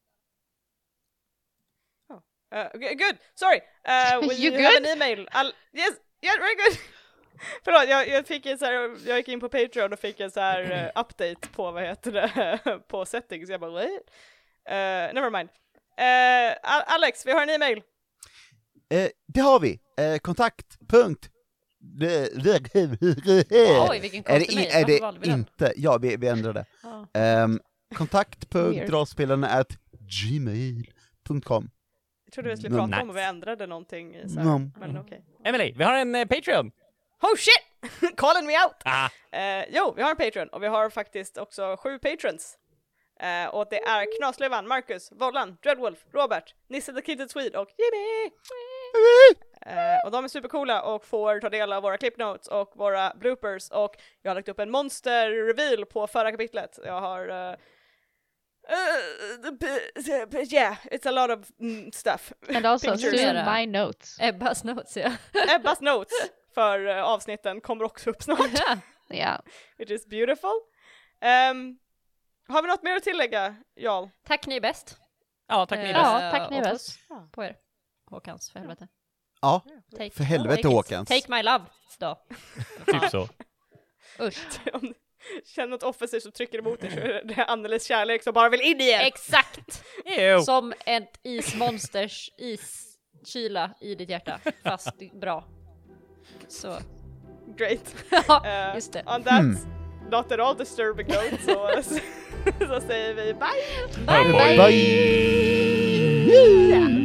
Speaker 1: Uh, g- good, sorry. Uh, we
Speaker 5: You
Speaker 1: have
Speaker 5: good?
Speaker 1: an email. I'll, yes, yeah, very good. Förlåt, jag, jag fick en så här, jag gick in på Patreon och fick en så här
Speaker 5: Mm.
Speaker 1: eh, update på vad heter det, på settings. Jag bara, wait. Uh, never mind. Eh, Al- Alex, vi har en e-mail.
Speaker 2: Eh, det har vi! Eh, kontakt, punkt.
Speaker 6: Oj, vilken
Speaker 2: Eh, Är det,
Speaker 6: konstig
Speaker 2: i-
Speaker 6: mail.
Speaker 2: är
Speaker 6: Varför valde vi
Speaker 2: det
Speaker 6: den?
Speaker 2: inte? Ja, vi, vi ändrade.
Speaker 6: Ja.
Speaker 2: Um, kontakt, punkt,
Speaker 5: Weird.
Speaker 2: dragspelarna at gmail.com.
Speaker 1: Jag trodde vi skulle prata om
Speaker 4: Nice.
Speaker 1: om vi ändrade någonting. i Så här,
Speaker 2: Mm.
Speaker 1: Men okej.
Speaker 4: Emily, vi har en eh, Patreon!
Speaker 1: Oh shit! Calling me out!
Speaker 4: Ah,
Speaker 1: Eh, jo, vi har en Patreon och vi har faktiskt också sju Patrons. Eh, och det är Knaslövan, Marcus, Vollan, Dreadwolf, Robert, Nisse the Kid the Swede och Jimmy! Eh, och de är supercoola och får ta del av våra clipnotes och våra bloopers och jag har lagt upp en monster-reveal på förra kapitlet. Jag har... eh, eh, b- b- yeah, it's a lot of mm, stuff.
Speaker 5: And also
Speaker 1: Pictures.
Speaker 5: soon my notes.
Speaker 6: Ebbas notes ja.
Speaker 1: Ebbas notes för eh, avsnitten kommer också upp snart.
Speaker 5: Ja.
Speaker 1: It is beautiful. Ehm, har vi något mer att tillägga, Jarl?
Speaker 6: Tack ni är bäst.
Speaker 4: ja, tack Nils.
Speaker 5: Ja, tack ni är
Speaker 6: och
Speaker 5: bäst.
Speaker 6: puss På er. Håkans, för helvete.
Speaker 2: Ja,
Speaker 6: Take,
Speaker 2: för helvete
Speaker 6: take it.
Speaker 2: Håkans.
Speaker 6: Take my love då.
Speaker 4: Typ så.
Speaker 6: Usch.
Speaker 1: Om ni känner något offensivt som trycker emot er så är det Annelies kärlek som bara vill in i er.
Speaker 6: Exakt!
Speaker 4: Ew.
Speaker 6: Som ett ismonsters iskyla i ditt hjärta. Fast bra. Så.
Speaker 1: Great.
Speaker 6: Ja,
Speaker 1: Eh,
Speaker 6: just det.
Speaker 1: On that not at all disturbing note så, så säger vi bye!
Speaker 2: Bye! Bye.